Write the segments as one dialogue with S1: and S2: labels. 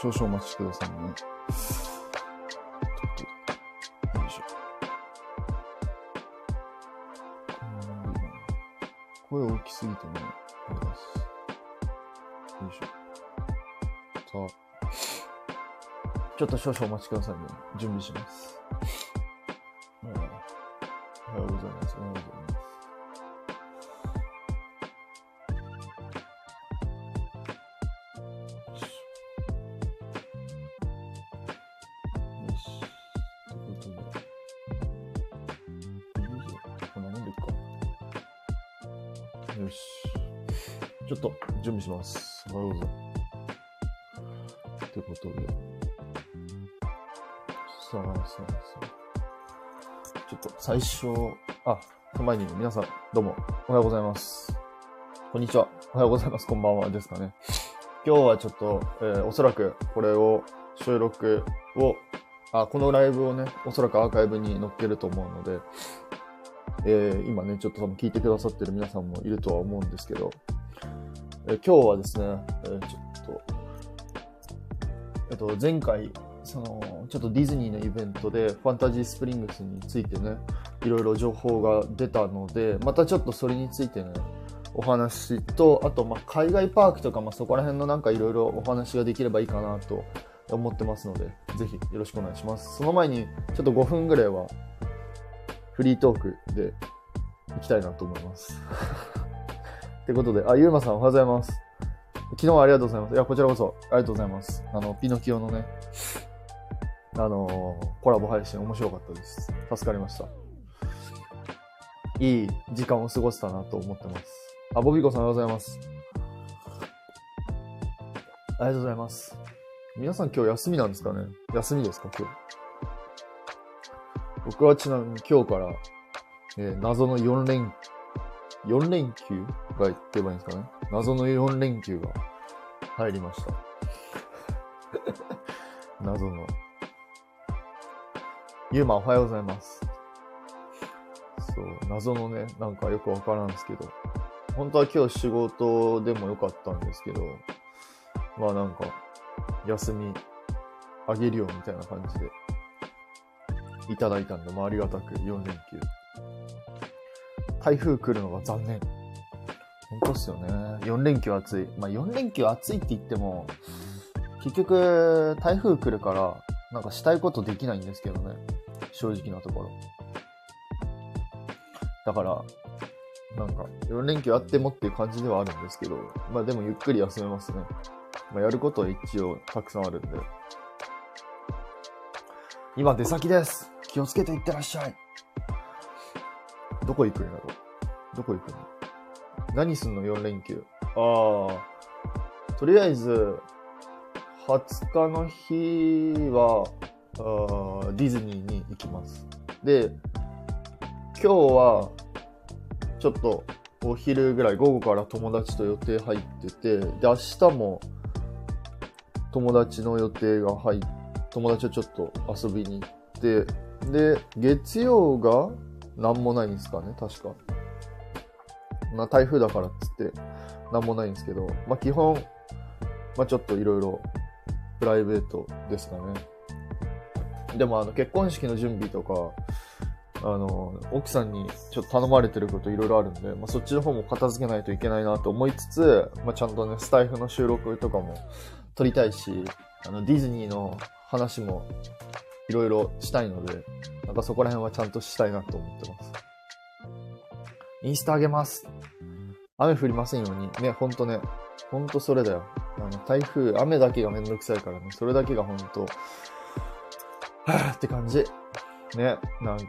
S1: 少々お待ちくださいね。ちょっと、よいしょ。うん声大きすぎても、あれだし。よいしょ。さあ、ちょっと少々お待ちくださいね。準備します。うんおはようございます。おはようございます。よし。ということで。よいしょこんなもんでいっか。よし。ちょっと準備します。おはようございます。ってことで。さあさあさあ。ちょっと最初、あ、その前に皆さん、どうも、おはようございます。こんにちは。おはようございます。こんばんはですかね。今日はちょっと、えーおそらくこれを、収録をあこのライブをね、おそらくアーカイブに載っけると思うので、えー今ね、ちょっと多分聞いてくださってる皆さんもいるとは思うんですけど、えー今日はですね、えーちょっと、えっと、前回、その、ちょっとディズニーのイベントで、ファンタジースプリングスについてね、いろいろ情報が出たので、またちょっとそれについてね、お話と、あと、まあ、海外パークとか、まあ、そこら辺のなんかいろいろお話ができればいいかなと思ってますので、ぜひよろしくお願いします。その前に、ちょっと5分ぐらいは、フリートークで行きたいなと思います。 ってことで、あ、ゆうまさんおはようございます。昨日はありがとうございます。いや、こちらこそありがとうございます。あの、ピノキオのね、あのーコラボ配信面白かったです。助かりました。いい時間を過ごせたなと思ってます。あ、ボビコさんおはようございます。ありがとうございます。皆さん今日休みなんですかね休みですか今日。僕はちなみに今日から、えー謎の4連、4連休が言ってばいいんですかね謎の4連休が入りました。 謎の。ゆうまおはようございます。そう、謎のね、なんかよくわからんですけど、本当は今日仕事でもよかったんですけど、まあなんか、休みあげるよみたいな感じでいただいたんで、まあ、ありがたく4連休。台風来るのが残念。本当っすよね。4連休暑い。まあ、4連休暑いって言っても、結局、台風来るから、なんかしたいことできないんですけどね。正直なところ。だから、なんか、4連休あってもっていう感じではあるんですけど、まあでもゆっくり休めますね。まあ、やることは一応たくさんあるんで。今出先です気をつけていってらっしゃいどこ行くんだろうどこ行くの何すんの ?4 連休。ああ。とりあえず、20日の日は、あーディズニーに行きます。で、今日は、ちょっと、お昼ぐらい、午後から友達と予定入ってて、で、明日も、友達の予定が入っ友達とちょっと遊びに行ってで月曜が何もないんですかね確か、まあ、台風だからっつって何もないんですけど、まあ、基本、まあ、ちょっといろいろプライベートですかねでもあの結婚式の準備とかあの奥さんにちょっと頼まれてることいろいろあるんで、まあ、そっちの方も片付けないといけないなと思いつつ、まあ、ちゃんとねスタイフの収録とかも撮りたいし、あのディズニーの話もいろいろしたいので、なんかそこら辺はちゃんとしたいなと思ってます。インスタあげます。雨降りませんように。ね、ほんとね。ほんとそれだよ。あの、台風、雨だけがめんどくさいからね。それだけがほんと、はぁって感じ。ね、なんか、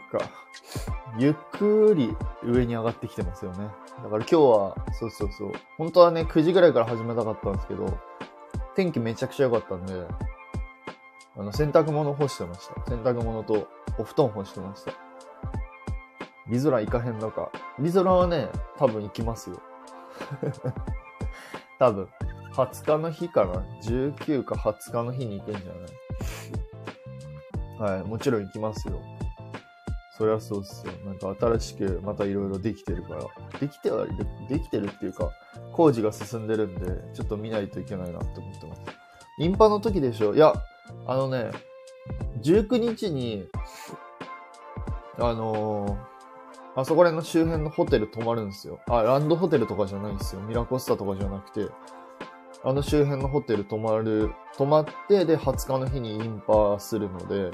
S1: ゆっくり上に上がってきてますよね。だから今日は、そうそうそう。本当はね、9時ぐらいから始めたかったんですけど、天気めちゃくちゃ良かったんで、あの、洗濯物干してました。洗濯物とお布団干してました。リゾラ行かへんのか。リゾラはね、多分行きますよ。 多分。20日の日かな ?19 か20日の日に行くんじゃないはい、もちろん行きますよ。そりゃそうっすよ。なんか新しくまたいろいろできてるから。できてはいる、できてるっていうか、工事が進んでるんで、ちょっと見ないといけないなって思ってます。インパの時でしょいや、あのね、19日に、あのーあそこら辺の周辺のホテル泊まるんですよ。あ、ランドホテルとかじゃないんですよ。ミラコスタとかじゃなくて、あの周辺のホテル泊まる、泊まって、で、20日の日にインパするので、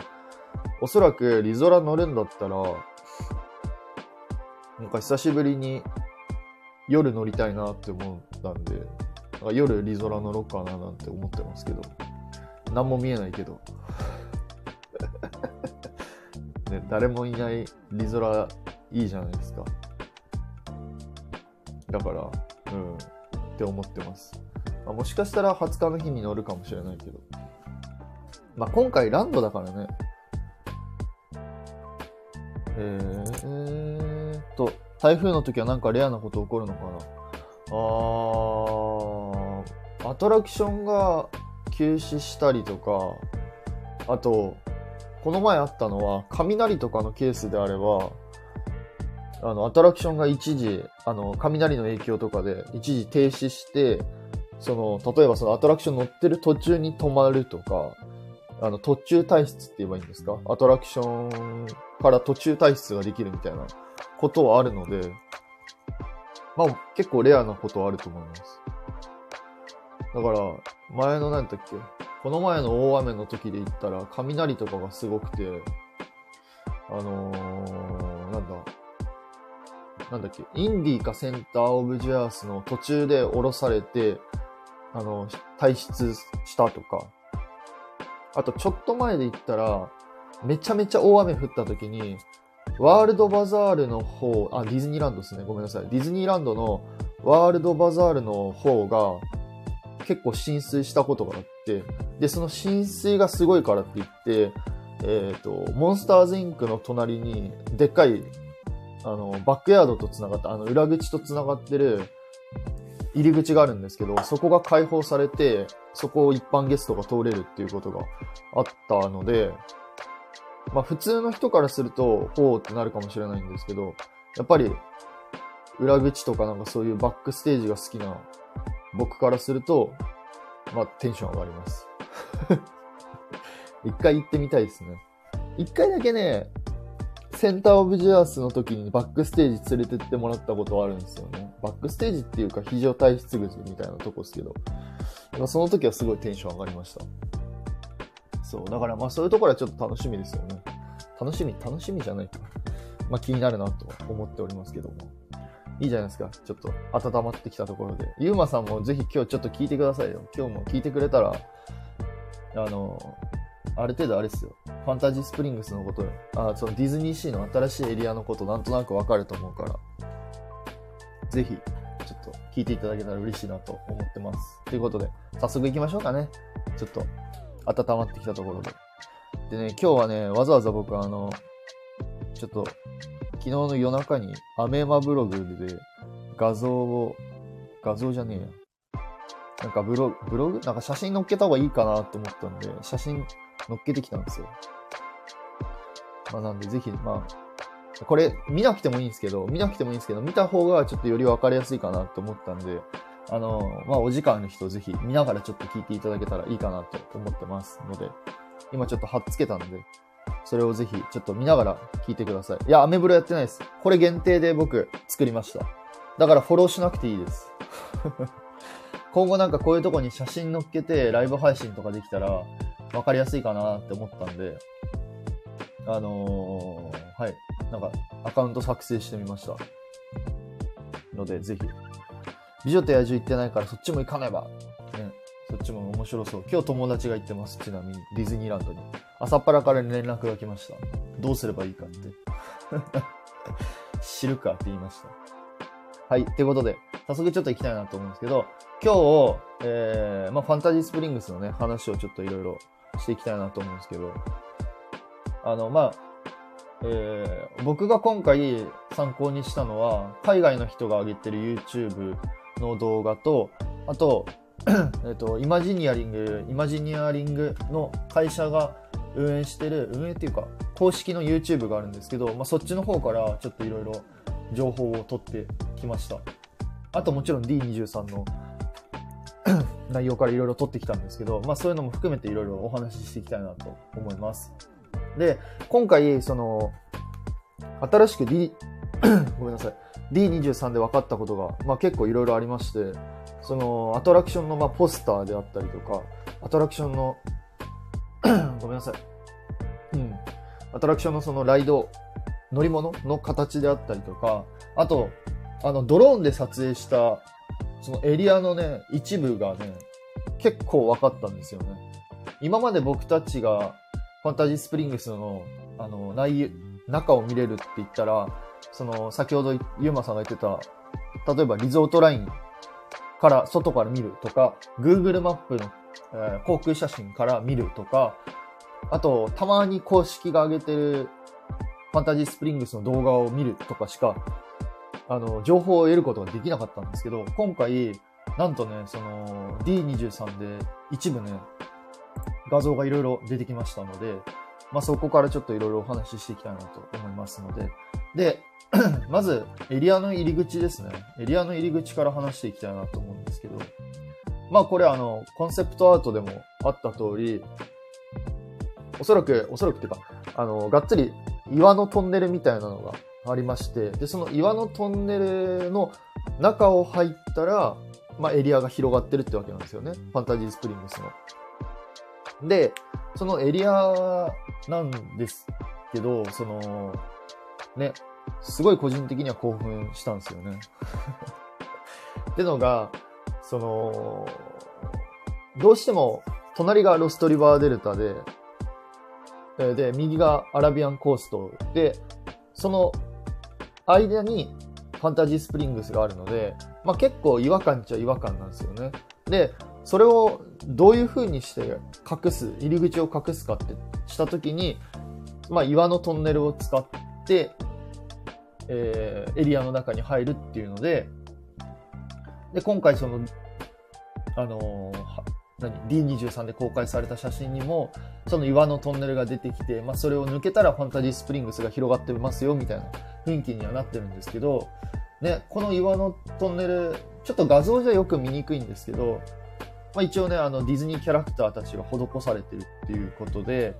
S1: おそらくリゾラ乗るんだったら、なんか久しぶりに夜乗りたいなって思ったんで、なんか夜リゾラ乗ろうかななんて思ってますけど、何も見えないけど。 ね、誰もいないリゾラいいじゃないですか。だから、うん、って思ってます。まあ、もしかしたら20日の日に乗るかもしれないけど。まあ、今回ランドだからね。えーっと、台風の時はなんかレアなこと起こるのかなあー、アトラクションが休止したりとか、あと、この前あったのは、雷とかのケースであれば、あの、アトラクションが一時、あの、雷の影響とかで一時停止して、その、例えばそのアトラクション乗ってる途中に止まるとか、あの、途中退出って言えばいいんですかアトラクションから途中退出ができるみたいなことはあるので、まあ結構レアなことはあると思います。だから、前の何だっけこの前の大雨の時で言ったら、雷とかがすごくて、あのー、なんだ、なんだっけ、インディーかセンターオブジェアースの途中で降ろされて、あの、退出したとか、あとちょっと前で言ったら、めちゃめちゃ大雨降った時に、ワールドバザールの方、あ、ディズニーランドですね。ごめんなさい。ディズニーランドのワールドバザールの方が結構浸水したことがあって、で、その浸水がすごいからって言って、えっ、と、モンスターズインクの隣に、でっかい、あの、バックヤードと繋がった、あの、裏口と繋がってる入り口があるんですけど、そこが開放されて、そこを一般ゲストが通れるっていうことがあったので、まあ普通の人からすると、ほうってなるかもしれないんですけど、やっぱり、裏口とかなんかそういうバックステージが好きな僕からすると、まあテンション上がります。 一回行ってみたいですね。一回だけね、センターオブジェアースの時にバックステージ連れてってもらったことあるんですよね。バックステージっていうか非常退出口みたいなとこですけど、まあその時はすごいテンション上がりました。そう、だからまあそういうところはちょっと楽しみですよね。楽しみ、楽しみじゃないか。まあ気になるなと思っておりますけども。いいじゃないですか。ちょっと温まってきたところで。ゆうまさんもぜひ今日ちょっと聞いてくださいよ。今日も聞いてくれたら、あの、ある程度あれですよ。ファンタジースプリングスのこと、あ、そのディズニーシーの新しいエリアのことなんとなくわかると思うから、ぜひ、ちょっと聞いていただけたら嬉しいなと思ってます。ということで、早速行きましょうかね。ちょっと温まってきたところで。でね、今日はね、わざわざ僕あの、ちょっと、昨日の夜中にアメーマブログで画像を、画像じゃねえや。なんかブログ、ブログなんか写真載っけた方がいいかなと思ったんで、写真載っけてきたんですよ。まあなんでぜひ、まあ、これ見なくてもいいんですけど、見なくてもいいんですけど、見た方がちょっとより分かりやすいかなと思ったんで、あの、まあ、お時間ある人、ぜひ見ながらちょっと聞いていただけたらいいかなと思ってますので、今ちょっと貼っつけたんで、それをぜひちょっと見ながら聞いてください。いや、アメブロやってないです。これ限定で僕作りました。だからフォローしなくていいです。 今後なんかこういうとこに写真載っけてライブ配信とかできたら分かりやすいかなって思ったんで、あのーはい。なんかアカウント作成してみました。ので、ぜひ美女と野獣行ってないからそっちも行かねば。ね、そっちも面白そう。今日友達が行ってます。ちなみにディズニーランドに。朝っぱらから連絡が来ました。どうすればいいかって。 知るかって言いました。はい。ということで、早速ちょっと行きたいなと思うんですけど、今日、えー、まあ、ファンタジースプリングスのね、話をちょっといろいろしていきたいなと思うんですけど、あの、まあ、えー僕が今回参考にしたのは、海外の人が上げてる YouTube の動画と、あと、 えっと、イマジニアリング、イマジニアリングの会社が運営してる、運営っていうか、公式の YouTube があるんですけど、まあ、そっちの方からちょっといろいろ情報を取ってきました。あともちろん D23 の 内容からいろいろ取ってきたんですけど、まあそういうのも含めていろいろお話ししていきたいなと思います。で、今回、その、新しく D、ごめんなさい、D23 で分かったことが、まあ結構いろいろありまして、その、アトラクションのまあポスターであったりとか、アトラクションの、 ごめんなさい、うん、アトラクションのそのライド、乗り物の形であったりとか、あと、あの、ドローンで撮影した、そのエリアのね、一部がね、結構分かったんですよね。今まで僕たちが、ファンタジースプリングスの、あの、内容、中を見れるって言ったら、その、先ほどユーマさんが言ってた、例えばリゾートラインから、外から見るとか、Google マップの、えー航空写真から見るとか、あと、たまに公式が上げてるファンタジースプリングスの動画を見るとかしか、あの、情報を得ることができなかったんですけど、今回、なんとね、その、D23 で一部ね、画像がいろいろ出てきましたので、まあ、そこからちょっといろいろお話ししていきたいなと思いますので。で、まず、エリアの入り口ですね。エリアの入り口から話していきたいなと思うんですけど、まあ、これあの、コンセプトアートでもあった通り、おそらく、おそらくっていうか、あの、がっつり岩のトンネルみたいなのがありまして、で、その岩のトンネルの中を入ったら、まあ、エリアが広がってるってわけなんですよね。ファンタジースプリングスの。で、そのエリアなんですけど、その、ね、すごい個人的には興奮したんですよね。 ってのが、その、どうしても、隣がロストリバーデルタで、えーで、右がアラビアンコーストで、その間にファンタジースプリングスがあるので、まあ、結構違和感っちゃ違和感なんですよね。で、それをどういう風にして隠す、入り口を隠すかってした時に、まあ、岩のトンネルを使って、えーエリアの中に入るっていうので、で、今回その、あのーは何 D23 で公開された写真にも、その岩のトンネルが出てきて、まあ、それを抜けたらファンタジースプリングスが広がってますよみたいな雰囲気にはなってるんですけど、ね、この岩のトンネルちょっと画像じゃよく見にくいんですけど、まあ、一応ねあのディズニーキャラクターたちが施されてるっていうことで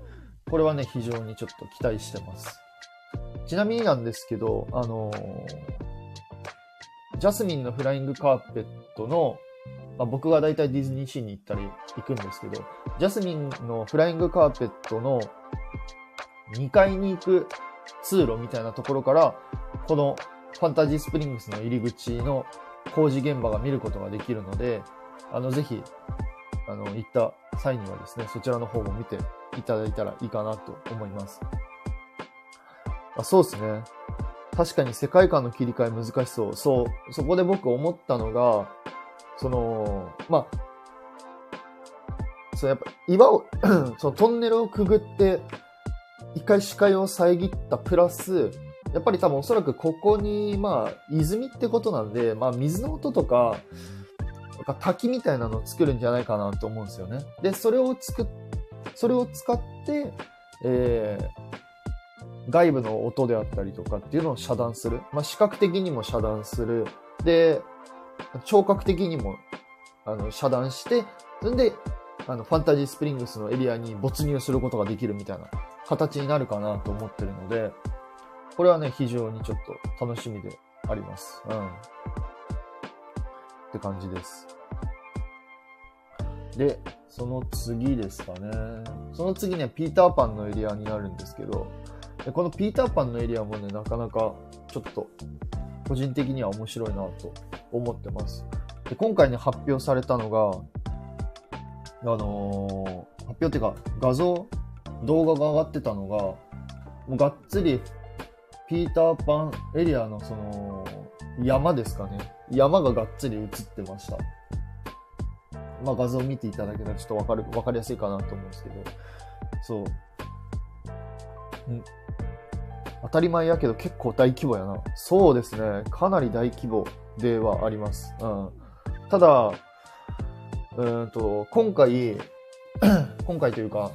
S1: これはね非常にちょっと期待してますちなみになんですけどあのージャスミンのフライングカーペットの、まあ、僕が大体ディズニーシーに行ったり行くんですけどジャスミンのフライングカーペットの2階に行く通路みたいなところから、このファンタジースプリングスの入り口の工事現場が見ることができるので、あの、ぜひ、あの、行った際にはですね、そちらの方も見ていただいたらいいかなと思います。あそうですね。確かに世界観の切り替え難しそう。そう、そこで僕思ったのが、その、まあ、そうやっぱ岩を そのトンネルをくぐって一回視界を遮ったプラスやっぱり多分おそらくここにまあ泉ってことなんで、まあ、水の音とかなんか滝みたいなのを作るんじゃないかなと思うんですよね。でそれを作っそれを使って、えー外部の音であったりとかっていうのを遮断する、まあ、視覚的にも遮断するで聴覚的にもあの遮断してそれであの、ファンタジースプリングスのエリアに没入することができるみたいな形になるかなと思ってるので、これはね、非常にちょっと楽しみであります。うん。って感じです。で、その次ですかね。その次ね、ピーターパンのエリアになるんですけど、でこのピーターパンのエリアもね、なかなかちょっと個人的には面白いなと思ってます。で今回ね、発表されたのが、あのー発表っていうか、画像、動画が上がってたのが、もうがっつり、ピーターパンエリアのその、山ですかね。山ががっつり映ってました。まあ画像見ていただけたらちょっとわかる、わかりやすいかなと思うんですけど。そう。ん当たり前やけど結構大規模やな。そうですね。かなり大規模ではあります。うん。ただ、うーんと、今回、 今回というか、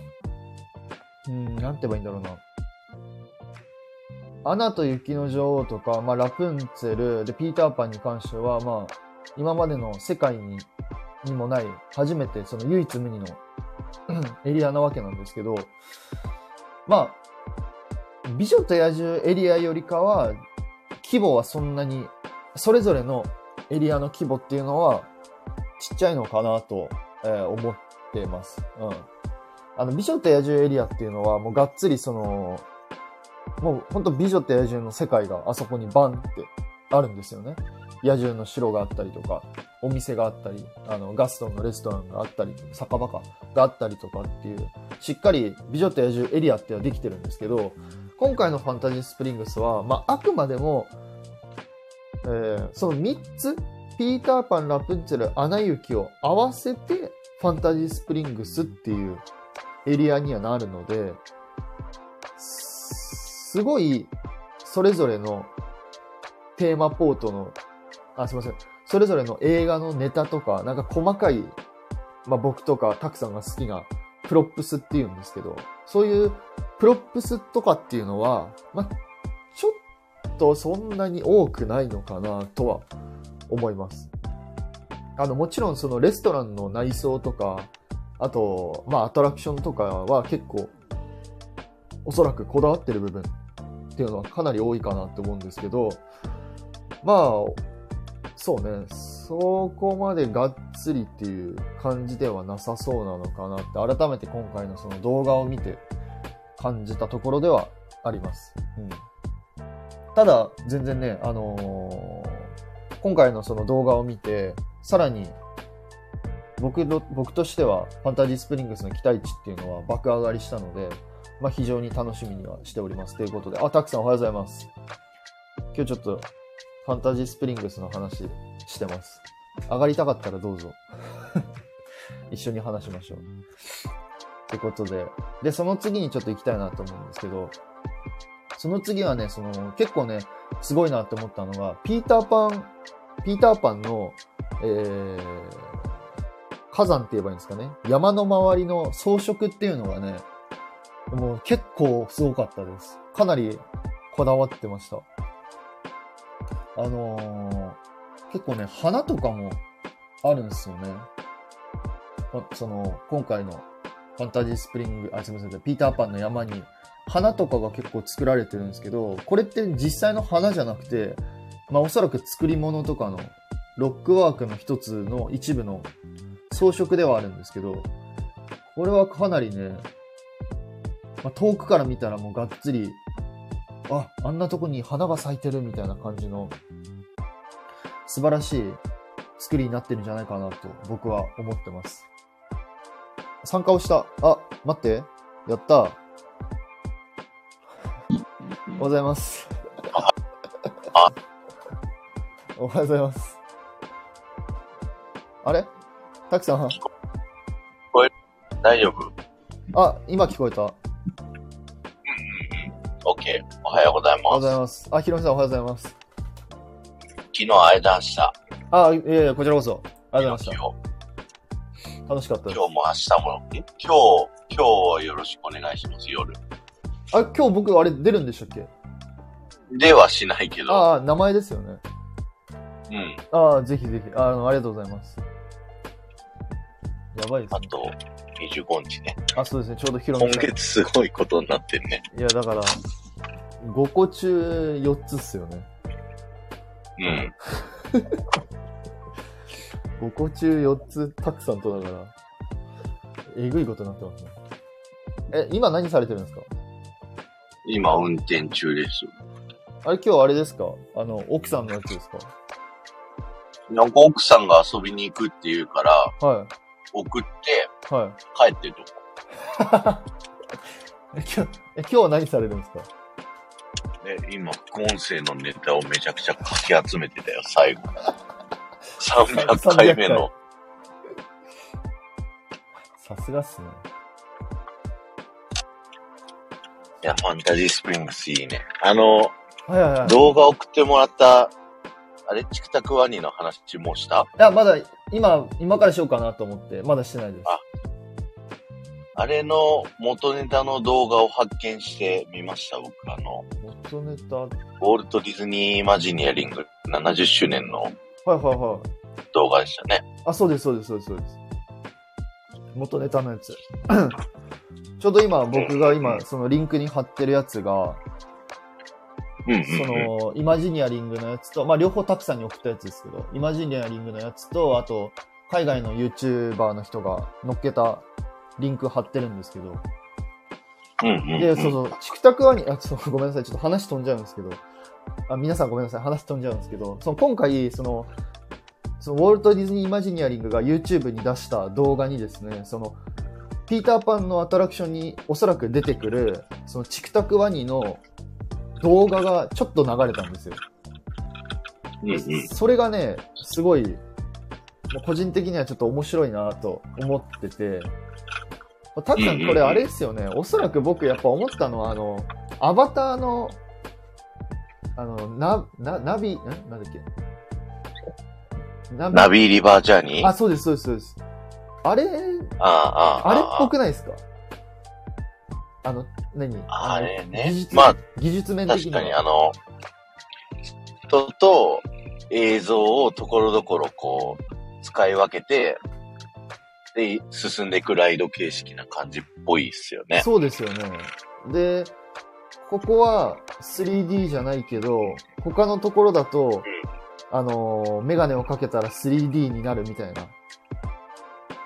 S1: うーん、なんて言えばいいんだろうな。アナと雪の女王とか、まあ、ラプンツェル、で、ピーターパンに関しては、まあ、今までの世界ににもない、初めてその唯一無二のエリアなわけなんですけど、まあ、美女と野獣エリアよりかは、規模はそんなに、それぞれのエリアの規模っていうのは、ちっちゃいのかなと、えー思ってます。うん。あの、美女と野獣エリアっていうのは、もうがっつりその、もうほんと美女と野獣の世界があそこにバンってあるんですよね。野獣の城があったりとか、お店があったり、あの、ガストンのレストランがあったり、酒場か、があったりとかっていう、しっかり美女と野獣エリアっていうのはできてるんですけど、今回のファンタジースプリングスは、まあ、あくまでも、えーその3つ、ピーターパン、ラプンツェル、アナ雪を合わせて、ファンタジースプリングスっていうエリアにはなるので、すすごい、それぞれのテーマポートの、あ、すいません。それぞれの映画のネタとか、なんか細かい、まあ僕とかたくさんが好きなプロップスっていうんですけど、そういうプロップスとかっていうのは、まあちょっとそんなに多くないのかなとは思います。あの、もちろんそのレストランの内装とか、あと、まあアトラクションとかは結構、おそらくこだわってる部分っていうのはかなり多いかなって思うんですけど、まあ、そうね、そこまでがっつりっていう感じではなさそうなのかなって、改めて今回のその動画を見て感じたところではあります。うん、ただ、全然ね、あのー今回のその動画を見て、さらに僕の、僕としてはファンタジースプリングスの期待値っていうのは爆上がりしたので、まあ非常に楽しみにはしております。ということで、あ、たくさんおはようございます。今日ちょっとファンタジースプリングスの話してます。上がりたかったらどうぞ。 一緒に話しましょう。ってことで。で、その次にちょっと行きたいなと思うんですけど、その次はね、その、結構ね、すごいなって思ったのが、ピーターパン、ピーターパンの、えー、火山って言えばいいんですかね。山の周りの装飾っていうのがね、もう結構すごかったです。かなりこだわってました。あのー結構ね、花とかもあるんですよね。まその、今回のファンタジースプリング、あ、すみません、ピーターパンの山に花とかが結構作られてるんですけど、これって実際の花じゃなくて、まあおそらく作り物とかのロックワークの一つの一部の装飾ではあるんですけど、これはかなりね、まあ遠くから見たらもうがっつりあ、あんなとこに花が咲いてるみたいな感じの素晴らしい作りになってるんじゃないかなと僕は思ってます。参加をした。あ、待って。やった。おはようございます。おはようございます。あれたくさん。
S2: 大丈夫
S1: あ、今聞こえた。おはよ
S2: ?OK。おはようございうま
S1: ご
S2: す。
S1: ざいます。あ、ひろみさんおはようございます。
S2: 昨日会えたした。
S1: あ、いやいや、こちらこそ。ありがとうございまし
S2: 今
S1: た。楽しかった
S2: 日
S1: です。
S2: 今日も明日も、ん今日、今日はよろしくお願いします、夜。
S1: あ、今日僕、あれ出るんでしたっけ
S2: ではしないけど、
S1: ああ、名前ですよね。
S2: うん。
S1: ああ、ぜひぜひ。あの、ありがとうございます。やばいです
S2: あ
S1: ね。
S2: と、25日ね。
S1: あ、そうですね。ちょうど広
S2: 今
S1: めさん。い
S2: 月すごいことになってんね。
S1: や、だから、5個中4つっすよね。
S2: うん。
S1: 5個中4つ、たくさんとだから、えぐいことになってますね。え、今何されてるんですか
S2: 今、運転中です。
S1: あれ、今日あれですかあの、奥さんのやつですか
S2: なんか奥さんが遊びに行くって言うから、
S1: は
S2: 送って
S1: い。は
S2: 帰ってるとこ。
S1: い。え、今日、え、今日は何されるんですか
S2: ね、今、副音声のネタをめちゃくちゃかき集めてたよ、最 後。300回目の。
S1: さすがっすね。
S2: いや、ファンタジースプリングスいいね。あの、
S1: はいはいはい。い
S2: 動画送ってもらった、あれ、チクタクワニの話もうした
S1: や、まだ、今、今からしようかなと思って、まだしてないです。
S2: あれの元ネタの動画を発見してみました、僕。あの、
S1: 元ネタ。はい
S2: ウォルト・ディズニー・イマジニアリング70周年の
S1: はいはい。
S2: 動画でしたね。
S1: あ、そうです、そうです、そうです、そうです。元ネタのやつ。 ちょうど今、僕が今、そのリンクに貼ってるやつが、
S2: うんうん、
S1: そ
S2: うん。
S1: の、イマジニアリングのやつと、まあ、両方タキさんに送ったやつですけど、イマジニアリングのやつと、あと、海外の YouTuber の人が乗っけたリンク貼ってるんですけど、
S2: うんうん、
S1: で、そうそう、チクタクアニあ、そう、ごめんなさい、ちょっと話飛んじゃうんですけど、あ、皆さんごめんなさい、話飛んじゃうんですけど、その今回、その、そのウォルト・ディズニー・イマジニアリングが YouTube に出した動画にですね、その、ピーターパンのアトラクションにおそらく出てくる、そのチクタクワニの動画がちょっと流れたんですよ。
S2: うんうん。
S1: それがね、すごい、もう個人的にはちょっと面白いなと思ってて、たくさんこれあれですよね、おそらく僕やっぱ思ったのは、あの、アバターの、あの、ナナナビ、んなんだっけナ
S2: ナビーリバージャーニー
S1: あ、そうです、そうです、そうです。あれ、
S2: ああ、あ
S1: あれっ
S2: あ、
S1: ぽくないですかあの、何
S2: あれね
S1: 技術、
S2: まあ
S1: 技術面的
S2: 確
S1: に
S2: か
S1: は
S2: に、あの、人と映像をところどころこう、使い分けて、で、進んでいくライド形式な感じっぽいっすよ ね。
S1: そうですよね。で、ここは 3D じゃないけど、他のところだと、あのー、メガネをかけたら 3D になるみたいな。い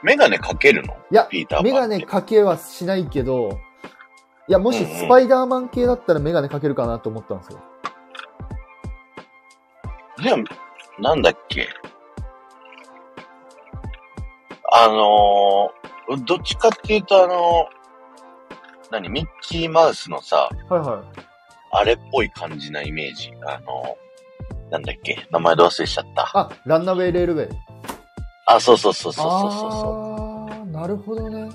S2: メガネかけるの
S1: や、
S2: ピーターパンって
S1: メガネかけはしないけど、いや、もし
S2: うんうん
S1: スパイダーマン系だったらメガネかけるかなと思ったんですよ。
S2: じゃあ、なんだっけあのーどっちかっていうとあのー何ミッキーマウスのさ、
S1: はいはい。
S2: あれっぽい感じなイメージ。あのーなんだっけ名前ど忘れしちゃった。
S1: あ、ランナウェイレールウェイ。
S2: あ、そうそうそうそうそうそうそう。
S1: あー、なるほどね。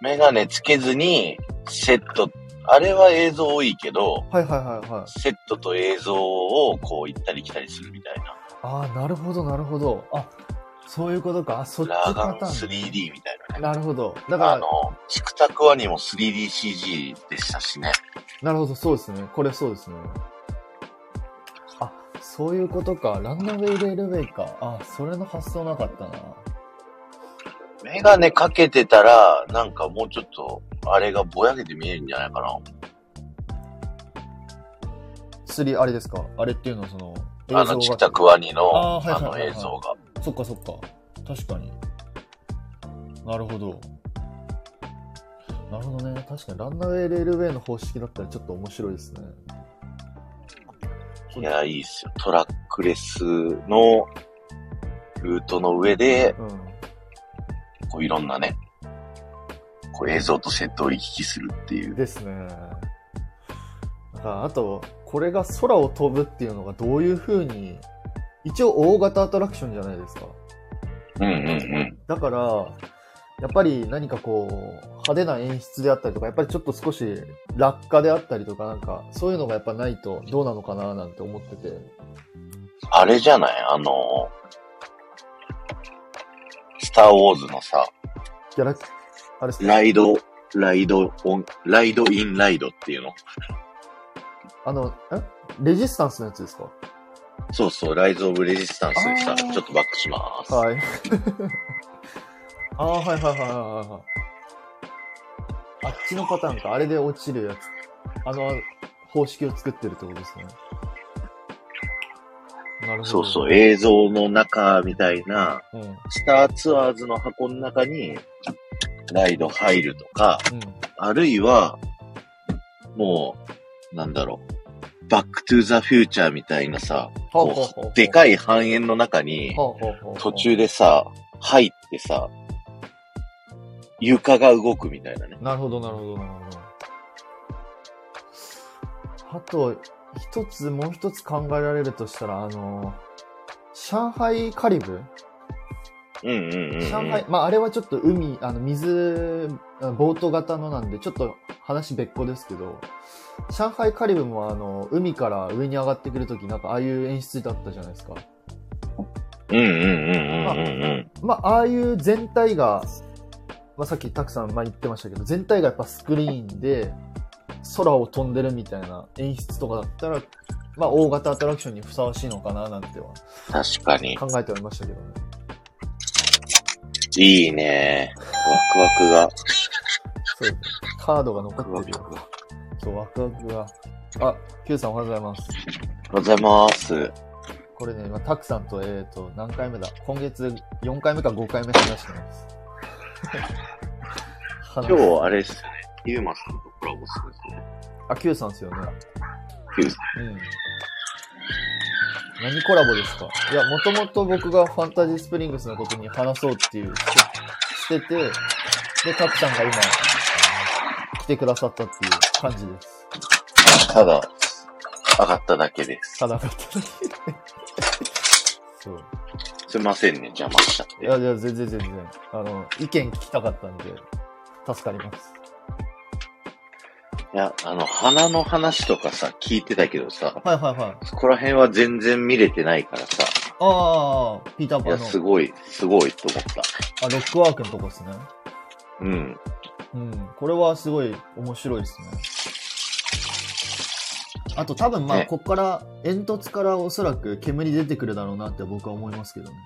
S2: メガネつけずに、セット、あれは映像多いけど、
S1: はいはいはいはい。
S2: セットと映像をこう行ったり来たりするみたいな。
S1: あー、なるほどなるほど。あ、そういうことか。あ、そっち
S2: ラ
S1: パ
S2: ガン
S1: ターン。
S2: 3D みたいなね。
S1: なるほど。だ
S2: あ
S1: から、
S2: の、チクタクワニも 3DCG でしたしね。
S1: なるほど、そうですね。これそうですね。あ、そういうことか。ランナウェイレールウェイか。あ、それの発想なかったな。
S2: メガネかけてたら、なんかもうちょっと、あれがぼやけて見えるんじゃないかな。
S1: 釣り、あれですかあれっていうのはその、
S2: あの、チクタクワニの、
S1: あ
S2: あ
S1: ーはいはいはいはい
S2: の映像が。
S1: そっかそっか。確かに。なるほど。なるほどね。確かに、ランナウェイレールウェイの方式だったらちょっと面白いですね。
S2: いや、いいっすよ。トラックレスの、ルートの上で、
S1: うん。
S2: こういろんなね、こう映像とセットを行き来するっていう。
S1: ですね。なんかあと、これが空を飛ぶっていうのがどういう風に、一応大型アトラクションじゃないですか。
S2: うんうんうん。
S1: だから、やっぱり何かこう、派手な演出であったりとか、やっぱりちょっと少し落下であったりとか、なんか、そういうのがやっぱないとどうなのかななんて思ってて。
S2: あれじゃないあのスター・ウォーズのさ、
S1: ギャラクあれです
S2: ラ
S1: ね。
S2: イド、ライドオン、ライド・イン・ライドっていうの。
S1: あの、んレジスタンスのやつですか
S2: そうそう、ライズ・オブ・レジスタンスでし
S1: あ
S2: た。
S1: ー
S2: ちょっとバックします。
S1: はい。 ああ、はいはいはいはいはいはい。あっちのパターンか。あれで落ちるやつ。あの方式を作ってるってことですね。なるほど。
S2: そうそう、映像の中みたいな、
S1: うん。うん。
S2: スターツアーズの箱の中に、ライド入るとか、あるいは、もう、なんだろう、バックトゥザフューチャーみたいなさ、
S1: ほ
S2: こうで
S1: い。
S2: かい半円の中に、
S1: ほうほうほう
S2: 途中でさ、入ってさ、床が動くみたいなね。
S1: なるほど、なるほど、なるほど。あと、一つ、もう一つ考えられるとしたら、あの、上海カリブ
S2: うんうんうん、うん。
S1: 上海、まあ、あれはちょっと海、あの、水、あのボート型のなんで、ちょっと話別個ですけど、上海カリブもあの、海から上に上がってくるとき、なんかああいう演出だったじゃないですか。
S2: うんうんうんうんうんうん。
S1: まあ、ああいう全体が、まあ、さっきたくさんまあ言ってましたけど、全体がやっぱスクリーンで、空を飛んでるみたいな演出とかだったら、まあ、大型アトラクションにふさわしいのかななんては
S2: 確かに。
S1: 考えておりましたけどね。
S2: いいね。ワクワク
S1: そうですね。カードが残
S2: が。ワク
S1: って
S2: ワク
S1: る
S2: が。
S1: よ。そう、ワクワクが。あ、Q さんおはようございます。
S2: おはようございます。
S1: これね、今、タクさんと、えっ、ー、と、何回目だ今月4回目か5回目話してます。話
S2: 今日、あれっすね。ゆうまさんとコラボするんですね。
S1: あ、Q さんですよね。
S2: ゆうさ
S1: うん。何コラボですかいや、もともと僕がファンタジースプリングスのことに話そうっていう、してて、で、タクさんが今、来てくださったっていう感じです。
S2: んただ、上がっただけ です。
S1: ただ、そう。
S2: すいませんね、邪魔しちゃっ
S1: い
S2: て。
S1: や、いや、全然全然。あの、意見聞きたかったんで、助かります。
S2: いや、あの、花の話とかさ、聞いてたけどさ、
S1: はいはいはい。
S2: そこら辺は全然見れてないからさ、
S1: ああ、ピーター
S2: い
S1: パ
S2: や、
S1: ン
S2: す
S1: の、
S2: ごい、すごいと思った。
S1: あ、ロックワークのとこですね。
S2: うん。
S1: うん、これはすごい面白いですね。あと多分まあ、
S2: ね
S1: こっから、煙突からおそらく煙出てくるだろうなって僕は思いますけどね。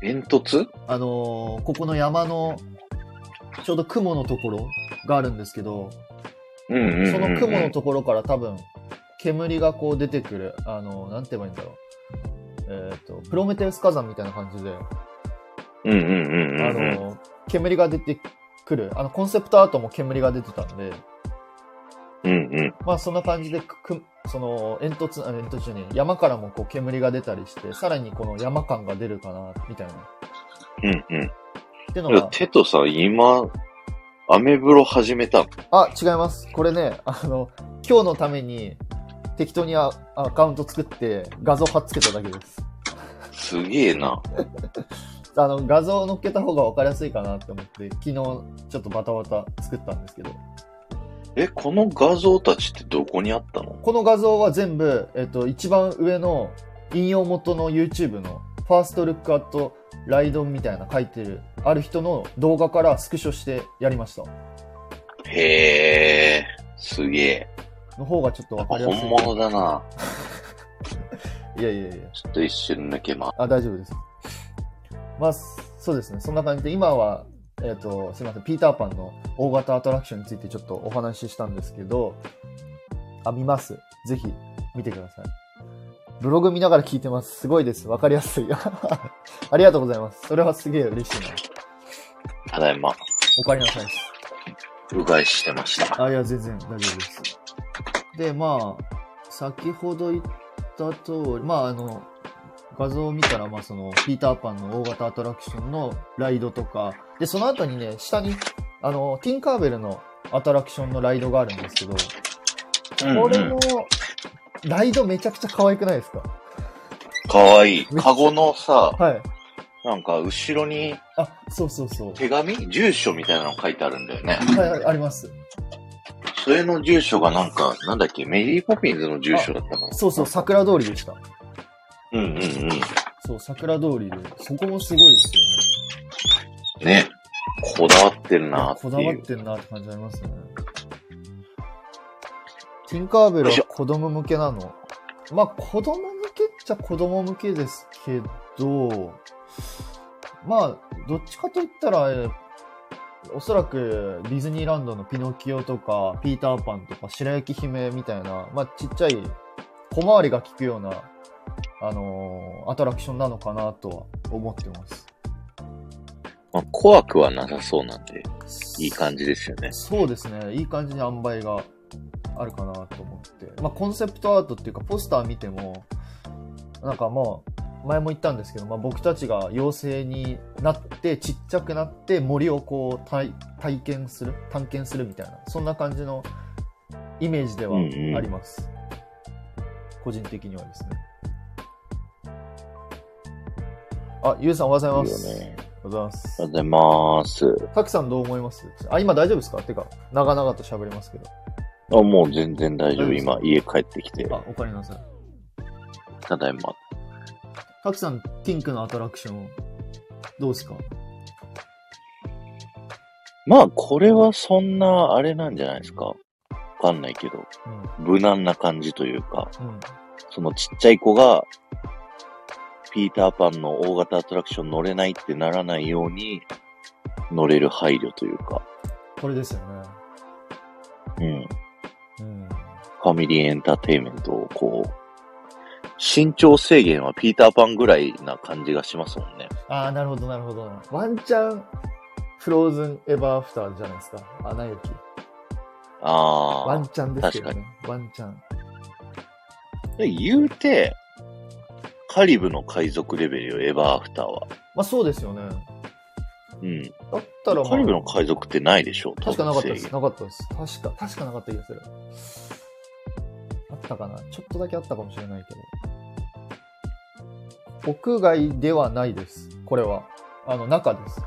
S2: 煙突
S1: あのーここの山の、ちょうど雲のところがあるんですけど、
S2: うんうんうん、うん。
S1: その雲のところから多分、煙がこう出てくる、あのーなんて言えばいいんだろう。えっ、と、プロメテウス火山みたいな感じで、
S2: うんうんうんうん。
S1: あのー煙が出てくる、あの、コンセプトアートも煙が出てたんで、
S2: うんうん。
S1: まあそんな感じでくく、その煙突、あ煙突じゃねえ山からもこう煙が出たりして、さらにこの山感が出るかな、みたいな。っ
S2: うんうん。
S1: ての
S2: いや
S1: が、
S2: テトさん、今、アメブロ始めたの
S1: あ、違います。これね、あの、今日のために適当にアアカウント作って画像貼っつけただけです。
S2: すげえな。
S1: あの、画像を載っけた方が分かりやすいかなって思って、昨日ちょっとバタバタ作ったんですけど、
S2: え、この画像たちってどこにあったの
S1: この画像は全部、えっと、一番上の引用元の YouTube のファーストルックアットライドみたいな書いてる、ある人の動画からスクショしてやりました。
S2: へえ、すげえ。
S1: の方がちょっとわかりやすい。
S2: 本物だな。
S1: いやいやいや。
S2: ちょっと一瞬抜けま
S1: あ、大丈夫です。まあ、そうですね。そんな感じで、今は、えっ、と、すいません、ピーターパンの大型アトラクションについてちょっとお話ししたんですけど、あ、見ます。ぜひ、見てください。ブログ見ながら聞いてます。すごいです。わかりやすい。 ありがとうございます。それはすげえ嬉しいな。
S2: す。ただいま、
S1: おかえりなさいです。
S2: うがいしてました。
S1: あ、いや、全然大丈夫です。で、まあ、先ほど言った通り、まあ、あの、画像を見たら、まあ、その、ピーターパンの大型アトラクションのライドとか、で、その後にね、下に、あの、ティンカーベルのアトラクションのライドがあるんですけど、これ
S2: うんう
S1: も
S2: ん、
S1: ライドめちゃくちゃ可愛くないですか
S2: かわいい。カゴのさ、
S1: はい。
S2: なんか後ろに
S1: あ、そうそうそう。
S2: 手紙住所みたいなの書いてあるんだよね。
S1: はいはい、あります。
S2: それの住所がなんか、なんだっけ、メリーポピンズの住所だったかな。
S1: そうそう、桜通りでした。
S2: うんうんうん。
S1: そう、桜通りで。そこもすごいですよね。
S2: ね。こだわってるなーって
S1: こだわ
S2: い
S1: っ
S2: う。
S1: てんなって感じありますね。ティンカーベルは子供向けなのまあ子供向けっちゃ子供向けですけど、まあどっちかといったら、えーおそらくディズニーランドのピノキオとかピーターパンとか白雪姫みたいな、まあちっちゃい小回りが効くような、あのーアトラクションなのかなとは思ってます。
S2: まあ、怖くはなさそうなんで、いい感じですよね。
S1: そうですね。いい感じに塩梅があるかなと思って。まあ、コンセプトアートっていうか、ポスター見ても、なんかもう、前も言ったんですけど、まあ、僕たちが妖精になって、ちっちゃくなって、森をこう体、体験する、探検するみたいな、そんな感じのイメージでは
S2: うんうん
S1: あります。個人的にはですね。あ、ゆうさんおはようございます。
S2: いいよね
S1: おはようございます。
S2: おはようございます。
S1: たくさんどう思いますあ、今大丈夫ですかてか、長々と喋りますけど。
S2: あ、もう全然大丈夫。
S1: 大丈
S2: 今、家帰ってきて
S1: あ、、おかえりなさい。
S2: ただいま。
S1: たくさん、ティンクのアトラクション、どうですか
S2: まあ、これはそんな、あれなんじゃないですか。かんないけど、
S1: うん。
S2: 無難な感じというか、
S1: うん。
S2: そのちっちゃい子が、ピーターパンの大型アトラクション乗れないってならないように、乗れる配慮というか、
S1: これですよね。
S2: うん。
S1: うん。
S2: ファミリーエンターテインメントをこう、身長制限はピーターパンぐらいな感じがしますもんね。
S1: ああ、なるほど、なるほど。ワンチャン、フローズンエバーアフターじゃないですか。あ、なやき。ワ
S2: あ
S1: ンチャンですけどね。ワンチャン。
S2: あ。で言うて、カリブの海賊レベルよ、エバーアフターは。
S1: まあそうですよね。
S2: うん。
S1: だったら、まあ、
S2: カリブの海賊ってないでしょ
S1: 確かなかったで。
S2: 多分制
S1: す。
S2: 限
S1: なかったです。確か、確かなかった気がする。あったかなちょっとだけあったかもしれないけど。屋外ではないです。これは。あの、中です。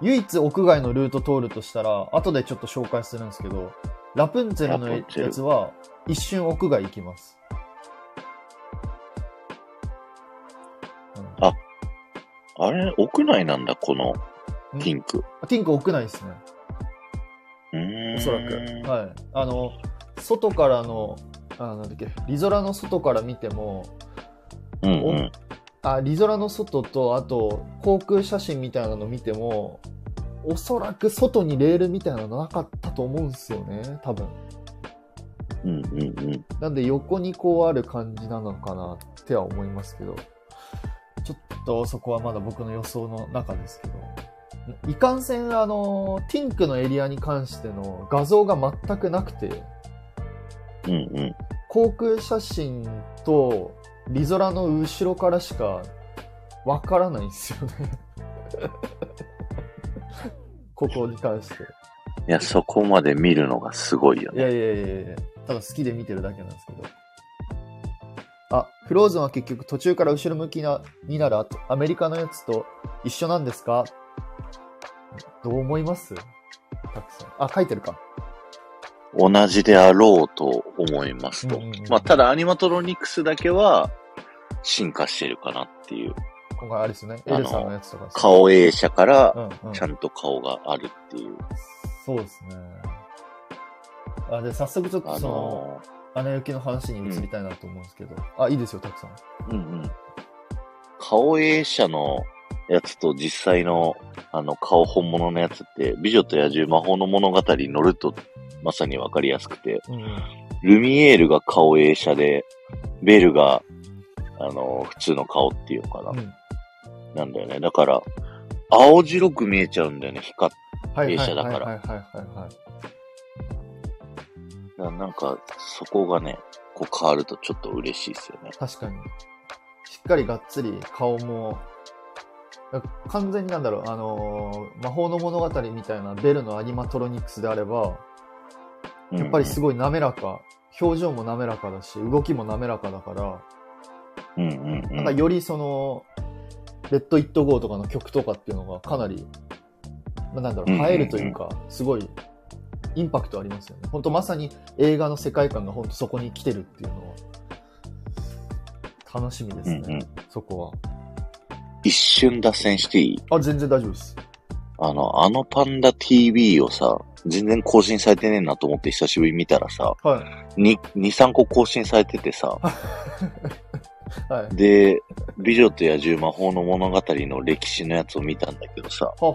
S1: 唯一屋外のルート通るとしたら、後でちょっと紹介するんですけど、ラプンツェルの
S2: ラプンツェル
S1: やつは、一瞬屋外行きます。
S2: あれ、屋内なんだ、この
S1: ん
S2: ピンク。
S1: あティンク屋内ですね。
S2: うーん。
S1: おそらく。はい。あの、外からの、あなんだっけ、リゾラの外から見ても、
S2: うんうん。
S1: あリゾラの外とあと航空写真みたいなの見てもおそらく外にレールみたいなのなかったと思うんですよね多分
S2: うんうんうん。
S1: なんで横にこうある感じなのかなっては思いますけどちょっとそこはまだ僕の予想の中ですけどいかんせんあのティンクのエリアに関しての画像が全くなくて
S2: うんうん。
S1: 航空写真とリゾラの後ろからしかわからないんです よねここに関して
S2: いや、そこまで見るのがすごいよ
S1: い
S2: ね。
S1: やいやいやいやただ好きで見てるだけなんですけどあフローズンは結局途中から後ろ向きなになるあとアメリカのやつと一緒なんですかどう思いますたくさんあ書いてるか
S2: 同じであろうと思いますと。
S1: うんうんうん
S2: まあ、ただアニマトロニクスだけは進化してるかなっていう。
S1: 今回あれですよね
S2: あの
S1: エルさんのやつとかですね
S2: 顔映写から
S1: うんうん
S2: ちゃんと顔があるっていう。
S1: そうですね。あで早速ちょっと
S2: あ
S1: その、
S2: の
S1: アナ雪の話に移りたいなと思うんですけど、あいいですよたくさん
S2: ーうんうん。顔映写のやつと実際のあの顔本物のやつって、美女と野獣魔法の物語に乗るとまさにわかりやすくて、
S1: うん
S2: ルミエールが顔映写で、ベルがあのー普通の顔っていうのかな。
S1: うん
S2: なんだよね。だから、青白く見えちゃうんだよね、光っ
S1: はい
S2: 弊
S1: はい
S2: 社だ
S1: はい
S2: か
S1: はい
S2: ら
S1: はいはいはい
S2: ななんか、そこがね、こう変わるとちょっと嬉しいですよね。
S1: 確かにしっかりがっつり顔もだ完全になんだろうあのー魔法の物語みたいなベルのアニマトロニクスであればやっぱりす
S2: ご
S1: ごい滑らか、表情も滑らかだし動きも滑らかだから
S2: い。うんうんうん。
S1: なんかよりその、レッド・イット・ゴーとかの曲とかっていうのがかなり、まあなんだろう、
S2: うんうんうん
S1: 映えるというか、すごいインパクトありますよね。本当まさに映画の世界観が本当そこに来てるっていうのは、楽しみですね、
S2: うんうん
S1: そこ
S2: 一瞬脱線していい
S1: は。あ、全然大丈夫です。
S2: あの、あのパンダ TV をさ、全然更新されてねえなと思って久しぶりに見たらさ、
S1: はい。
S2: に2、3個更新されててさ、
S1: はい。は
S2: で、美女と野獣魔法の物語の歴史のやつを見たんだけどさ、
S1: あ、は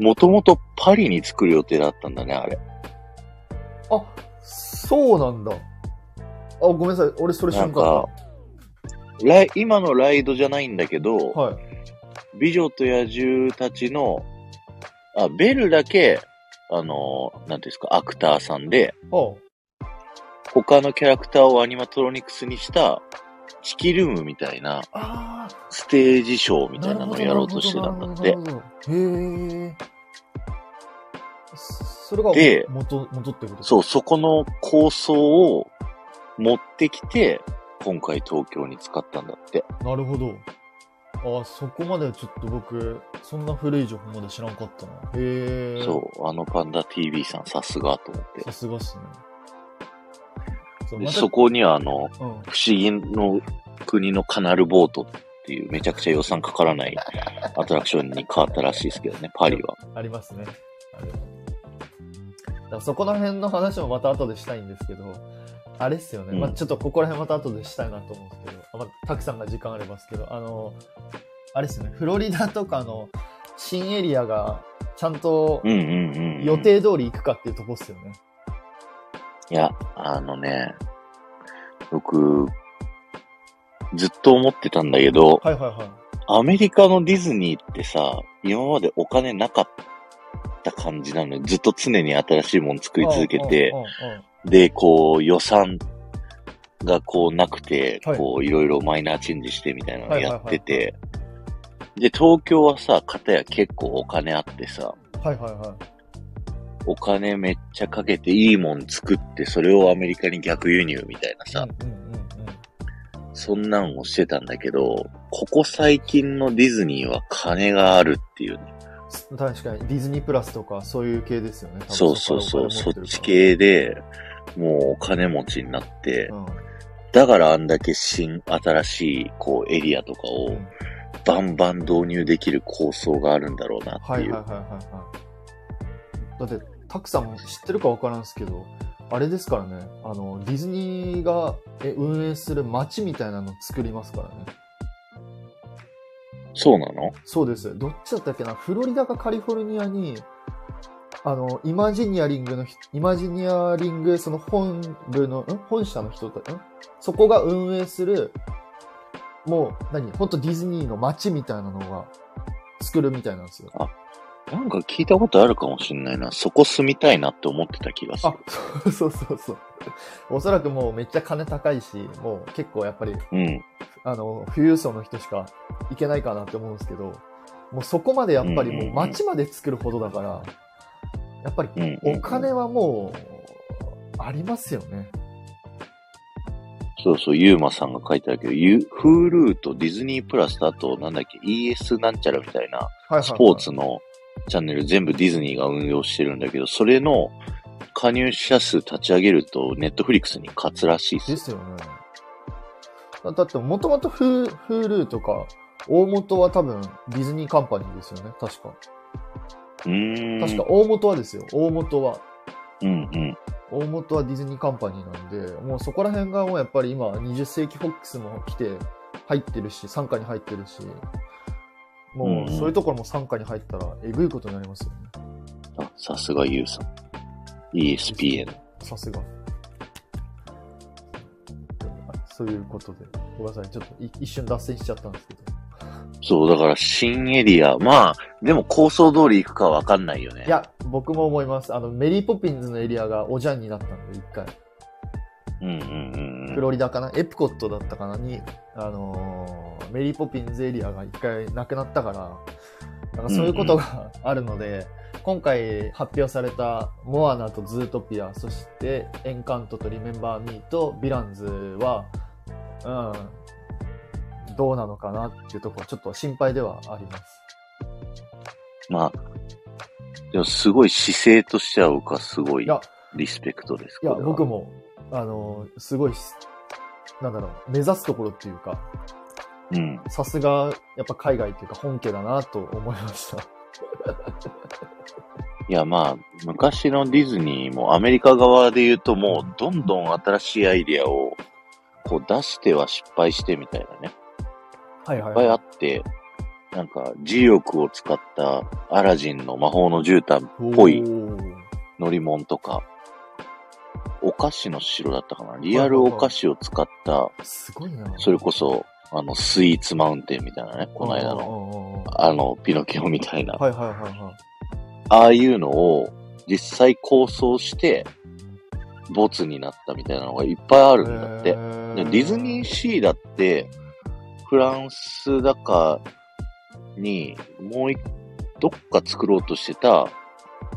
S2: もともとパリに作る予定だったんだね、あれ。
S1: あはあ、あ、そうなんだ。あ、ごめんなさい。俺それ知らんかっ
S2: ライ今のライドじゃないんだけど、
S1: た。はい。
S2: 美女と野獣たちの、あ、ベルだけ、あのー、なんていうんですか、アクターさんで、
S1: あ
S2: 他のキャラクターをアニマトロニクスにした、チキルームみたいな、
S1: あー、
S2: ステージショーみたいなのをやろうとしてたんだって。
S1: へえ。それが
S2: で
S1: 元、元ってこと
S2: そう、そこの構想を持ってきて、今回東京に使ったんだって。
S1: う。なるほど。あそこまではちょっと僕、そんな古い情報まで知らんかったな。へえ。
S2: そう、あのパンダ TV さんさすがと思って
S1: さ。すがっすね。そう
S2: で
S1: また
S2: そこにはあの、
S1: うん。
S2: 不思議の国のカナルボートっていうめちゃくちゃ予算かからないアトラクションに変わったらしいですけどね、パリは。
S1: ありますね。あれからそこら辺の話もまた後でしたいんですけど、あれっすよね。
S2: うん
S1: まあちょっとここら辺また後でしたいなと思うんですけど、あまあ、たくさんが時間ありますけど、あの、あれっすよね。フロリダとかの新エリアがちゃんと
S2: うんうんうんうん。
S1: 予定通り行くかっていうとこっすよね。
S2: いや、あのね、僕、ずっと思ってたんだけど、
S1: はいはいはい。
S2: アメリカのディズニーってさ、今までお金なかった感じなのよ。ずっと常に新しいもの作り続けて
S1: うん、うんうんうん
S2: で、こう予算がこうなくて、
S1: はい
S2: こういろいろマイナーチェンジしてみたいなのを
S1: はいはい
S2: や
S1: はい
S2: ってて、で、東京はさ、片や結構お金あってさ、
S1: はいはいはい。
S2: お金めっちゃかけていいもん作って、それをアメリカに逆輸入みたいなさ、
S1: うんうんうんうん
S2: そんなんをしてたんだけど、ここ最近のディズニーは金があるっていうね。
S1: 確かにディズニープラスとかそういう系ですよね。多分
S2: そうそうそう、そ
S1: こ
S2: っ
S1: からお金持て
S2: ち
S1: る
S2: 系で、もうお金持ちになって
S1: か、ら。
S2: だからあんだけ新、新しい、こう、エリアとか
S1: う
S2: を
S1: ん、
S2: バンバン導入できる構想があるんだろうなっ
S1: は
S2: て
S1: いはい
S2: い
S1: は
S2: う
S1: い。はいはい。だって、たくさん知ってるか分からんすけど、あれですからね、あの、ディズニーがえ運営する街みたいなの作りますからね。
S2: そうなの
S1: そうです。どっちだったっけなフロリダかカリフォルニアに、あの、イマジニアリングのひ、イマジニアリング、その本部の、ん本社の人たんそこが運営する、もう、何ほんとディズニーの街みたいなのが作るみたいなんですよ。
S2: なんか聞いたことあるかもしんないな。そこ住みたいなって思ってた気がする
S1: あ。、 そうそうそうそう。おそらくもうめっちゃ金高いし、もう結構やっぱり、
S2: うん。
S1: あの、富裕層の人しか行けないかなって思うんですけど、もうそこまでやっぱり
S2: うん
S1: も
S2: うんう
S1: うん街まで作るほどだから、やっぱり
S2: うんうんうん
S1: お金はもう、ありますよね。
S2: そうそう、ゆうまさんが書いてあるけど、ゆ、フールーとディズニープラスとあと、なんだっけ、ES なんちゃらみたいな、
S1: はいはいはい
S2: スポーツのチャンネル全部ディズニーが運用してるんだけど、それの加入者数立ち上げると、ネットフリックスに勝つらしいっす
S1: で
S2: よ。
S1: すよね。だだって、もともとフーフールーとか、大元は多分ディズニーカンパニーですよね。確か。
S2: うーん。
S1: 確か大元はですよ。大元は。
S2: うんうん。
S1: 大元はディズニーカンパニーなんで、もうそこら辺がもうやっぱり今、20世紀フォックスも来て、入ってるし、傘下に入ってるし、もう
S2: うん
S1: そういうところも傘下に入ったら、えぐいことになりますよね。
S2: あ、さすがゆうさん。ESPN。
S1: さすが。そういうことで、ごめんなさい、ちょっとい一瞬脱線しちゃったんですけど。
S2: そう、だから新エリア。まあ、でも構想通り行くかわかんないよね。
S1: いや、僕も思います。あの、メリーポピンズのエリアがおじゃんになったんで、一回。
S2: うんうんうん
S1: フ
S2: うん。
S1: ロリダかなエプコットだったかなに、あのーメリーポピンズエリアが一回なくなったから、なんかそういうことがあるので、今回発表されたモアナとズートピア、そしてエンカントとリメンバーミーとヴィランズは、うん、どうなのかなっていうところ、ちょっと心配ではあります。
S2: まあ、でもすごい姿勢としては僕はすご
S1: い
S2: い
S1: や、
S2: リスペクトです。
S1: いや、
S2: これは
S1: 僕。も、あのーすごいし、なんだろう、目指すところっていうか、
S2: うん。
S1: さすが、やっぱ海外っていうか本家だなと思いました。
S2: いや、まあ、昔のディズニーもアメリカ側で言うともうどんどん新しいアイディアをこう出しては失敗してみたいなね。
S1: はいはい
S2: いっぱいあ
S1: は
S2: って、なんか磁力を使ったアラジンの魔法の絨毯っ
S1: い。
S2: ぽい
S1: おー
S2: 乗り物とか、お菓子の城だったかなリアルお菓子を使った、
S1: すごいな。
S2: それこそ、あの、スイーツマウンテンみたいなね、この間の、
S1: の。
S2: あの、ピノキオみたいな、
S1: はいはいはいはい。
S2: ああいうのを実際構想して、ボツになったみたいなのがいっぱいあるんだって。でディズニーシーだって、フランスだかに、もういどっか作ろうとしてた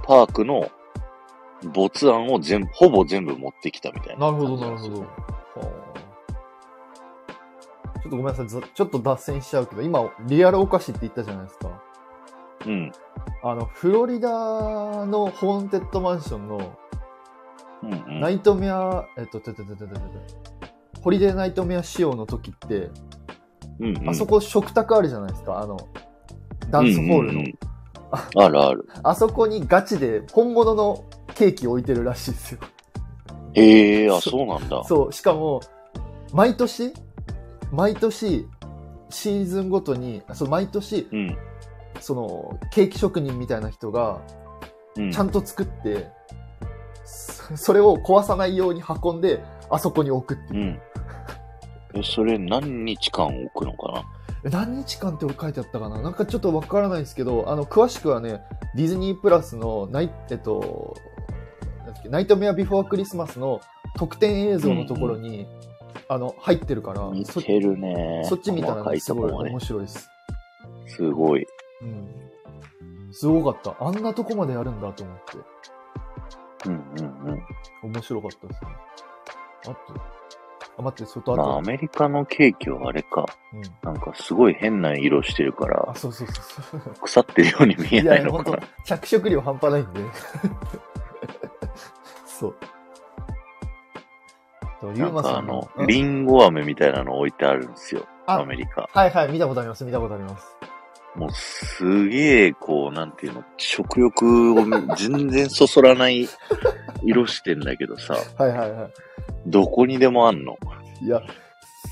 S2: パークの没案を全部、ほぼ全部持ってきたみたい
S1: な
S2: な。
S1: るほどなるほど。はあちょっとごめんなさい、ずちょっと脱線しちゃうけど、今、リアルお菓子って言ったじゃないですか。
S2: うん。
S1: あの、フロリダのホーンテッドマンションの、
S2: うんうん、
S1: ナイトメア、えっと、てててててててホリデーナイトメア仕様の時って、
S2: うんうん
S1: あそこ食卓あるじゃないですか、あの、ダンスホールの
S2: うんうんうんあるある。
S1: あそこにガチで本物のケーキ置いてるらしいですよ。
S2: へえ、あ、
S1: そ
S2: そうなんだ。
S1: そう、しかも、毎年、毎年、シーズンごとに、そう毎年、
S2: うん。
S1: その、ケーキ職人みたいな人が、
S2: うん
S1: ちゃんと作って、そそれを壊さないように運んで、あそこに置くって
S2: う
S1: いう。
S2: ん。え、それ何日間置くのかな
S1: え何日間って書いてあったかななんかちょっとわからないんですけど、あの、詳しくはね、ディズニープラスのナイ、えっと、なんだっけナイトメアビフォークリスマスの特典映像のところに、あの、入ってるから、
S2: 似
S1: そ
S2: てるね。
S1: そっち見たら
S2: 細か
S1: ね
S2: い
S1: す
S2: と
S1: ご
S2: こ
S1: い
S2: まで
S1: 面。白いです。
S2: すごい。
S1: うん。すごかった。あんなとこまでやるんだと思って。
S2: うんうんうん。
S1: 面白かったですね。あと、あ、待って、外あ
S2: ま
S1: と、
S2: あ、アメリカのケーキはあれか。
S1: うん。
S2: なんかすごい変な色してるから
S1: あ、、そうそうそうそう。
S2: 腐ってるように見えないの
S1: ほん
S2: か
S1: と
S2: な。
S1: 着色料半端ないんで。 そう。とゆ
S2: な
S1: うんま
S2: か
S1: さ
S2: あ
S1: ん
S2: の、
S1: うん
S2: リンゴ飴みたいなの置いてあるんですよ。
S1: あ
S2: アメリカ。
S1: はいはい、見たことあります、見たことあります。
S2: もうすげえ、こう、なんていうの、食欲を全然そそらない 色してんだけどさ、
S1: はいはいは
S2: どこにでもあんの。
S1: い。いや、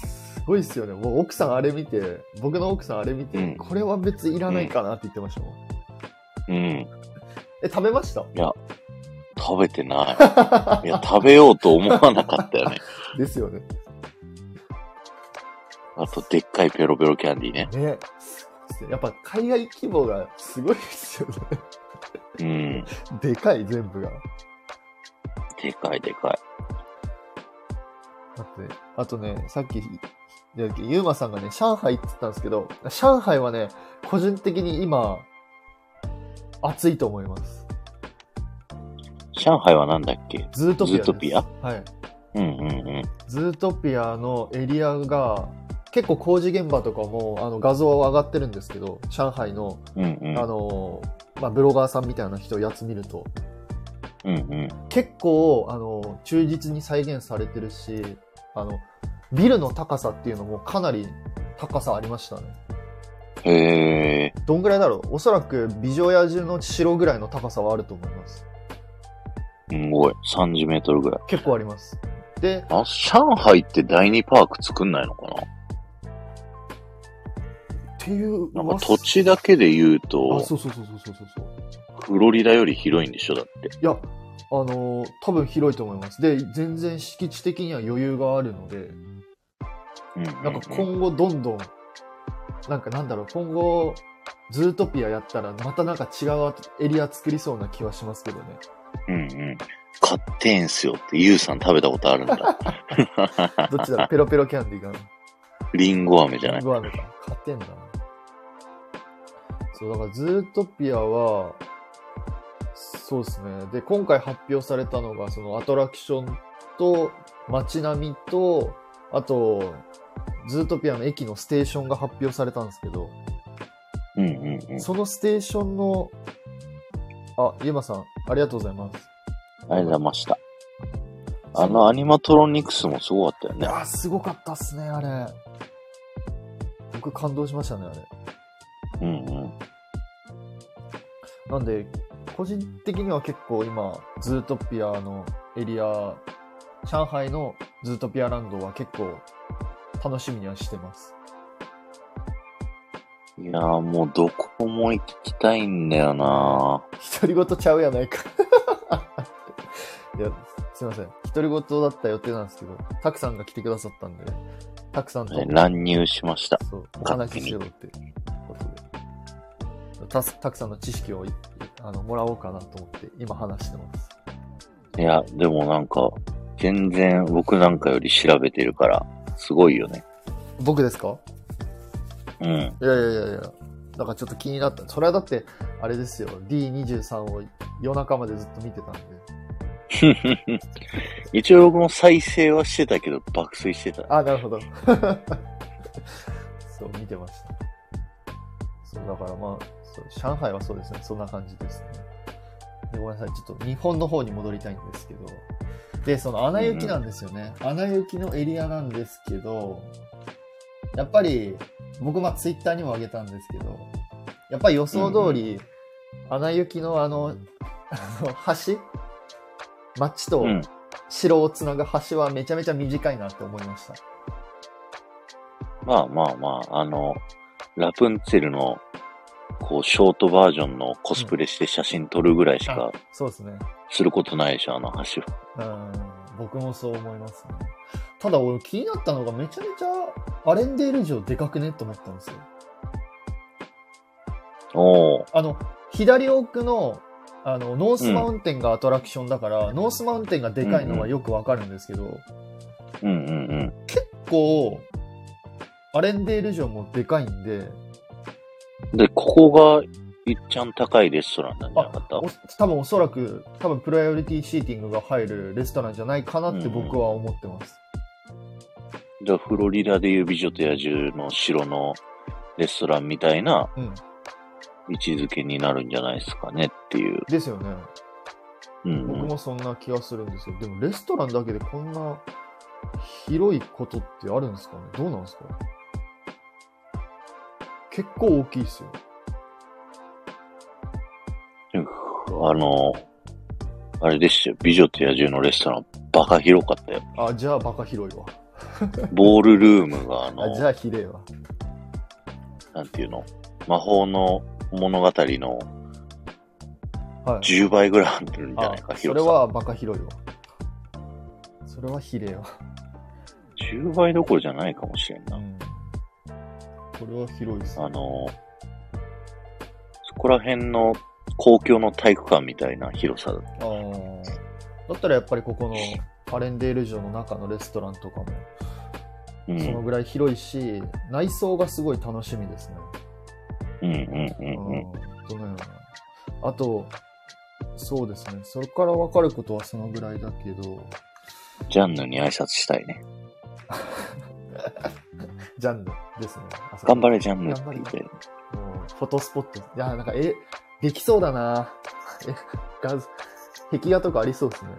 S1: すごいっすよね。もう奥さんあれ見て、僕の奥さんあれ見て、
S2: うん
S1: これは別にいらないかなって言ってましたもん。
S2: うん。
S1: え、食べました
S2: 食べてない。いや、食べようと思わなかったよね。
S1: ですよね。
S2: あと、でっかいペロペロキャンディーね。
S1: ね。やっぱ海外規模がすごいですよね。
S2: うん。
S1: でかい、全部が。
S2: でかいでかい。
S1: 待って、あとね、さっき、じゃあゆうまさんがね、上海って言ったんですけど、上海はね、個人的に今、暑いと思います。
S2: 上海はなんだっけ
S1: ズートピアです。
S2: ズートピア
S1: はい。
S2: うんうんうん。
S1: ズートピアのエリアが、結構工事現場とかも、あの、画像は上がってるんですけど、上海の、
S2: うんう
S1: あ
S2: ん。
S1: の、まあ、ブロガーさんみたいな人やつ見ると、
S2: うんうん。
S1: 結構あの忠実に再現されてるしあのビルの高さっていうのもかなり高さありましたね
S2: へえ。
S1: どんぐらいだろうおそらく美女野獣の城ぐらいの高さはあると思います
S2: すごい。30メートルぐらい。
S1: 結構ありますで
S2: あ、上海って第二パーク作んないのか
S1: っていう
S2: ななんか土地だけで言う
S1: あ
S2: と、
S1: そうそうそうそうそうそうそう
S2: フロリダより広いんでしょだって。
S1: いやあの多分広いと思いますで全然敷地的には余裕があるので
S2: うんう
S1: なんか今後どんどん、なんかなんだろう、今後、ズートピアやったら、またなんか違うエリア作りそうな気はしますけどね。
S2: うんうん。買ってんすよって、ゆうさん食べたことあるん だ。
S1: どっちだろう、ペロペロキャンディーが。
S2: リンゴ飴じゃない
S1: グアムか。買ってんだな。そう、だからズートピアは、そうですね。で、今回発表されたのが、そのアトラクションと街並みと、あと、ズートピアの駅のステーションが発表されたんですけど、
S2: うんうんうん。
S1: そのステーションの、あ、ゆうまさん、ありがとうございます。
S2: ありがとうございました。あのアニマトロニクスもすごかったよ
S1: い
S2: ね。
S1: やー、すごかったっすね、あれ。僕感動しましたね、あれ。
S2: うんうん。
S1: なんで、個人的には結構今、ズートピアのエリア、上海のズートピアランドは結構楽しみにはしてます。
S2: いやーもうどこも行きたいんだよな
S1: 独り言ちゃうやないか。 いや、すいません。独り言だった予定なんですけど、たくさんが来てくださったんで、たくさんと
S2: ー乱入しました。
S1: そう、お話ししようってことで。たすたくさんの知識をいあのもらおうかなと思って、今話してます。
S2: いや、でもなんか、全然僕なんかより調べてるから、すごいよね。
S1: 僕ですか
S2: うん。
S1: いやいやいやいや。だからちょっと気になった。それはだって、あれですよ、D23 を夜中までずっと見てたんで。
S2: 一応僕も再生はしてたけど、爆睡してた。
S1: あ、なるほど。 そう、見てました。そう、だからまあ、そう上海はそうですね。そんな感じですね。で、ごめんなさい。ちょっと日本の方に戻りたいんですけど。で、その、穴行きなんですよね。穴行きのエリアなんですけど、やっぱり、僕、まあ、ツイッターにもあげたんですけど、やっぱり予想通り、穴行きのあの、あの橋 町と
S2: うん。
S1: 城をつなぐ橋はめちゃめちゃ短いなって思いました。
S2: まあまあまあ、あの、ラプンツェルの、こう、ショートバージョンのコスプレして写真撮るぐらいしか
S1: そうですね。
S2: することないでしょ、あの橋は。
S1: うん、僕もそう思いますね。ただ俺気になったのがめちゃめちゃアレンデール城でかくねって思ったんですよ。
S2: おお。
S1: あの、左奥の、あの、ノースマウンテンがアトラクションだから、ノースマウンテンがでかいのはよくわかるんですけど、
S2: うんうんうん。
S1: こう、アレンデール城もでかいんで、
S2: で、ここが、いっちゃん高いレストランなんじゃなかった
S1: お多分おそらく、多分プライオリティシーティングが入るレストランじゃないかなって僕は思ってます。
S2: じゃあ、フロリダでいう美女と野獣の城のレストランみたいな
S1: うん。
S2: 位置づけになるんじゃないですかねっていう。
S1: ですよね。
S2: うん
S1: 僕
S2: うん、
S1: もそんな気がするんですよ。でもレストランだけでこんな広いことってあるんですかねどうなんですか結構大きいですよ。
S2: あの、あれでしたよ。美女と野獣のレストラン、バカ広かったよ。
S1: あ、じゃあバカ広いわ。
S2: ボールルームが、あ
S1: あ
S2: の、
S1: じゃあひでえわ。
S2: なんていうの魔法の物語の
S1: はい。
S2: 10倍ぐらいあるんじゃ
S1: あ
S2: ないか、
S1: それ
S2: 広さ。
S1: はバカ広いわ。それはひでえわ。
S2: 10倍どころじゃないかもしれん
S1: う
S2: な。
S1: ん。これは広いですね
S2: あの、そこら辺の公共の体育館みたいな広さだ
S1: あーだったらやっぱりここのアレンデール城の中のレストランとかも
S2: うん
S1: そのぐらい広いし、内装がすごい楽しみですね。
S2: うんうんう
S1: うん
S2: うん。
S1: どのような。あと、そうですね。それから分かることはそのぐらいだけど、
S2: ジャンヌに挨拶したいね。
S1: ジャンルですね。あそこ
S2: 頑張れ、ジャンヌって言って。
S1: もうフォトスポット。いや、なんか、え、できそうだな え、画像壁画とかありそうですね。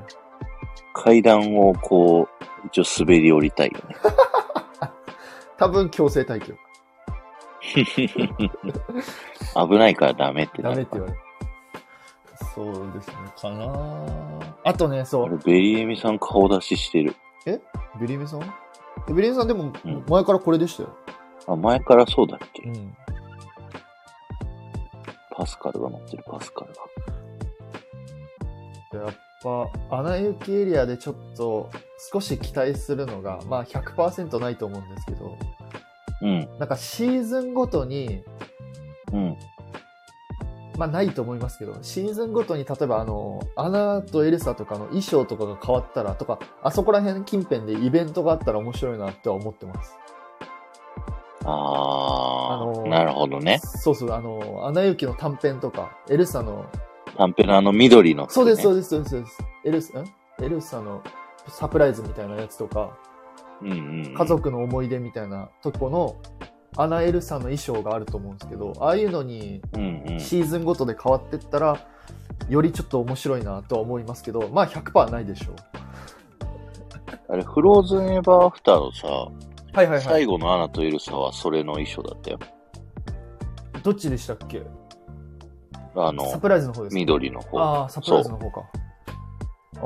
S2: 階段をこう、一応滑り降りたいよね。
S1: 多分強制退去。
S2: 危ないからダメってな
S1: ダメ
S2: る
S1: って
S2: か
S1: 言
S2: ら。
S1: われる。そうですね。かなぁあとね、そ
S2: あれ、
S1: う。
S2: ベリエミさん顔出ししてる。
S1: ビリミさんえビリミさんでも
S2: うん
S1: 前からこれでしたよ。
S2: あ、前からそうだっけ
S1: ん。
S2: パスカルが持ってる、パスカルが。
S1: やっぱ、穴行きエリアでちょっと少し期待するのが、まあ100%ないと思うんですけど、
S2: うん、
S1: なんかシーズンごとに、
S2: うん、
S1: まあないと思いますけど、シーズンごとに例えばあの、アナとエルサとかの衣装とかが変わったらとか、あそこら辺近辺でイベントがあったら面白いなとは思ってます。
S2: あー、
S1: あのー
S2: なるほどね。
S1: そうそう、あの、アナ雪の短編とか、エルサの、
S2: 短編のあの緑の、ね。
S1: そうです、そう
S2: う
S1: です、そうですそうです。エルサ、んエルサのサプライズみたいなやつとか、
S2: です。うん、うん。
S1: 家。族の思い出みたいなとこの、アナエルサの衣装があると思うんですけど、ああいうのに
S2: うん、うん。
S1: シーズンごとで変わってったら、よりちょっと面白いなとは思いますけど、まあ100%ないでしょう。
S2: あれ、フローズンエヴァーアフターのさ、
S1: はいはいは
S2: 最
S1: い。
S2: 後のアナとエルサはそれの衣装だったよ。
S1: どっちでしたっけ
S2: あ
S1: サ
S2: の、
S1: プライズの方ですか
S2: 緑の方。
S1: ああ、サプライズの方か。あ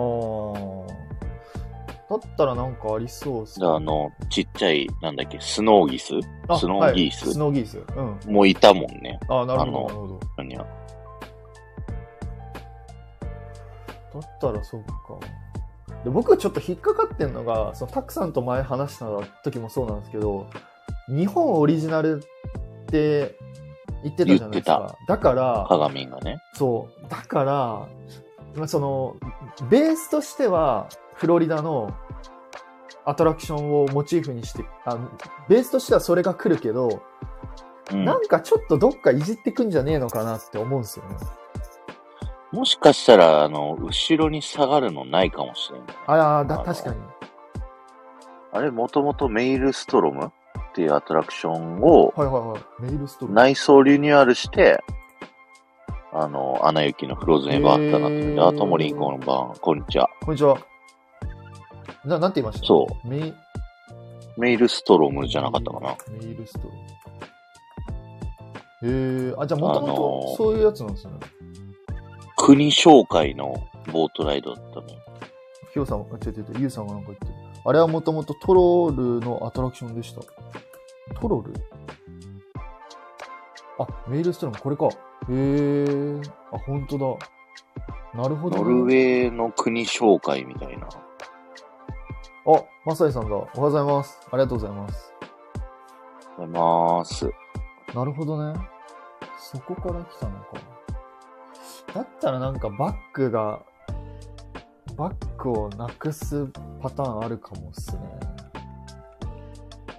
S1: あ。だったらなんかありそうっす
S2: で、あの、ちっちゃい、なんだっけ、スノーギス
S1: あ
S2: スノーギース
S1: はいスノーギース。うん。
S2: もいたもんね。
S1: ああ、なるほ
S2: あ
S1: ど、
S2: の
S1: なるほど。
S2: 何や
S1: だったらそうか。で僕ちょっと引っかかってんのが、そのタクさんと前話した時もそうなんですけど、日本オリジナルって言ってたじゃないです
S2: 言
S1: か。だから、
S2: 鏡がね。
S1: そう、だから、まあその、ベースとしては、フロリダのアトラクションをモチーフにして、あベースとしてはそれが来るけど、
S2: うん。
S1: なんかちょっとどっかいじってくんじゃねえのかなって思うんですよね。
S2: もしかしたら、あの、後ろに下がるのないかもしれない。
S1: ああ、だ
S2: あの
S1: 確かに。
S2: あれ、もともとメイルストロムっていうアトラクションを
S1: はいはいはい。メイルストーム。
S2: 内装リニューアルして、あの、アナ雪のフローズンエヴァーアフターになってるんで、
S1: へー
S2: あ、ともりんこんばん、こんにちは。
S1: こんにちは。な、なんて言いました。
S2: そう
S1: メイ
S2: メイルストロムじゃなかったかな。。
S1: メイルストーム。へえ、あ、じゃあもとも
S2: あの
S1: と
S2: ー
S1: そういうやつなんですね。
S2: 国紹介のボートライドだったのよ。
S1: ヒヨさん、あ違う違う違う、ユウさんがなんか言ってる。あれはもともとトロールのアトラクションでした。トロールあ、メイルストロム、これか。へえ。あ、ほんとだ。なるほど、
S2: ノルウェーの国紹介みたいな。
S1: あ、マサイさんだ。おはようございます。ありがとうございます。
S2: ありがとうございます。
S1: なるほどね。そこから来たのか。だったらなんかバッグが、バッグをなくすパターンあるかもっすね。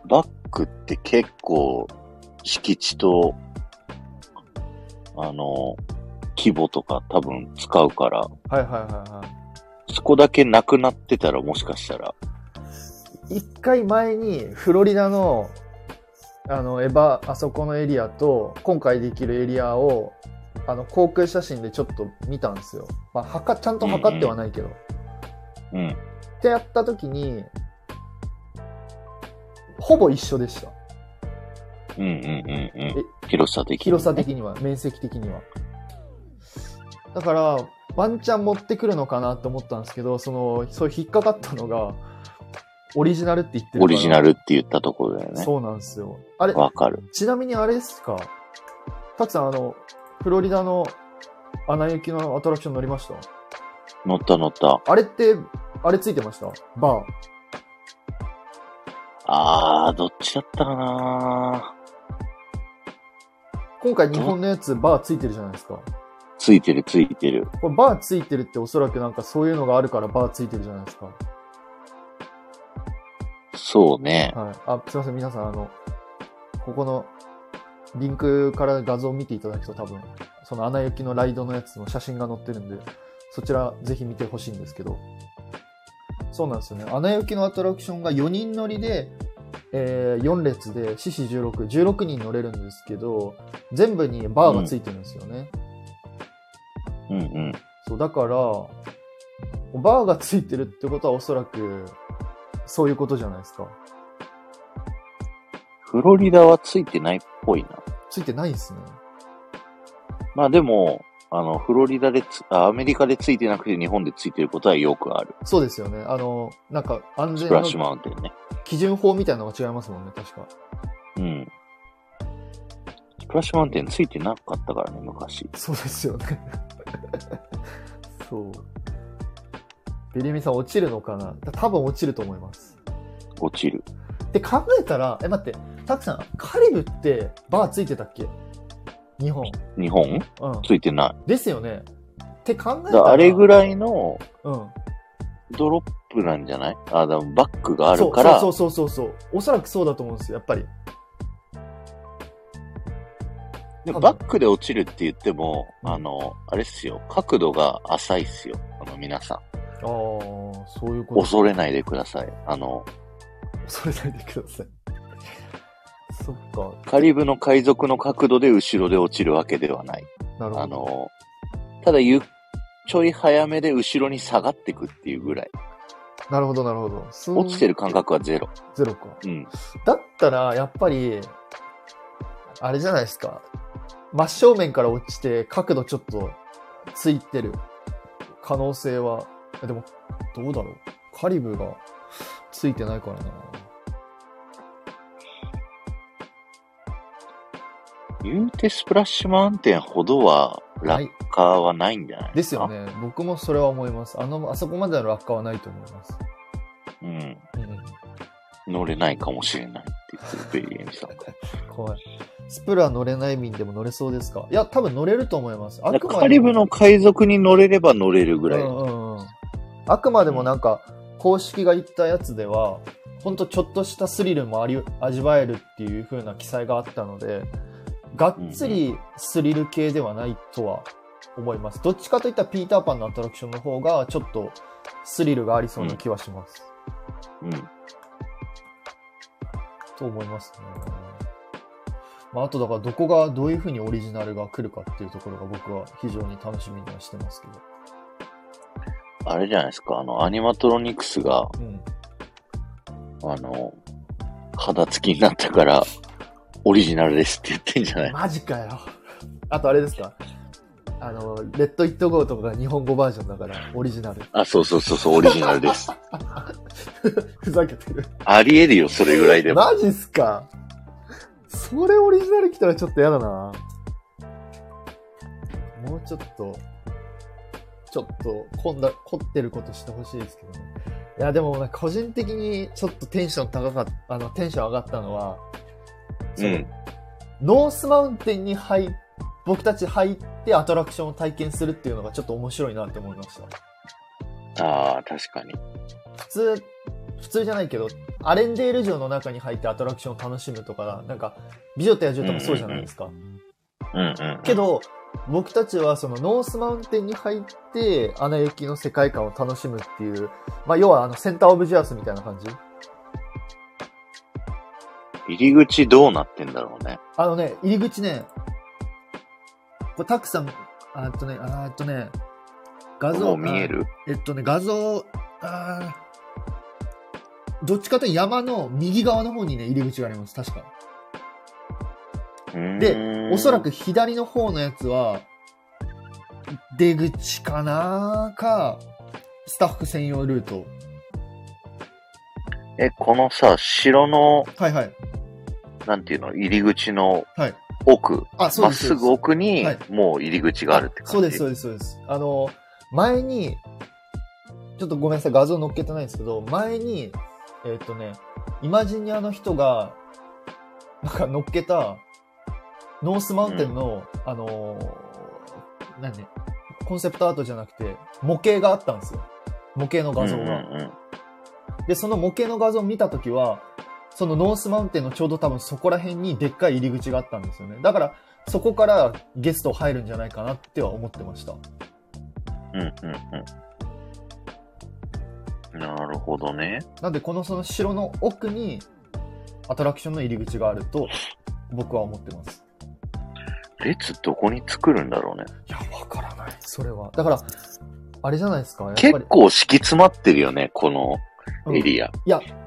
S2: バックって結構、敷地と、あの、規模とか多分使うから、
S1: はいはいはいはい
S2: そこだけなくなってたらもしかしたら、。
S1: 一回前にフロリダの、あの、エヴァ、あそこのエリアと、今回できるエリアを、あの、航空写真でちょっと見たんですよ。まあ、はか、ちゃんと測ってはないけど。
S2: うん。
S1: ってやった時に、ほぼ一緒でした。
S2: うんうんうんう
S1: え
S2: ん。広さ的に。
S1: 広さ的には、面積的には。だから、ワンチャン持ってくるのかなって思ったんですけど、その、そう引っかかったのが、オリジナルって言ってるから。
S2: オリジナルって言ったところだよね。
S1: そうなんですよ。あれ、
S2: わかる。
S1: ちなみにあれですか、たくさん、あの、フロリダのアナ雪のアトラクション乗りました
S2: 乗った乗った。
S1: あれって、あれついてましたバー。
S2: あー、どっちだったかな
S1: 今回日本のやつ、バーついてるじゃないですか。
S2: ついてるついてる。
S1: これバーついてるっておそらくなんかそういうのがあるからバーついてるじゃないですか。
S2: そうね。
S1: はい。あ、すいません、皆さん、あの、ここのリンクから画像を見ていただくと多分、その穴行きのライドのやつの写真が載ってるんで、そちらぜひ見てほしいんですけど。そうなんですよね。穴行きのアトラクションが4人乗りで、えー4列で、四四16、16人乗れるんですけど、全部にバーがついてるんですよね。
S2: うんうん。
S1: そう、だから、バーがついてるってことはおそらく、そういうことじゃないですか。
S2: フロリダはついてないっぽいな。
S1: ついてないですね。
S2: まあでも、あの、フロリダでつ、あアメリカでついてなくて日本でついてることはよくある。
S1: そうですよね。あの、なんか安
S2: ス
S1: 全
S2: プラッシュ
S1: の
S2: マウンテンね。
S1: 基準法みたいなのが違いますもんね、確か。
S2: うん。スプラッシュマウンテンついてなかったからね、昔。
S1: そうですよね。そう。ビリミさん落ちるのかな多分落ちると思います。
S2: 落ちる。
S1: で考えたら、え、待って、たくさん、カリブってバーついてたっけ日本。
S2: 日本
S1: うん。
S2: ついてない。
S1: ですよね。って考えた、
S2: だかららあれぐらいの
S1: うん。
S2: ドロップなんじゃないあ、でもバックがあるから、
S1: そうそうそうそうそうそうおそらくそうだと思うんですよやっぱり
S2: でもバックで落ちるって言っても、あの、あれっすよ。角度が浅いっすよ。あの、皆さん。
S1: ああそういうこ
S2: 恐れないでください。あの、
S1: 恐れないでくださいそっか
S2: カリブの海賊の角度で後ろで落ちるわけではない。
S1: なる
S2: あ
S1: ほど
S2: の、ただゆ、ちょい早めで後ろに下がってくっていうぐらい。
S1: なるほどなるほどすん
S2: 落ちてる感覚はゼロ。
S1: ゼロか
S2: うん。
S1: だったらやっぱりあれじゃないですか真正面から落ちて角度ちょっとついてる可能性はえでもどうだろうカリブがついてないからな
S2: 言うてスプラッシュマウンテンほどは
S1: はい
S2: 落下はないんじゃない
S1: ですよ。ね。僕もそれは思います。あの、あそこまでの落下はないと思います。
S2: うん。
S1: うん。
S2: 乗れないかもしれないって言ってるベリエミさん。
S1: 怖い。スプラ乗れない民でも乗れそうですかいや、多分乗れると思います。あ
S2: だからカリブの海賊に乗れれば乗れるぐらい。
S1: うんうんうんあくまでもなんか、公式が言ったやつでは、ほんとちょっとしたスリルもあり味わえるっていう風な記載があったので、がっつりスリル系ではないとは思います。どっちかといったらピーターパンのアトラクションの方が、ちょっとスリルがありそうな気はします。
S2: うん。
S1: と思いますね。まあ、あとだからどこがどういうふうにオリジナルが来るかっていうところが僕は非常に楽しみにはしてますけど。
S2: あれじゃないですか。あの、アニマトロニクスが、
S1: うん。
S2: あの、肌付きになったから、オリジナルですって言ってんじゃない
S1: マジかよ。あとあれですかあの、レッド・イット・ゴーとかが日本語バージョンだから、オリジナル。
S2: あ、そうそうそうそう、オリジナルです。
S1: ふざけてる。
S2: ありえるよ、それぐらいでも。
S1: マジっすかそれオリジナル来たらちょっとやだな。もうちょっと、ちょっと、こんだ、凝ってることしてほしいですけどね。いや、でもね、個人的にちょっとテンション高かった、あの、テンション上がったのは、その
S2: うん
S1: ノースマウンテンに入っ、僕たち入ってアトラクションを体験するっていうのがちょっと面白いなって思いました。
S2: ああ、確かに。
S1: 普通、普通じゃないけど、アレンデール城の中に入ってアトラクションを楽しむとか、なんか、美女と野獣とかそうじゃないですか。
S2: うんうん。
S1: けど、僕たちはそのノースマウンテンに入って、アナ雪の世界観を楽しむっていう、まあ、要はあの、センターオブジアースみたいな感じ。
S2: 入り口どうなってんだろうね。
S1: あのね、入り口ね、これたくさん、あっとね、あっとね、画像
S2: もう見える
S1: えっとね、画像、あーどっちかというと山の右側の方にね、入り口があります、確か。でおそら。
S2: うーん
S1: く左の方のやつは、出口かなか、スタッフ専用ルート。
S2: え、このさ、城の、
S1: はいはい。
S2: なんていうの、入り口の
S1: はい
S2: 奥、
S1: あ、そう
S2: まっ
S1: です。
S2: すぐ奥に
S1: はい、
S2: もう入り口があるって感じ。
S1: そうです、そうです、そうです。あの、前に、ちょっとごめんなさい、画像載っけてないんですけど、前に、えっ、とね、イマジニアの人が、なんか乗っけた、ノースマウンテンの、あのー、何ね、コンセプトアートじゃなくて、模型があったんですよ。模型の画像が。
S2: うんうんうん
S1: で、その模型の画像を見たときは、そのノースマウンテンのちょうど多分そこら辺にでっかい入り口があったんですよね。だから、そこからゲスト入るんじゃないかなっては思ってました。
S2: うんうんうん。なるほどね。
S1: なんで、このその城の奥にアトラクションの入り口があると僕は思ってます。
S2: 列どこに作るんだろうね。
S1: いや、わからない。それは。だから、あれじゃないですか。やっぱ
S2: 結
S1: り。
S2: 構敷き詰まってるよね、このエリア。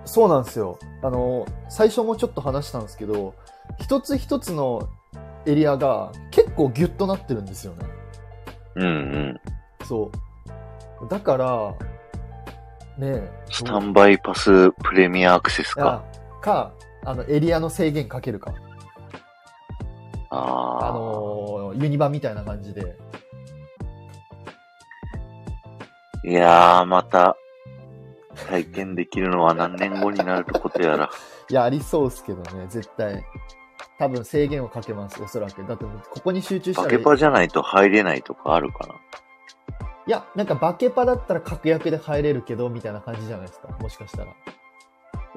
S1: そうなんですよ。あの、最初もちょっと話したんですけど、一つ一つのエリアが結構ギュッとなってるんですよね。
S2: うんうん。
S1: そう。だから、ねえ。
S2: スタンバイパスプレミアアクセスか。
S1: か。か、あの、エリアの制限かけるか。
S2: あ
S1: あ
S2: あ。
S1: のー、ユニバみたいな感じで。
S2: いやー、また、体験できるのは何年後になること やら。
S1: いや、ありそうっすけどね、絶対。多分制限をかけます、おそらく。だって、ここに集中した
S2: バ
S1: ら。
S2: ケパじゃないと入れないとかあるか
S1: いや、なんかバケパだったら確約で入れるけど、みたいな感じじゃないですか。もしかしたら。
S2: な。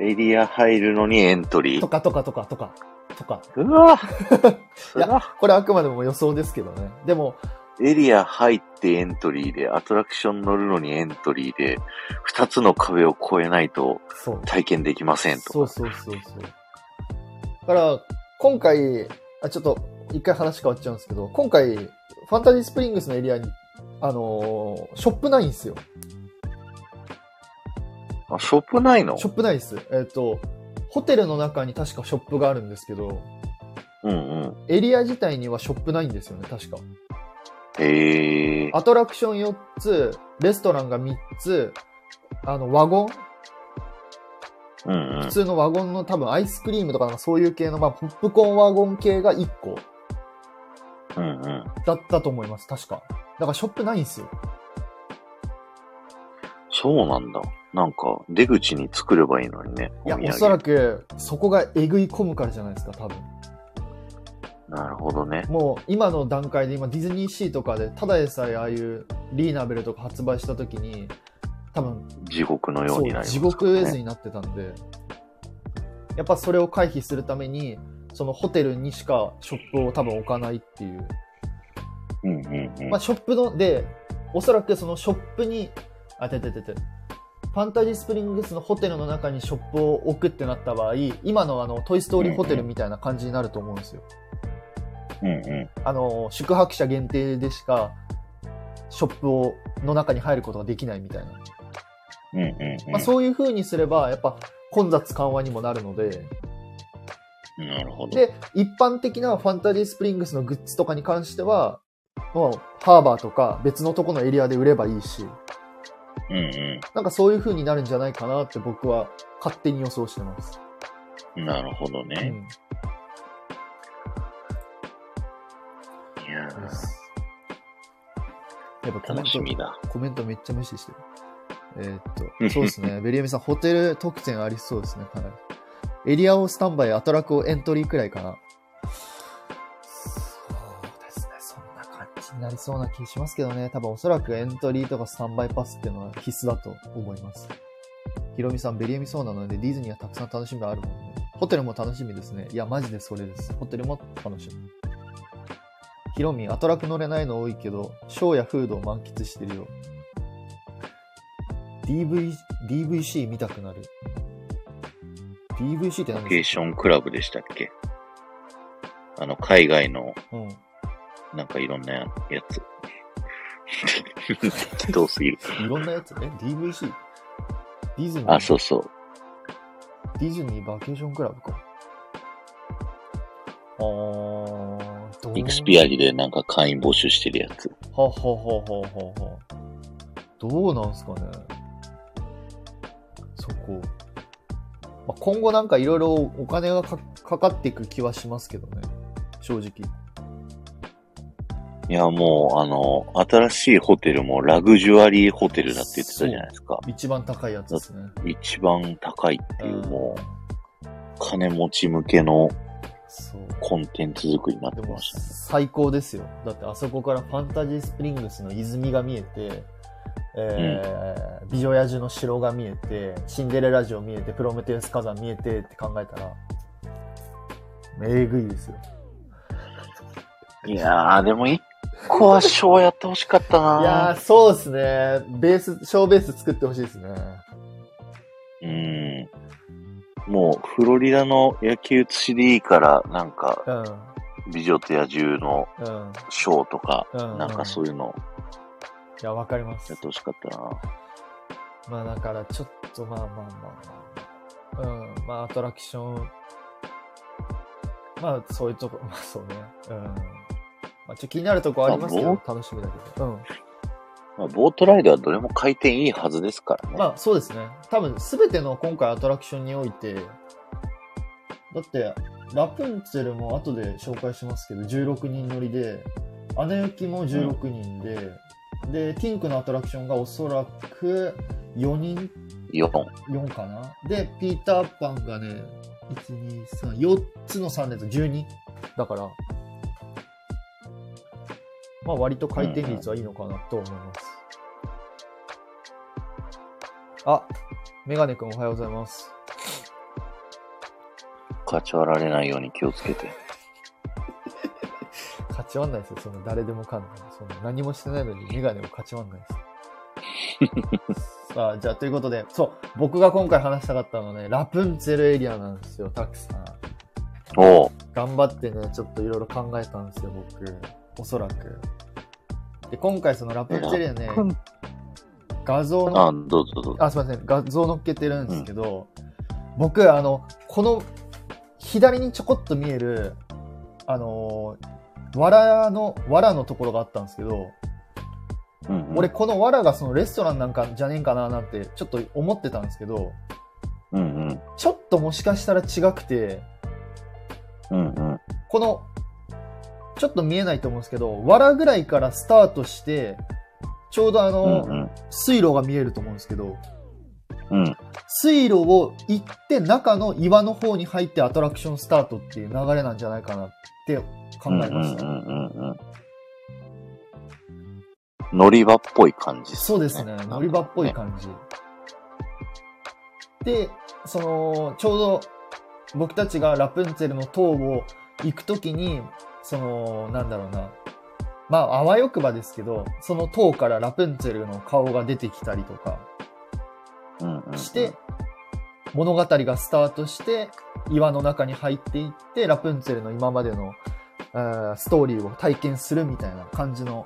S2: エリア入るのにエントリ
S1: と
S2: ー。
S1: かとかとかとか、とか。
S2: うわ
S1: い
S2: そ
S1: や
S2: ら
S1: これあくまでも予想ですけどね。でも、
S2: エリア入ってエントリーで、アトラクション乗るのにエントリーで、二つの壁を越えないと
S1: そう。
S2: 体験できませんと。
S1: そうそうそうそう。だから、今回、あ、ちょっと、一回話変わっちゃうんですけど、今回、ファンタジースプリングスのエリアに、あのーショップないんですよ。
S2: あ、ショップないの
S1: ショップないです。えっ、と、ホテルの中に確かショップがあるんですけど、
S2: うんうん。
S1: エリア自体にはショップないんですよね、確か。
S2: へえ。
S1: アトラクション4つ、レストランが3つ、あの、ワゴン
S2: うんう
S1: 普
S2: ん。
S1: 通のワゴンの多分アイスクリームとかなんかそういう系の、まあ、ポップコーンワゴン系が1個
S2: うんうん。
S1: だったと思います、確か。だからショップないんですよ。
S2: そうなんだ。なんか、出口に作ればいいのにね。
S1: いや、
S2: お土産
S1: おそらく、そこがえぐい込むからじゃないですか、多分。
S2: なるほどね。
S1: もう、今の段階で、今、ディズニーシーとかで、ただでさえああいうリーナベルとか発売した時に、多分、
S2: 地獄のよう
S1: そ
S2: に
S1: う、
S2: なります
S1: 地
S2: ね、
S1: 獄絵図になってたんで、やっぱそれを回避するために、そのホテルにしかショップを多分置かないっていう。
S2: うんうんうん。
S1: まあ、ショップの、で、おそらくそのショップに、あ、てててて、ファンタジースプリングスのホテルの中にショップを置くってなった場合、今のあの、トイストーリーホテルみたいな感じになると思うんですよ。
S2: うんう
S1: あの、宿泊者限定でしか、ショップを、の中に入ることができないみたいな。
S2: ん。うんうんうん
S1: まあ、そういう風にすれば、やっぱ、混雑緩和にもなるので、
S2: なるほど。
S1: で、一般的なファンタジースプリングスのグッズとかに関しては、をハーバーとか別のとこのエリアで売ればいいし、
S2: うんう
S1: なんかそういう風になるんじゃないかなって僕は勝手に予想してます。
S2: ん。なるほど
S1: う
S2: ね。
S1: ん、
S2: いや
S1: ですやっぱ
S2: ー
S1: コメン
S2: 楽し
S1: ト
S2: みだ。
S1: コメントめっちゃ無視してる。えーっと、そうです ね。ベリエミさん、ホテル特典ありそうですね、かなり。エリアをスタンバイ、アトラクをエントリーくらいかな。そうですね。そんな感じになりそうな気しますけどね。多分おそらくエントリーとかスタンバイパスっていうのは必須だと思います。ヒロミさん、ベリエミそうなので、ディズニーはたくさん楽しみがあるもんね。ホテルも楽しみですね。いや、マジでそれです。ホテルも楽しみ。ヒロミ、アトラク乗れないの多いけど、ショーやフードを満喫してるよ。DV、DVC 見たくなる。DVC って
S2: ロ
S1: 何
S2: ケー
S1: です
S2: ションクラブでしたっけあの、海外
S1: か
S2: の、
S1: うん。
S2: なんかいろんなややつ。 適当すぎる。
S1: いろんなやつえ ?DVC? ディズニー
S2: あ、そうそう。
S1: ディズニーバケーションクラブか。あー、どう
S2: イクスピアリでなんか会員募集してるやつ。
S1: はははははは。どうなんすかね。そこ。まあ、今後なんかいろいろお金がかかかっていく気はしますけどね。正直。
S2: いや、もう、あの、新しいホテルもラグジュアリーホテルだって言ってたじゃないですか。
S1: 一番高いやつですね。
S2: 一番高いっていう、
S1: うん
S2: もう、金持ち向けの
S1: そう。
S2: コンテンツ作りになって
S1: でも
S2: ましたね。
S1: 最高ですよ。だってあそこからファンタジースプリングスの泉が見えて、えー美女野獣の城が見えて、シンデレラ城見えて、プロメテウス火山見えてって考えたら、えぐいですよ。
S2: いやー、でも一個はショーやってほしかった
S1: いや
S2: な
S1: ー、そうですね。ベース、小ベース作ってほしいですね。
S2: うん。もう、フロリダの野球写しでいいから、なんか、
S1: うん、
S2: 美女と野獣の
S1: うん、
S2: ショーとか、
S1: うん。
S2: なんかそう
S1: い
S2: いうの
S1: いや、わかります
S2: やっ。てほしかったな
S1: まあだからちょっとまあまあまあまあ、うん、まあアトラクション、まあそういうとこ、まあそうね、うん。まあちょっと気になるとこありますけ
S2: ま
S1: ど
S2: あ、
S1: 楽しみだけど。う
S2: まあ、ボートライドはどれも回転いいはずですからね。
S1: ん。まあそうですね。多分すべての今回アトラクションにおいて、だってラプンツェルも後で紹介しますけど、16人乗りで、アナ雪も16人で、で、ピンクのアトラクションがおそらく4人
S2: 4。
S1: 4かなで、ピーターパンがね、1、2、3、4つの3列、12。だから、まあ割と回転率はいいのかなと思います。あ、メガネくんおはようございます。
S2: 勝ち割られないように気をつけて。
S1: 勝ち割んないですよ、そんな誰でもかんない。そんな何もしてないのにメガネを勝ち割んないです。さあ、じゃあということで、そう、僕が今回話したかったのはね、ラプンツェルエリアなんですよ、たくさん。
S2: おう。
S1: 頑張ってね、ちょっといろいろ考えたんですよ、僕。おそらく。で、今回そのラプンツェリアね、画像の、
S2: あ、どうぞどうぞ。
S1: あ、すいません、画像乗っけてるんですけど、僕、あの、この、左にちょこっと見える、あのー、藁の、藁のところがあったんですけど、
S2: うんうん
S1: 俺、この藁がそのレストランなんかじゃねえんかななんて、ちょっと思ってたんですけど、
S2: うんうん。
S1: ちょっともしかしたら違くて、
S2: うんうん。
S1: この、ちょっと見えないと思うんですけど、藁ぐらいからスタートして、ちょうどあ
S2: うん
S1: の、
S2: うん。
S1: 水路が見えると思うんですけど、
S2: うん。
S1: 水路を行って中の岩の方に入ってアトラクションスタートっていう流れなんじゃないかなって考えました。
S2: うんうんうんうん。乗り場っぽい感じ、
S1: そうですね、乗り場っぽい感じ。で、その、ちょうど僕たちがラプンツェルの塔を行くときに、その、なんだろうな、まあ、あわよくばですけど、その塔からラプンツェルの顔が出てきたりとか
S2: じ、うんうんうん
S1: して、、物語がスタートして、岩の中に入っていって、ラプンツェルの今までの、えーストーリーを体験するみたいな感じの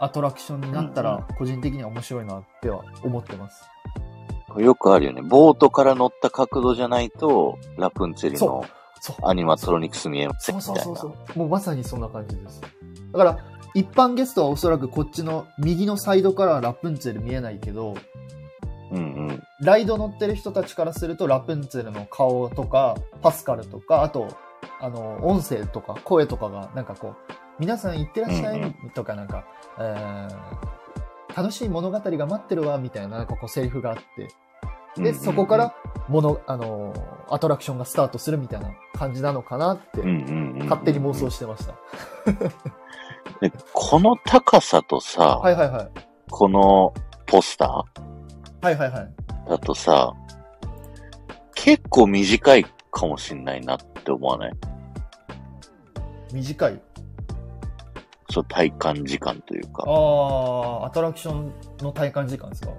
S1: アトラクションになった
S2: うん
S1: ら、個人的には面白いなっては思ってます。
S2: これよくあるよね。ボートから乗った角度じゃないと、ラプンツェリの
S1: そう。
S2: アニマトロニクス見えません
S1: そう
S2: みたい
S1: そう
S2: な。
S1: そうそう。もうまさにそんな感じです。だから、一般ゲストはおそらくこっちの右のサイドからはラプンツェル見えないけど、
S2: うんうん。
S1: ライド乗ってる人たちからするとラプンツェルの顔とか、パスカルとか、あと、あの、音声とか声とかが、なんかこう、皆さん行ってらっしゃ
S2: うん
S1: いとかなんか、えー楽しい物語が待ってるわ、みたいな、なんかこうセリフがあって、
S2: うんうんう
S1: で、
S2: ん
S1: そこか、ら、もの、あの、アトラクションがスタートするみたいな感じなのかなって
S2: うん、うんうん、
S1: 勝手に妄想してました。
S2: でこの高さとさ、
S1: はいはいはい。
S2: このポスタ
S1: はいはいはい。
S2: ーだとさ、結構短いかもしんないなって思わない
S1: 短い。
S2: そう、体感時間という
S1: あ
S2: か。
S1: あ、アトラクションの体感時間ですか。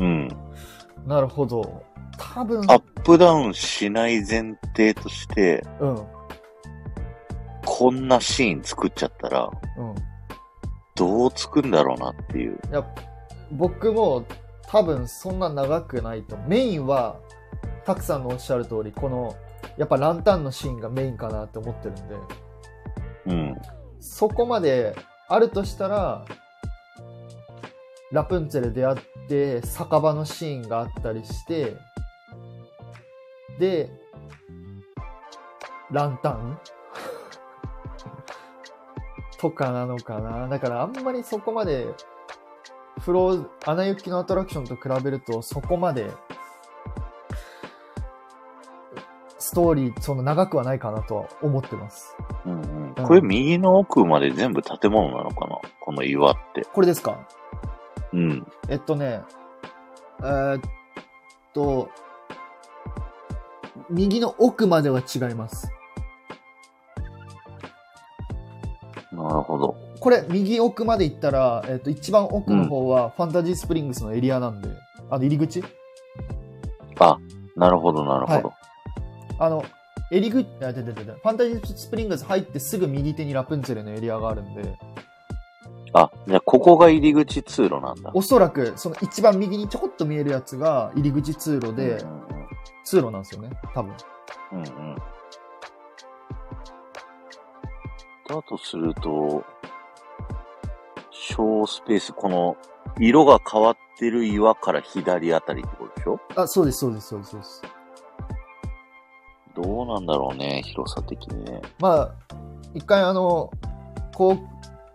S2: うん。
S1: なるほど。多分、
S2: アップダウンしない前提として、
S1: うん、うん。
S2: こんなシーン作っちゃったら、どう作るんだろうなっていう。
S1: いや、僕も多分そんな長くないと。メインは、たくさんのおっしゃる通り、この、やっぱランタンのシーンがメインかなって思ってるんで、
S2: うん。
S1: そこまであるとしたら、ラプンツェル出会って、酒場のシーンがあったりして、で、ランタン とかなのかな。だからあんまりそこまで、フロー、穴行きのアトラクションと比べるとそこまで、ストーリー、その長くはないかなとは思ってます。
S2: うん
S1: う
S2: うんん、これ右の奥まで全部建物なのかなこの岩って。
S1: これですか
S2: うん。
S1: えっとね、えーっと、右の奥までは違います。
S2: なるほど。
S1: これ、右奥まで行ったら、えっと、一番奥の方はファンタジースプリングスのエリアなんで、あの、入り口
S2: あ、なるほど、なるほど。
S1: あの、エリグ、あ、出て出て、ファンタジースプリングス入ってすぐ右手にラプンツェルのエリアがあるんで、
S2: あ、じゃあここが入り口通路なんだ。
S1: おそらく、その一番右にちょこっと見えるやつが入り口通路で
S2: う、ん
S1: 通路なんですよね、多分。
S2: うんうん。うんうんだとすると、小スペース、この色が変わってる岩から左あたりってことでしょ
S1: あ、そうです、そうです、そうです、そうです。
S2: どうなんだろうね、広さ的にね。
S1: まあ、一回あの、こう、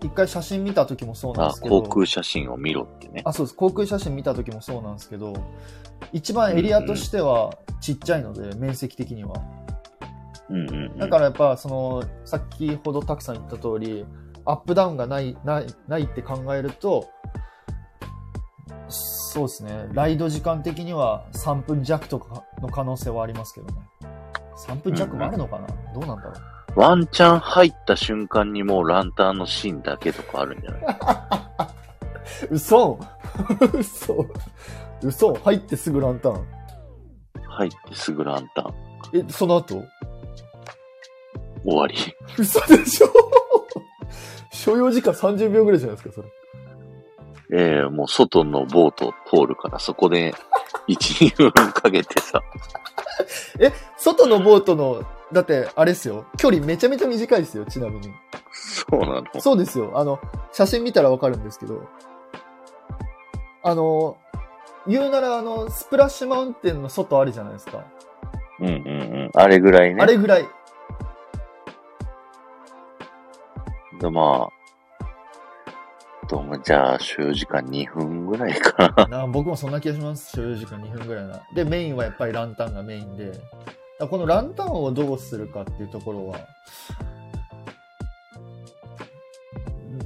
S1: 一回写真見た時もそうなん
S2: あ
S1: です、けど、
S2: 航空写真を見ろってね。
S1: あ、そうです。航空写真見た時もそうなんですけど、一番エリアとしてはちっちゃいので、面積的には。
S2: うんうん、うん。
S1: だからやっぱ、その、先ほどたくさん言った通り、アップダウンがない、ない、ないって考えると、そうですね。ライド時間的には3分弱とかの可能性はありますけどね。3分弱もあるのかな、どうなんだろう。
S2: ワンチャン入った瞬間にもうランタンのシーンだけとかあるんじ ゃない
S1: 嘘嘘嘘入ってすぐランタン。
S2: 入ってすぐランタン。
S1: え、その後
S2: 終わり。
S1: 嘘でしょ所要時間30秒ぐらいじゃないですか、それ。
S2: ええもう外のボートを通るから、そこで1、2分かけてさ。
S1: 外のボートの、だって、あれですよ。距離めちゃめちゃ短いですよ、ちなみに。
S2: そうなの
S1: そうですよ。あの、写真見たらわかるんですけど。あの、言うなら、あの、スプラッシュマウンテンの外あるじゃないですか。
S2: うんうんうん。あれぐらいね。
S1: あれぐらい。
S2: でまあ、どうも、じゃあ、所要時間2分ぐらいかな。
S1: な僕もそんな気がします。所要時間2分ぐらいな。で、メインはやっぱりランタンがメインで。だからこのランタンをどうするかっていうところは、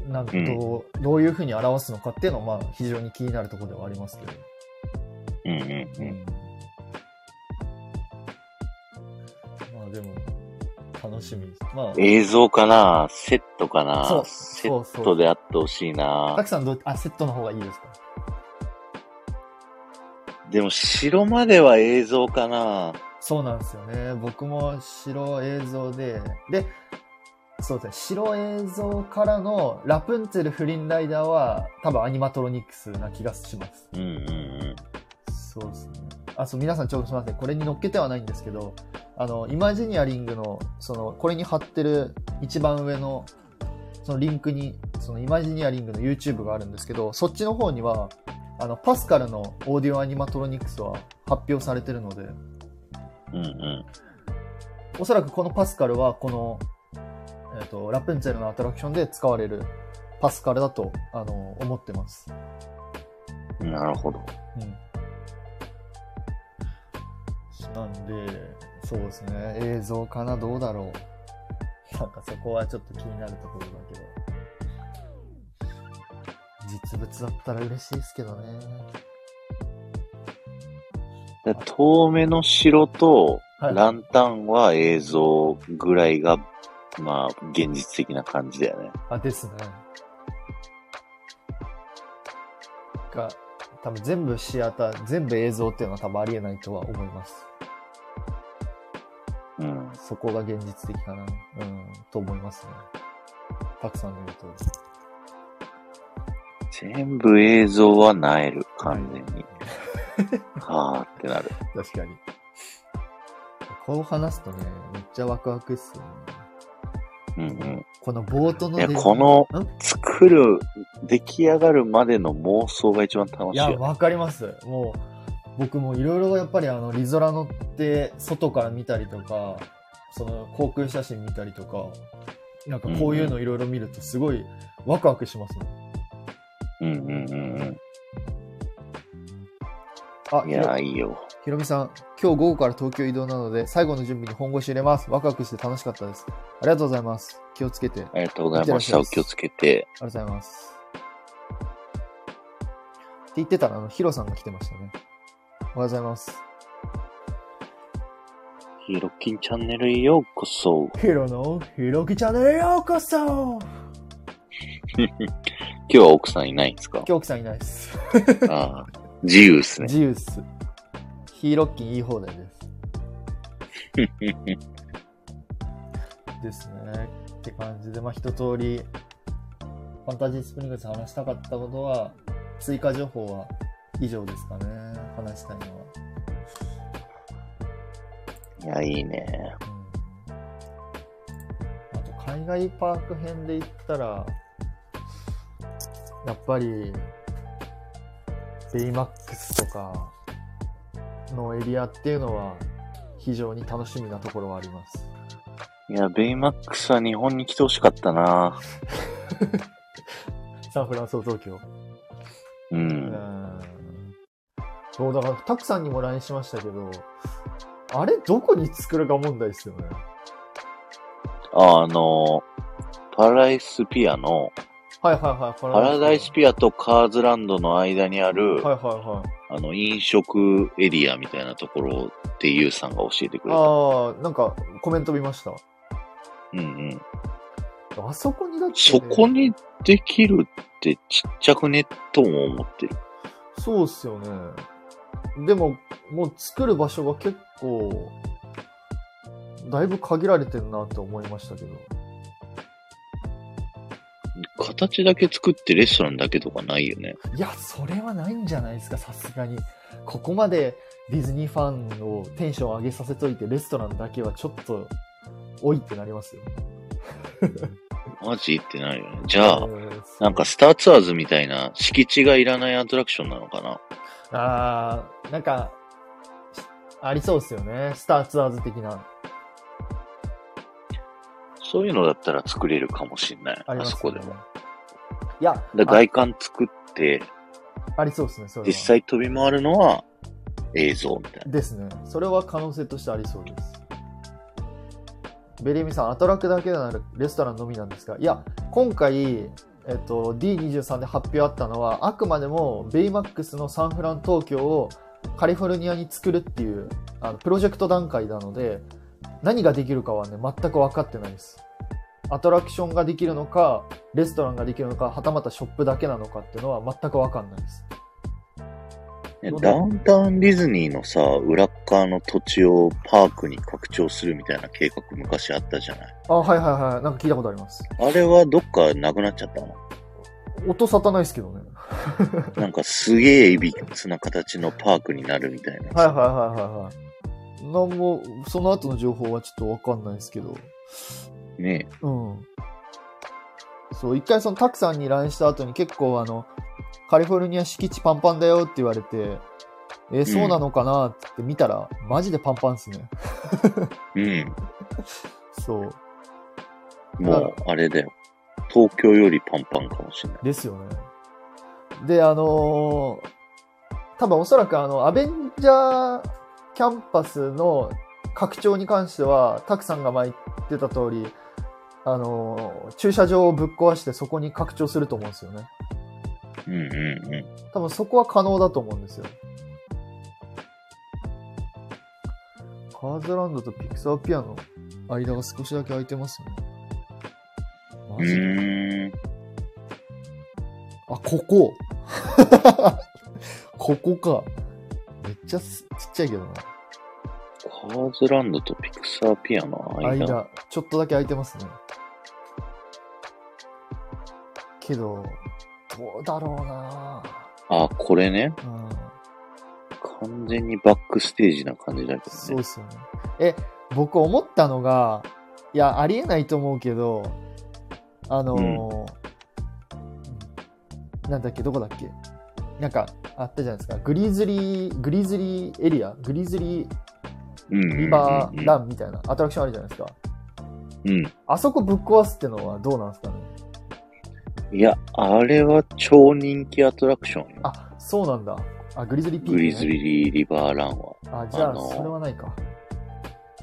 S1: なんかどう、どういうふうに表すのかっていうのは、まあ、非常に気になるところではありますけど。
S2: うんう
S1: う
S2: んうん。
S1: んまあ、でも、楽しみです。ま
S2: 映像かなセットかな
S1: そう
S2: セ
S1: そうそう
S2: ットであってほしい
S1: あ、
S2: な
S1: たくさんどう、あ、セットの方がいいですか
S2: でも、城までは映像かな
S1: そうなんですよね。僕も白映像で、で、そうですね、白映像からのラプンツェル不倫ライダーは多分アニマトロニクスな気がします。
S2: うんうんうん。
S1: そうですね。あ、そう、皆さんちょっとすみません。これに乗っけてはないんですけど、あの、イマジニアリングの、その、これに貼ってる一番上のそのリンクに、そのイマジニアリングの YouTube があるんですけど、そっちの方には、あの、パスカルのオーディオアニマトロニクスは発表されてるので、
S2: うんうん。
S1: おそらくこのパスカルは、この、えっ、と、ラプンツェルのアトラクションで使われるパスカルだと、あの、思ってます。
S2: なるほど。
S1: うん。なんで、そうですね、映像かな、どうだろう。 なんかそこはちょっと気になるところだけど。実物だったら嬉しいですけどね。
S2: で遠目の城と
S1: はい
S2: ランタンは映像ぐらいが、まあ、現実的な感じだよね。
S1: あ、ですね。が、多分全部シアター、全部映像っていうのは多分ありえないとは思います。
S2: うん。
S1: そこが現実的かな、うん、と思いますね。たくさんの言うと。
S2: 全部映像はなえる、完全 に。はーってなる。
S1: 確かに。こう話すとね、めっちゃワクワクっすよね。
S2: うん
S1: この冒頭
S2: う
S1: の
S2: ん。いや、
S1: 出来
S2: この
S1: ん、
S2: 作る、出来上がるまでの妄想が一番楽
S1: い
S2: しいよ
S1: や、
S2: ね。
S1: わかります。もう、僕もいろいろやっぱりあの、リゾラ乗って、外から見たりとか、その、航空写真見たりとか、なんかこういうのいろいろ見るとすごいワクワクしますね。
S2: うんうんうん
S1: あ、
S2: うん。い
S1: ひろ
S2: や、いいよ。
S1: ひろみさん、今日午後から東京移動なので、最後の準備に本腰入れます。ワクワクして楽しかったです。ありがとうございます。気をつけて。
S2: ありがとうございました。
S1: い
S2: お
S1: って
S2: 気
S1: ら
S2: を
S1: っし
S2: つけて。
S1: ありがとうございます。って言ってたら、あの、ヒロさんが来てましたね。おはようございます。
S2: ヒロキンチャンネルへようこそ。
S1: ヒロのヒロキチャンネルへようこそ
S2: 今日は奥さんいないんですか
S1: 京輝さんいないです。
S2: ああ自由ですね。
S1: 自由っす。ヒロッキンいい放題です。ですね。って感じで、まあ、一通り、ファンタジースプリングス話したかったことは、追加情報は以上ですかね。話したいのは。
S2: いや、いいね。
S1: うんあと海外パーク編で言ったらやっぱりベイマックスとかのエリアっていうのは非常に楽しみなところはあります
S2: いや、ベイマックスは日本に来てほしかったな。
S1: サンフランスと東京
S2: う。
S1: うんんそうだからたくさんにも LINE しましたけどあれどこに作るか問題ですよね
S2: ああの、パラダイスピアの、
S1: はいはいはい
S2: パラダイスピアとカーズランドの間にある、
S1: はいはいはい
S2: あの、飲食エリアみたいなところってゆうさんが教えてくれた。
S1: ああなんかコメント見ました
S2: うんうん。
S1: あそこにだって、
S2: そこにできるってちっちゃくねとも思ってる。
S1: そうっすよね。でも、もう作る場所が結構、だいぶ限られてるなって思いましたけど。
S2: 形だけ作ってレストランだけとかないよね。
S1: いや、それはないんじゃないですか、さすがに。ここまでディズニーファンをテンション上げさせといて、レストランだけはちょっと、おいってなりますよ。
S2: マジってなるよね。じゃあ、
S1: えーそう
S2: なんかスターツアーズみたいな敷地がいらないアトラクションなのかな
S1: あー、なんか、しありそうっすよね。スターツアーズ的な。
S2: そういうのだったら作れるかもしれない。
S1: あ
S2: あ,、
S1: ります
S2: そ
S1: よね
S2: こでも。
S1: いや、
S2: で外観作って、
S1: ありそうっすね、それは。
S2: 実際飛び回るのは映像みたい
S1: ですね。それは可能性としてありそうです。ベリミさん、アトラクだけでなくレストランのみなんですが、いや、今回、えっと、D23 で発表あったのは、あくまでもベイマックスのサンフラン東京をカリフォルニアに作るっていうあのプロジェクト段階なので、何ができるかはね、全く分かってないです。アトラクションができるのか、レストランができるのか、はたまたショップだけなのかっていうのは全く分かんないです。
S2: な。ねダウンタウンディズニーのさ、裏側の土地をパークに拡張するみたいな計画昔あったじゃない
S1: あ、はいはいはい。なんか聞いたことあります。
S2: あれはどっかなくなっち ゃったの
S1: 音沙汰ないですけどね。
S2: なんかすげえいびつな形のパークになるみたいな。
S1: はいはいはいはいはい。なんも、その後の情報はちょっとわかんないですけど。
S2: ね
S1: うん。そう、一回そのタクさんに LINE した後に結構あの、カリフォルニア敷地パンパンだよって言われて、えーそうなのかなって言って見たら、マジでパンパンっすね。
S2: うん。
S1: そう。
S2: もう、あれだよ。東京よりパンパンかもしれない。
S1: ですよね。で、あのー多分おそらくあの、アベンジャーキャンパスの拡張に関しては、タクさんが前言ってた通り、あのー駐車場をぶっ壊してそこに拡張すると思うんですよね。
S2: うんうんうん。
S1: 多分そこは可能だと思うんですよ。カーズランドとピクサーピアの間が少しだけ空いてますね。
S2: う
S1: マジで
S2: ーん。
S1: あ、ここ ここか。めっちゃすちっちゃいけどな。
S2: カーズランドとピクサーピアの間。
S1: 間、ちょっとだけ空いてますね。けど、どうだろうな
S2: あ、これね。
S1: うん、
S2: 完全にバックステージな感じだけ
S1: そう
S2: ど
S1: で。
S2: ね
S1: すよね。え、僕思ったのが、いや、ありえないと思うけど、あのーなんだっけ、どこだっけ。なんか、あったじゃないですか。グリズリー、グリズリーエリアグリズリー
S2: うんうんうんうん。
S1: リバーランみたいなアトラクションあるじゃないですか。
S2: うん。
S1: あそこぶっ壊すってのはどうなんですかね
S2: いや、あれは超人気アトラクションよ。
S1: あ、そうなんだ。あ、グリズリーピーク、ね。
S2: グリズリーリバーランは。
S1: あ、じゃ
S2: あ
S1: あ、
S2: のー
S1: それはないか。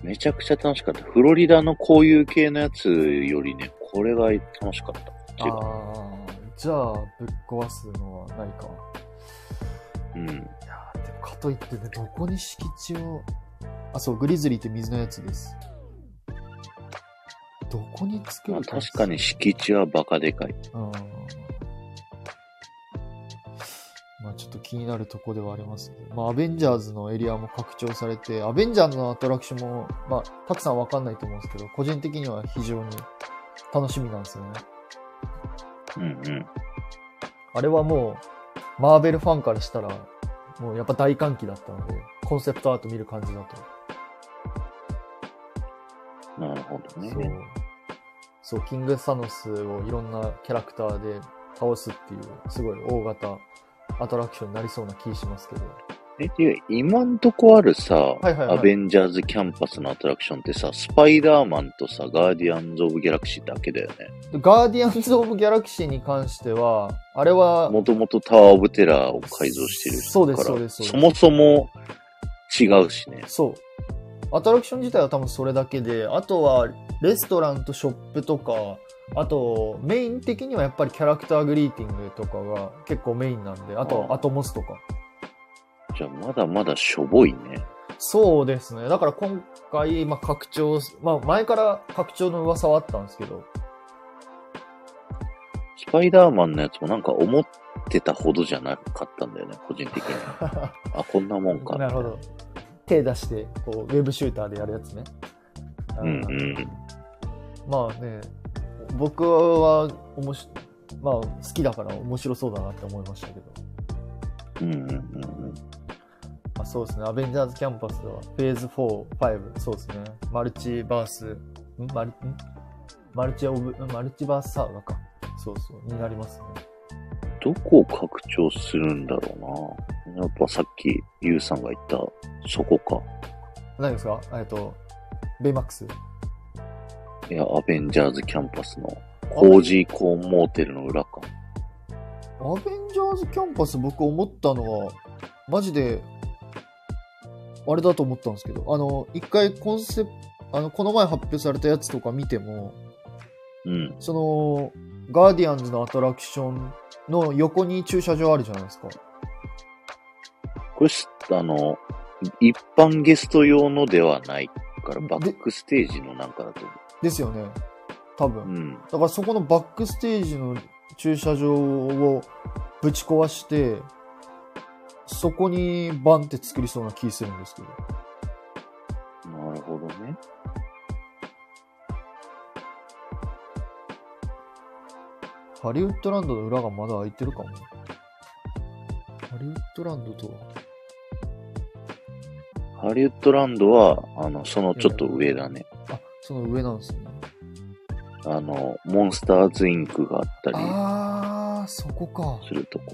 S2: めちゃくちゃ楽しかった。フロリダのこういう系のやつよりね、これが楽しかった。
S1: ああ、じゃあ、ぶっ壊すのはないか。
S2: うん。
S1: いやーでもかといってね、どこに敷地を。あ、そう、グリズリーって水のやつです。どこに作
S2: まあ
S1: る
S2: 確かに。敷地はバカでかい。
S1: うん。まあちょっと気になるとこではありますけど、まあアベンジャーズのエリアも拡張されて、アベンジャーズのアトラクションも、まあたくさんわかんないと思うんですけど、個人的には非常に楽しみなんですよね。
S2: うんうん。
S1: あれはもう、マーベルファンからしたら、もうやっぱ大歓喜だったので、コンセプトアート見る感じだと。
S2: なるほど
S1: そう
S2: ね。。
S1: そう、キングサノスをいろんなキャラクターで倒すっていう、すごい大型アトラクションになりそうな気しますけど。
S2: え、ていうか今んとこあるさ、
S1: いはいはい
S2: アベンジャーズキャンパスのアトラクションってさ、スパイダーマンとさ、ガーディアンズ・オブ・ギャラクシーだけだよね。
S1: でガーディアンズ・オブ・ギャラクシーに関しては、あれは、
S2: もともとタワー・オブ・テラーを改造してる
S1: そうで
S2: か
S1: す、そう
S2: ら、
S1: です、そう
S2: そ
S1: です。
S2: もそも違うしね。
S1: そう。アトラクション自体は多分それだけで、あとはレストランとショップとか、あとメイン的にはやっぱりキャラクターグリーティングとかが結構メインなんで、あと
S2: あー
S1: アトモスとか。
S2: じゃあまだまだしょぼいね。
S1: そうですね。だから今回、まあ、拡張、まあ、前から拡張の噂はあったんですけど、
S2: スパイダーマンのやつもなんか思ってたほどじゃなかったんだよね、個人的には。 あ、こんなもんか。
S1: なるほど。手出して、こう、ウェブシューターでやるやつね。
S2: うんうん。
S1: まあね、僕は、おもし、まあ、好きだから面白そうだなって思いましたけど。
S2: うんうんうんうん。
S1: まあ、そうですね。アベンジャーズキャンパスは、フェーズ4、5、そうですね。マルチバース、んマル、んマルチオブ、んマルチバースサウナか。そうそう、になりますね。
S2: どこを拡張するんだろうな。やっぱさっき、ゆうさんが言った、そこか。
S1: 何ですかえっと、ベイマックス。
S2: いや、アベンジャーズキャンパスの、コージーコーンモーテルの裏か。
S1: アベンジャーズキャンパス僕思ったのは、マジで、あれだと思ったんですけど、あの、一回コンセプあの、この前発表されたやつとか見ても、
S2: うん。
S1: その、ガーディアンズのアトラクションの横に駐車場あるじゃないですか。
S2: これす、あの、一般ゲスト用のではないから、バックステージのなんかだと思
S1: ですよね。多
S2: う。う
S1: 分。
S2: ん。
S1: だからそこのバックステージの駐車場をぶち壊して、そこにバンって作りそうな気するんですけど。
S2: なるほどね。
S1: ハリウッドランドの裏がまだ空いてるかも。ハリウッドランドとは
S2: ハリウッドランドは、あの、そのちょっと上だね。
S1: あ、その上なんですね。
S2: あの、モンスターズインクがあったり
S1: ああ、そこか。
S2: するとこ。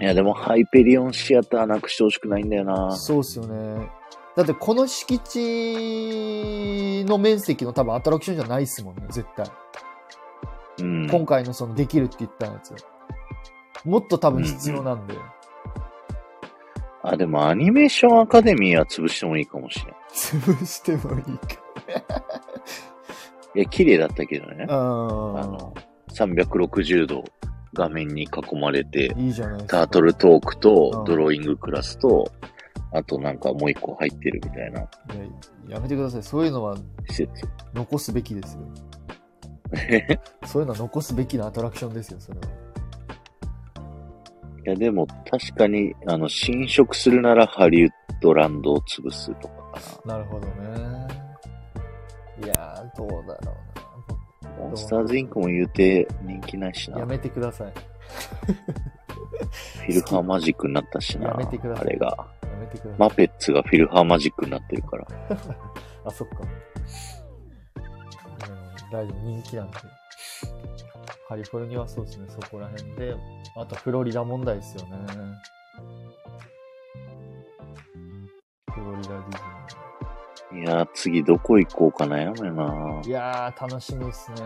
S2: いや、でもハイペリオンシアターなくしてほしくないんだよな。
S1: そうっすよね。だってこの敷地の面積の多分アトラクションじゃないっすもんね、絶対。
S2: うん。
S1: 今回のそのできるって言ったやつ。もっと多分必要なんで。
S2: あ、でもアニメーションアカデミーは潰してもいいかもしれない。
S1: 潰してもいいか。
S2: いや、綺麗だったけど ね。あ
S1: あ
S2: の、360度画面に囲まれて
S1: あ、、いいじゃないですか。
S2: タートルトーク
S1: う
S2: と
S1: ん
S2: ドローイングクラスと、あとなんかもう一個入ってるみたいない
S1: ややめてください。そういうのは
S2: 施設。
S1: 残すべき ですよ。そういうのは残すべきなアトラクションですよ、それは。
S2: いや、でも確かに、あの、侵食するならハリウッドランドを潰すとかか
S1: なるほどね。いやー、どうだろ
S2: な。モンスターズインクも言うて人気ないし
S1: うな。
S2: な。
S1: や
S2: フ
S1: めてください。
S2: ィルハーマジックになったしな。
S1: やめてください
S2: あれが。
S1: やめてください。
S2: マペッツがフィルハーマジックになってるから。
S1: あ、そっか。うん、大丈夫、人気なんで。カリフォルニアはそうですね、そこら辺で。あと、フロリダ問題ですよね。フロリダディズ
S2: いやー、次どこ行こうか悩むな
S1: ニー。いやー、楽しみですね。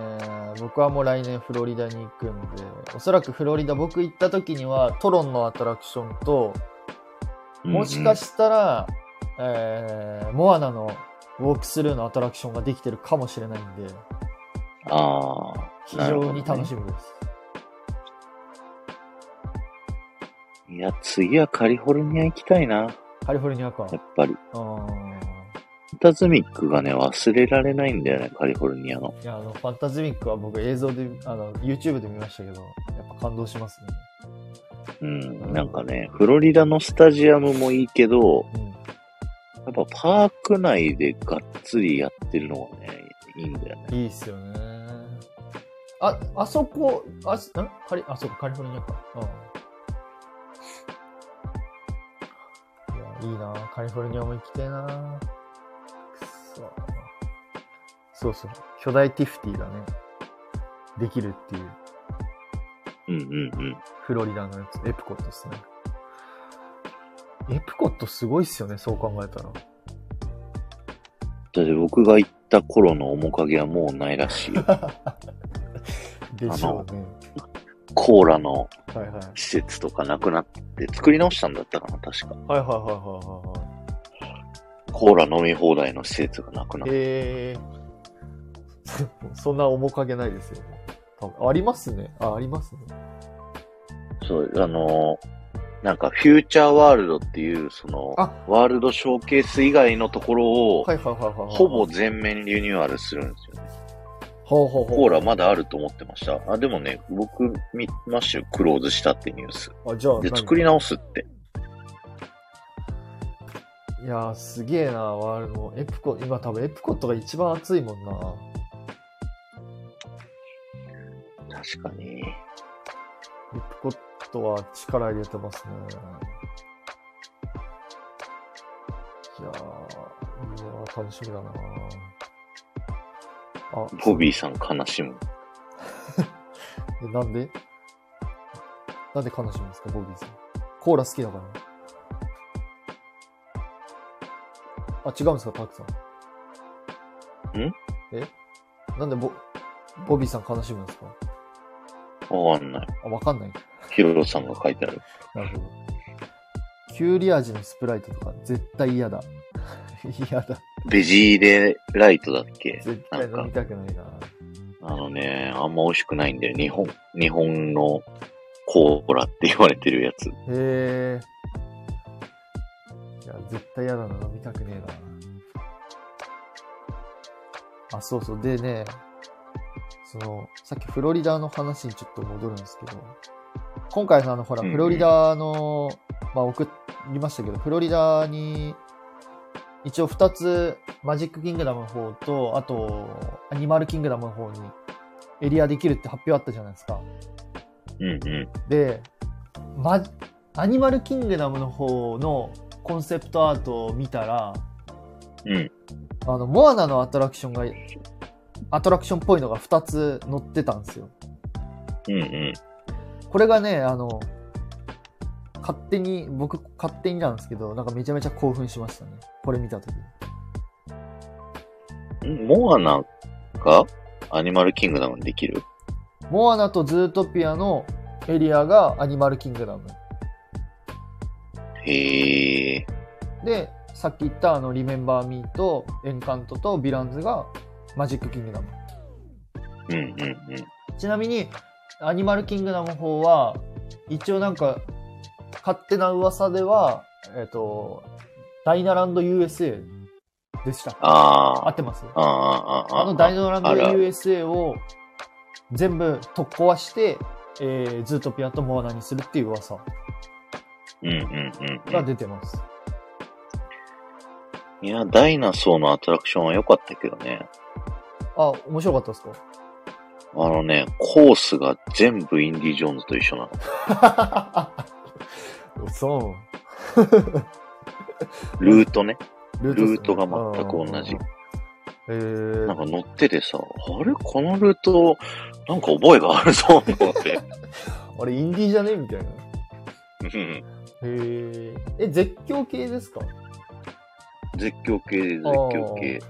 S1: 僕はもう来年フロリダに行くんで、おそらくフロリダ、僕行った時には、トロンのアトラクションと、もしか
S2: て。
S1: したら、えーモアナのウォークスルーのアトラクションができてるかもしれないんで、
S2: あ
S1: 非
S2: ー、なるほ
S1: 常
S2: どね
S1: に楽しみです。
S2: いや、次はカリフォルニア行きたいな。
S1: カリフォルニアか。
S2: やっぱり。
S1: うん。
S2: ファンタズミックがね、忘れられないんだよね、カリフォルニアの。
S1: いや、あの、ファンタズミックは僕映像で、あの、YouTube で見ましたけど、やっぱ感動しますね。
S2: うん、なんかね、フロリダのスタジアムもいいけど、
S1: うん。
S2: やっぱパーク内でがっつりやってるのがね、いいんだよね。
S1: いいっすよね。あ、あそこ、あ、んカリ、あ、そうか、カリフォルニアか。うん。いや、いいなカリフォルニアも行きたいなくそ。そうそう。巨大ティフティがね、できるっていう、
S2: うんうんうん。
S1: フロリダのやつ、エプコットですね。エプコットすごいっすよね、そう考えたら。
S2: だって僕が行った頃の面影はもうないらし いよ。
S1: でしょうね。
S2: コーラの
S1: はいはい。はい
S2: 施設とかなくなって、作り直したんだったかな、確か。
S1: はいはいはいはいはい。
S2: コーラ飲み放題の施設がなくなって。
S1: えー、 そそんな面影ないですよ。多分ありますね。あ、ありますね。
S2: そう、あのーなんかフューチャーワールドっていう、その、
S1: あ
S2: ワールドショーケース以外のところを、
S1: はいはいはいはいはい。
S2: ほぼ全面リニューアルするんですよね。
S1: ほうほう
S2: コ
S1: ほ
S2: ーラまだあると思ってました。あ、でもね、僕見ましたよ。クローズしたってニュース。
S1: う。あ、じゃあ、
S2: で、
S1: 何
S2: 作り直すって。
S1: いやー、すげえな、ワールド。エプコ、今多分エプコットが一番熱いもんな。
S2: 確かに。
S1: エプコットは力入れてますね。いやー、いやー楽しみだなあ、
S2: ボビーさん悲しむ。
S1: えなんでなんで悲しみですか、ボビーさん。コーラ好きだから。あ、違うんですか、タクさん。
S2: ん
S1: えなんでボ、ボビーさん悲しむんですか
S2: わかんない。
S1: あ、わかんない。
S2: ヒロさんが書いてある。
S1: なるほど。キュウリ味のスプライトとか絶対嫌だ。 嫌だ。
S2: ベジーレライトだっけ
S1: 絶対
S2: なん
S1: 飲
S2: か
S1: み、たくないな。
S2: あのね、あんま美味しくないんだよ。日本、日本のコーラって言われてるや
S1: へ
S2: つ。
S1: え。いや、絶対嫌だな、飲みたくねえな。あ、そうそう。でね、その、さっきフロリダの話にちょっと戻るんですけど、今回のあの、ほら、
S2: うんうん
S1: フロリダの、まあ、送りましたけど、フロリダに、一応2つ、マジックキングダムの方と、あと、アニマルキングダムの方に、エリアできるって発表あったじゃないですか。
S2: うんう
S1: で、ま、アニマルキングダムの方のコンセプトアートを見たら、
S2: ん。うん。
S1: あの、モアナのアトラクションがアトラクションっぽいのが2つ乗ってたんですよ。
S2: うんうん。
S1: これがね、あの、勝手に、僕勝手になんですけど、なんかめちゃめちゃ興奮しましたね。これ見たとき。
S2: んモアナがアニマルキングダムにできる
S1: モアナとズートピアのエリアがアニマルキングダム。
S2: へえ。
S1: で、さっき言ったあの、リメンバーミーとエンカントとヴィランズがマジックキングダム。
S2: うんうんうん。
S1: ちなみに、アニマルキングダムの方は、一応なんか、勝手な噂では、えっ、と、ダイナランド USA でした。合
S2: あー
S1: ってます
S2: あー。あーあー。
S1: あのダイナランド
S2: あら
S1: USA を全部とっ壊して、えー、ズートピアとモアナにするっていう噂
S2: うんうんうんうん
S1: が出てます。
S2: いや、ダイナソーのアトラクションは良かったけどね。
S1: あ、面白かったですか
S2: あのね、コースが全部インディ・ジョーンズと一緒なの。
S1: そ
S2: ルートね。
S1: う。ル
S2: ルートが全く同じ。
S1: え
S2: なん
S1: ー、
S2: か乗っててさ、あれこのルート、なんか覚えがあるぞ、と思って。
S1: あれ、インディーじゃねみたいな。
S2: うん
S1: えー、え、絶叫系ですか
S2: 絶叫系で絶叫系。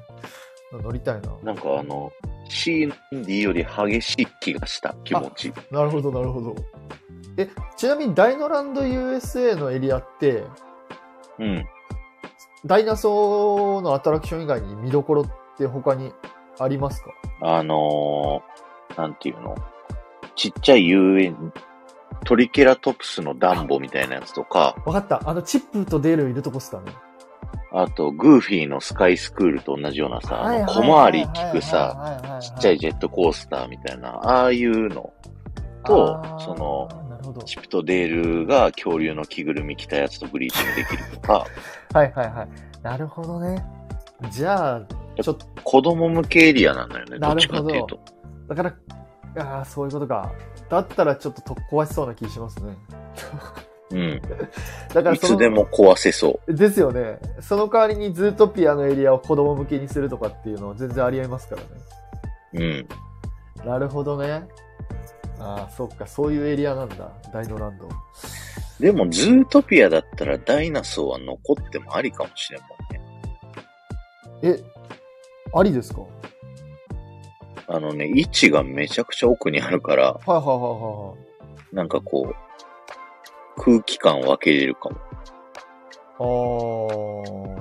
S1: 乗りたいな。
S2: なんかあの、シーンディより激しい気がした気持ち。
S1: なるほど、なるほど。え、ちなみにダイノランド USA のエリアって、
S2: うん。
S1: ダイナソーのアトラクション以外に見どころって他にありますか
S2: あのー、なんていうのちっちゃい遊園、トリケラトプスのダンボみたいなやつとか、
S1: わかった。あの、チップとデールいるとこっすかね。
S2: あと、グーフィーのスカイスクールと同じようなさ、あの小回り効くさ、
S1: さ
S2: ちっちゃいジェットコースターみたいな、ああいうのと、その、、
S1: なるほど。
S2: チップとデールが恐竜の着ぐるみ着たやつとブリーチングできるとか、
S1: はいはいはい。なるほどね。じゃあ、ちょっと、
S2: 子供向けエリアなんだよね、ど
S1: な
S2: っ
S1: る
S2: ち
S1: ほ
S2: か
S1: ど
S2: っていうと。
S1: だから、ああ、そういうことか。だったらちょっとと壊しそうな気しますね。
S2: うん。
S1: だから
S2: い
S1: その
S2: つでも壊せそう。
S1: ですよね。その代わりにズートピアのエリアを子供向けにするとかっていうのは全然ありえますからね。
S2: うん。
S1: なるほどね。ああ、そっか、そういうエリアなんだ。ダイノランド。
S2: でも、ズートピアだったらダイナソーは残ってもありかもしれんもんね。
S1: え、ありですかはい
S2: あのね、位置がめちゃくちゃ奥にあるか
S1: はい
S2: ら、
S1: はいは
S2: なんかこう、空気感分けれるかも。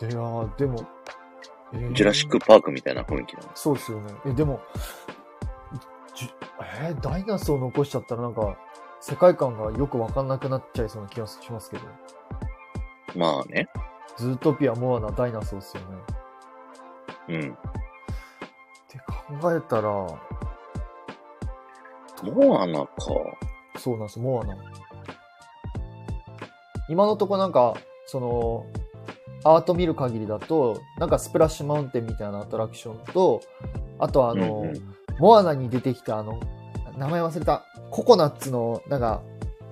S1: いはい。ああ。で、あーでも、えー
S2: ジュラシックパークみたいな雰囲気なの。
S1: そうですよね。え、でも、じゅえーダイナソー残しちゃったらなんか、世界観がよくわかんなくなっちゃいそうな気がしますけど。
S2: まあね。
S1: ズートピア、モアナ、ダイナソーですよね。
S2: うん。
S1: って考えたら、
S2: モアナか。
S1: そうなんです、モアナ。今のとこなんか、その、アート見る限りだと、なんかスプラッシュマウンテンみたいなアトラクションと、あとはあの、
S2: うんう
S1: モアナに出てきたあの、名前忘れた、ココナッツの、なんか、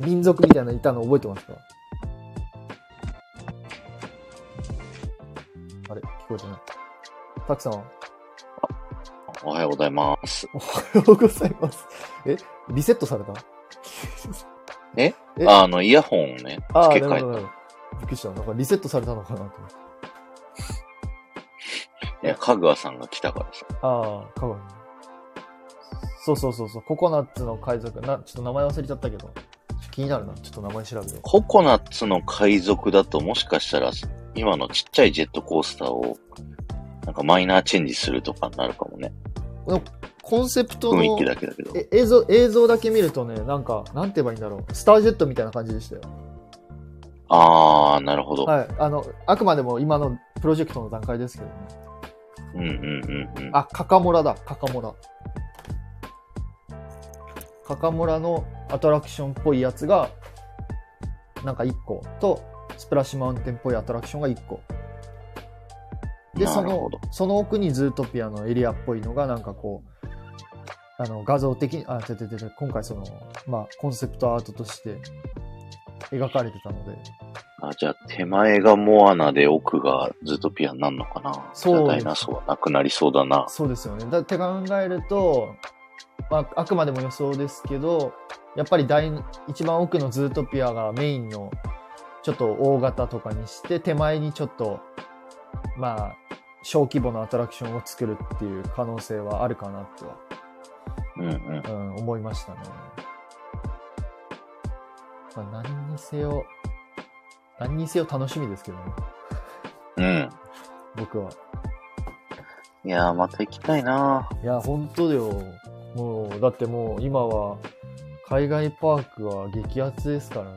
S1: 民族みたいなのいたの覚えてますかあれ、聞こえてない。たくさんは
S2: おはようございます。
S1: おはよう ございます。え、リセットされたえ
S2: ああの、イヤホンをね、
S1: ああ、
S2: 付け
S1: なるほど、
S2: 替
S1: なるほど。
S2: え
S1: びっくりした。なんかリセットされたのかなと思って。
S2: た。いや、かぐわさんが来たからさ。
S1: ああ、かわいい。そうそうそうそう、ココナッツの海賊。な、ちょっと名前忘れちゃったけど。気になるな。ちょっと名前調べて。
S2: ココナッツの海賊だともしかしたら、今のちっちゃいジェットコースターを、なんかマイナーチェンジするとかになるかもね。
S1: コンセプト
S2: 雰囲
S1: の
S2: 気だけだけど。
S1: え映像、映像だけ見るとね、なんか、なんて言えばいいんだろう。スタージェットみたいな感じでしたよ。
S2: ああ、なるほど。
S1: はい。あの、あくまでも今のプロジェクトの段階ですけどね。
S2: うんうんうんうん。
S1: あ、カカモラだ、カカモラ。カカモラのアトラクションっぽいやつが、なんか1個と、スプラッシュマウンテンっぽいアトラクションが1個。で、
S2: な
S1: そ
S2: るほ
S1: の
S2: ど。、
S1: その奥にズートピアのエリアっぽいのが、なんかこう、あの、画像的に、あ、てててて、今回その、まあ、コンセプトアートとして描かれてたので、
S2: あ、じゃあ手前がモアナで奥がズートピアになるのかな
S1: そう
S2: じゃあダイナソーはなくなりそうだな。
S1: そうですよね。だって考えると、まあ、あくまでも予想ですけど、やっぱり大一番奥のズートピアがメインのちょっと大型とかにして、手前にちょっと、まあ、小規模のアトラクションを作るっていう可能性はあるかなとは、
S2: うんうん。
S1: うん、思いましたね。まあ、何にせよ、何にせよ楽しみですけどね、
S2: うん。
S1: 僕は。
S2: いやー、また行きたいない
S1: や、本当だよ。もう、だってもう今は、海外パークは激アツですからね。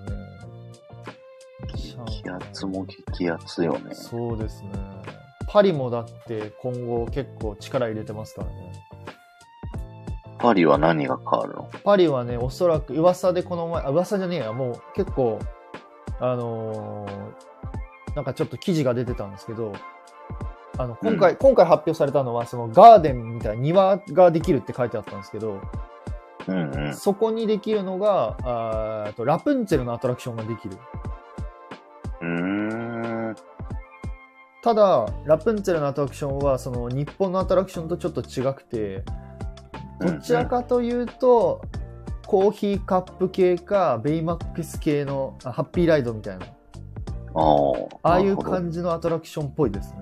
S2: 激アツも激アツよね。
S1: そうですね。パリもだって今後結構力入れてますからね。
S2: パリは何が変わるの
S1: パリはね、おそらく噂でこの前、あ、噂じゃねえや、もう結構、あのーなんかちょっと記事が出てたんですけど、あの、今回、今回発表されたのは、そのガーデンみたいな庭ができるって書いてあったんですけど、
S2: うんうん。
S1: そこにできるのが、あーえっとラプンツェルのアトラクションができる。
S2: うーん。
S1: ただ、ラプンツェルのアトラクションは、その日本のアトラクションとちょっと違くて、どちらかというと、コーヒーカップ系か、ベイマックス系のあハッピーライドみたいな、
S2: あー
S1: ああい
S2: なる
S1: う
S2: ほど
S1: 感じのアトラクションっぽいですね。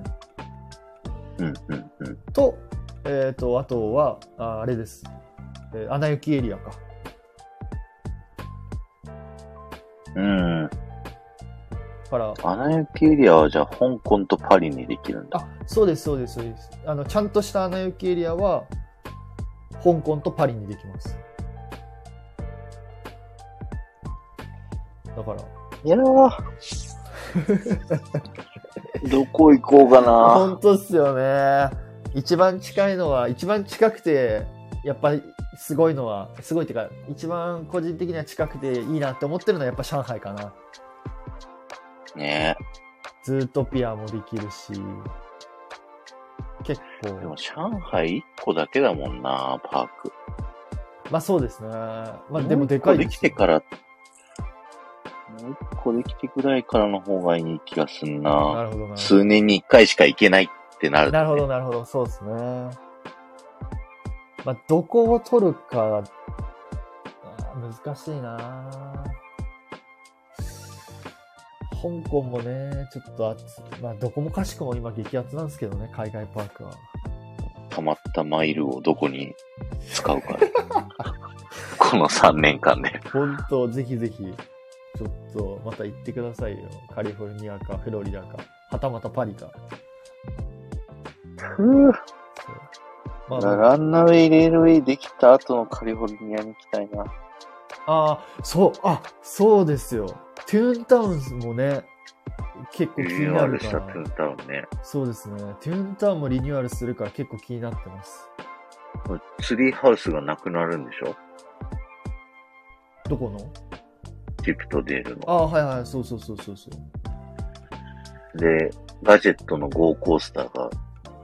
S2: うんうんうん。
S1: と、えっ、と、あとは、ああれです。えー、アナ雪エリアか。
S2: うん。
S1: から、
S2: アナ雪エリアはじゃあ香港とパリにできるんだ。
S1: あ、そうです、そうです、そうです。あの、ちゃんとしたアナ雪エリアは、香港とパリにできます。だから、
S2: いやー どこ行こうかな
S1: 本当っすよね。一番近いのは、一番近くて、やっぱりすごいのは、すごいっていうか、一番個人的には近くていいなって思ってるのはやっぱ上海かな。
S2: ね
S1: ズートピアもできるし、結
S2: え。で
S1: 構
S2: も、上海1個だけだもんなパーク。
S1: まあそうですね。まあでもでかい
S2: もう一個
S1: で
S2: ですきてから、もう一個できてくらいからの方がいい気がすん
S1: な
S2: な
S1: るほどな。
S2: 数年に一回しか行けないってなる、
S1: なるほど、。なるほど。そうですね。まあ、どこを取るか、あー難しいな香港もね、ちょっと暑い。まあ、どこもかしくも今激アツなんですけどね、海外パークは。
S2: 溜まったマイルをどこに使うか。 この3年間で。
S1: 本当ぜひぜひ、ちょっと、また行ってくださいよ。カリフォルニアか、フロリダか、はたまたパリか。そうま
S2: ラランナウェイレールウェイできた後のカリフォルニアに行きたいな。
S1: ああ、そう、あ、そうですよ。トゥーンタウンもね、結構気になるから。
S2: タウンね。
S1: そうですね。トゥーンタウンもリニューアルするから結構気になってます。
S2: ツリーハウスがなくなるんでしょ
S1: どこの
S2: ジプトデール
S1: あ。あ、はいはい、そうそうそうそうそう。
S2: で、ガジェットの GO コースターが、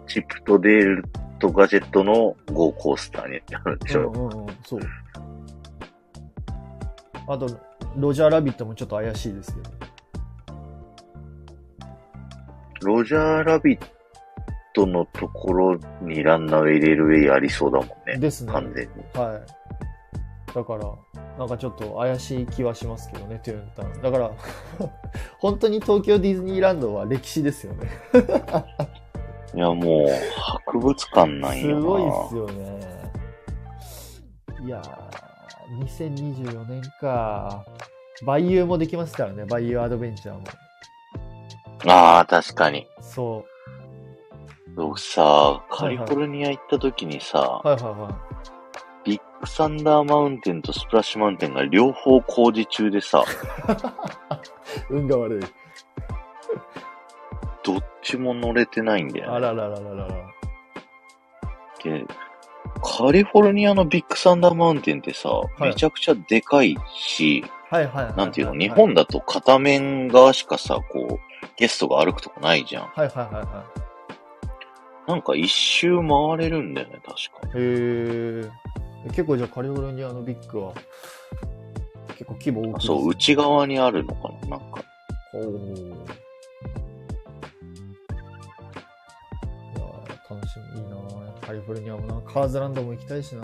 S2: チプトデールとガジェットの GO コースターになるでしょ、
S1: うんうんうん、そう。あと、ロジャーラビットもちょっと怪しいですけど。
S2: ロジャーラビットのところにランナーウェイレールウェイありそうだもんね。
S1: ですね。は
S2: 完全に。
S1: い。だから、なんかちょっと怪しい気はしますけどね、トゥーンタウン。だから、 本当に東京ディズニーランドは歴史ですよね。
S2: いや、もう、博物館なん
S1: すごいっ
S2: よ
S1: すよね。いやー、2024年か。バイユーもできますからね、バイユーアドベンチャーも。
S2: な。ああー、確かに。
S1: そ
S2: 僕さ、カリフォルニア行った時にさ、
S1: う。はいはいはい。
S2: ビッグサンダーマウンテンとスプラッシュマウンテンが両方工事中 でさ、
S1: 運が悪い。
S2: どっちも乗れてないんだよ、ね。
S1: あらららららら。
S2: で、カリフォルニアのビッグサンダーマウンテンってさ、
S1: い
S2: めちゃくちゃでかいし、
S1: はいはいはい。
S2: なんていうの、
S1: は
S2: 日本だと片面側しかさ、こう、ゲストが歩くとこないじゃん。
S1: はいはいはいは
S2: なんか一周回れるんだよね、確か。
S1: い。へえ。結構じゃあカリフォルニアのビッグは、結構規模大きいですね、
S2: そう、内側にあるのかな、なんか。
S1: ほう。いやー楽しみ、いいなーカリフォルニアもな、カーズランドも行きたいしな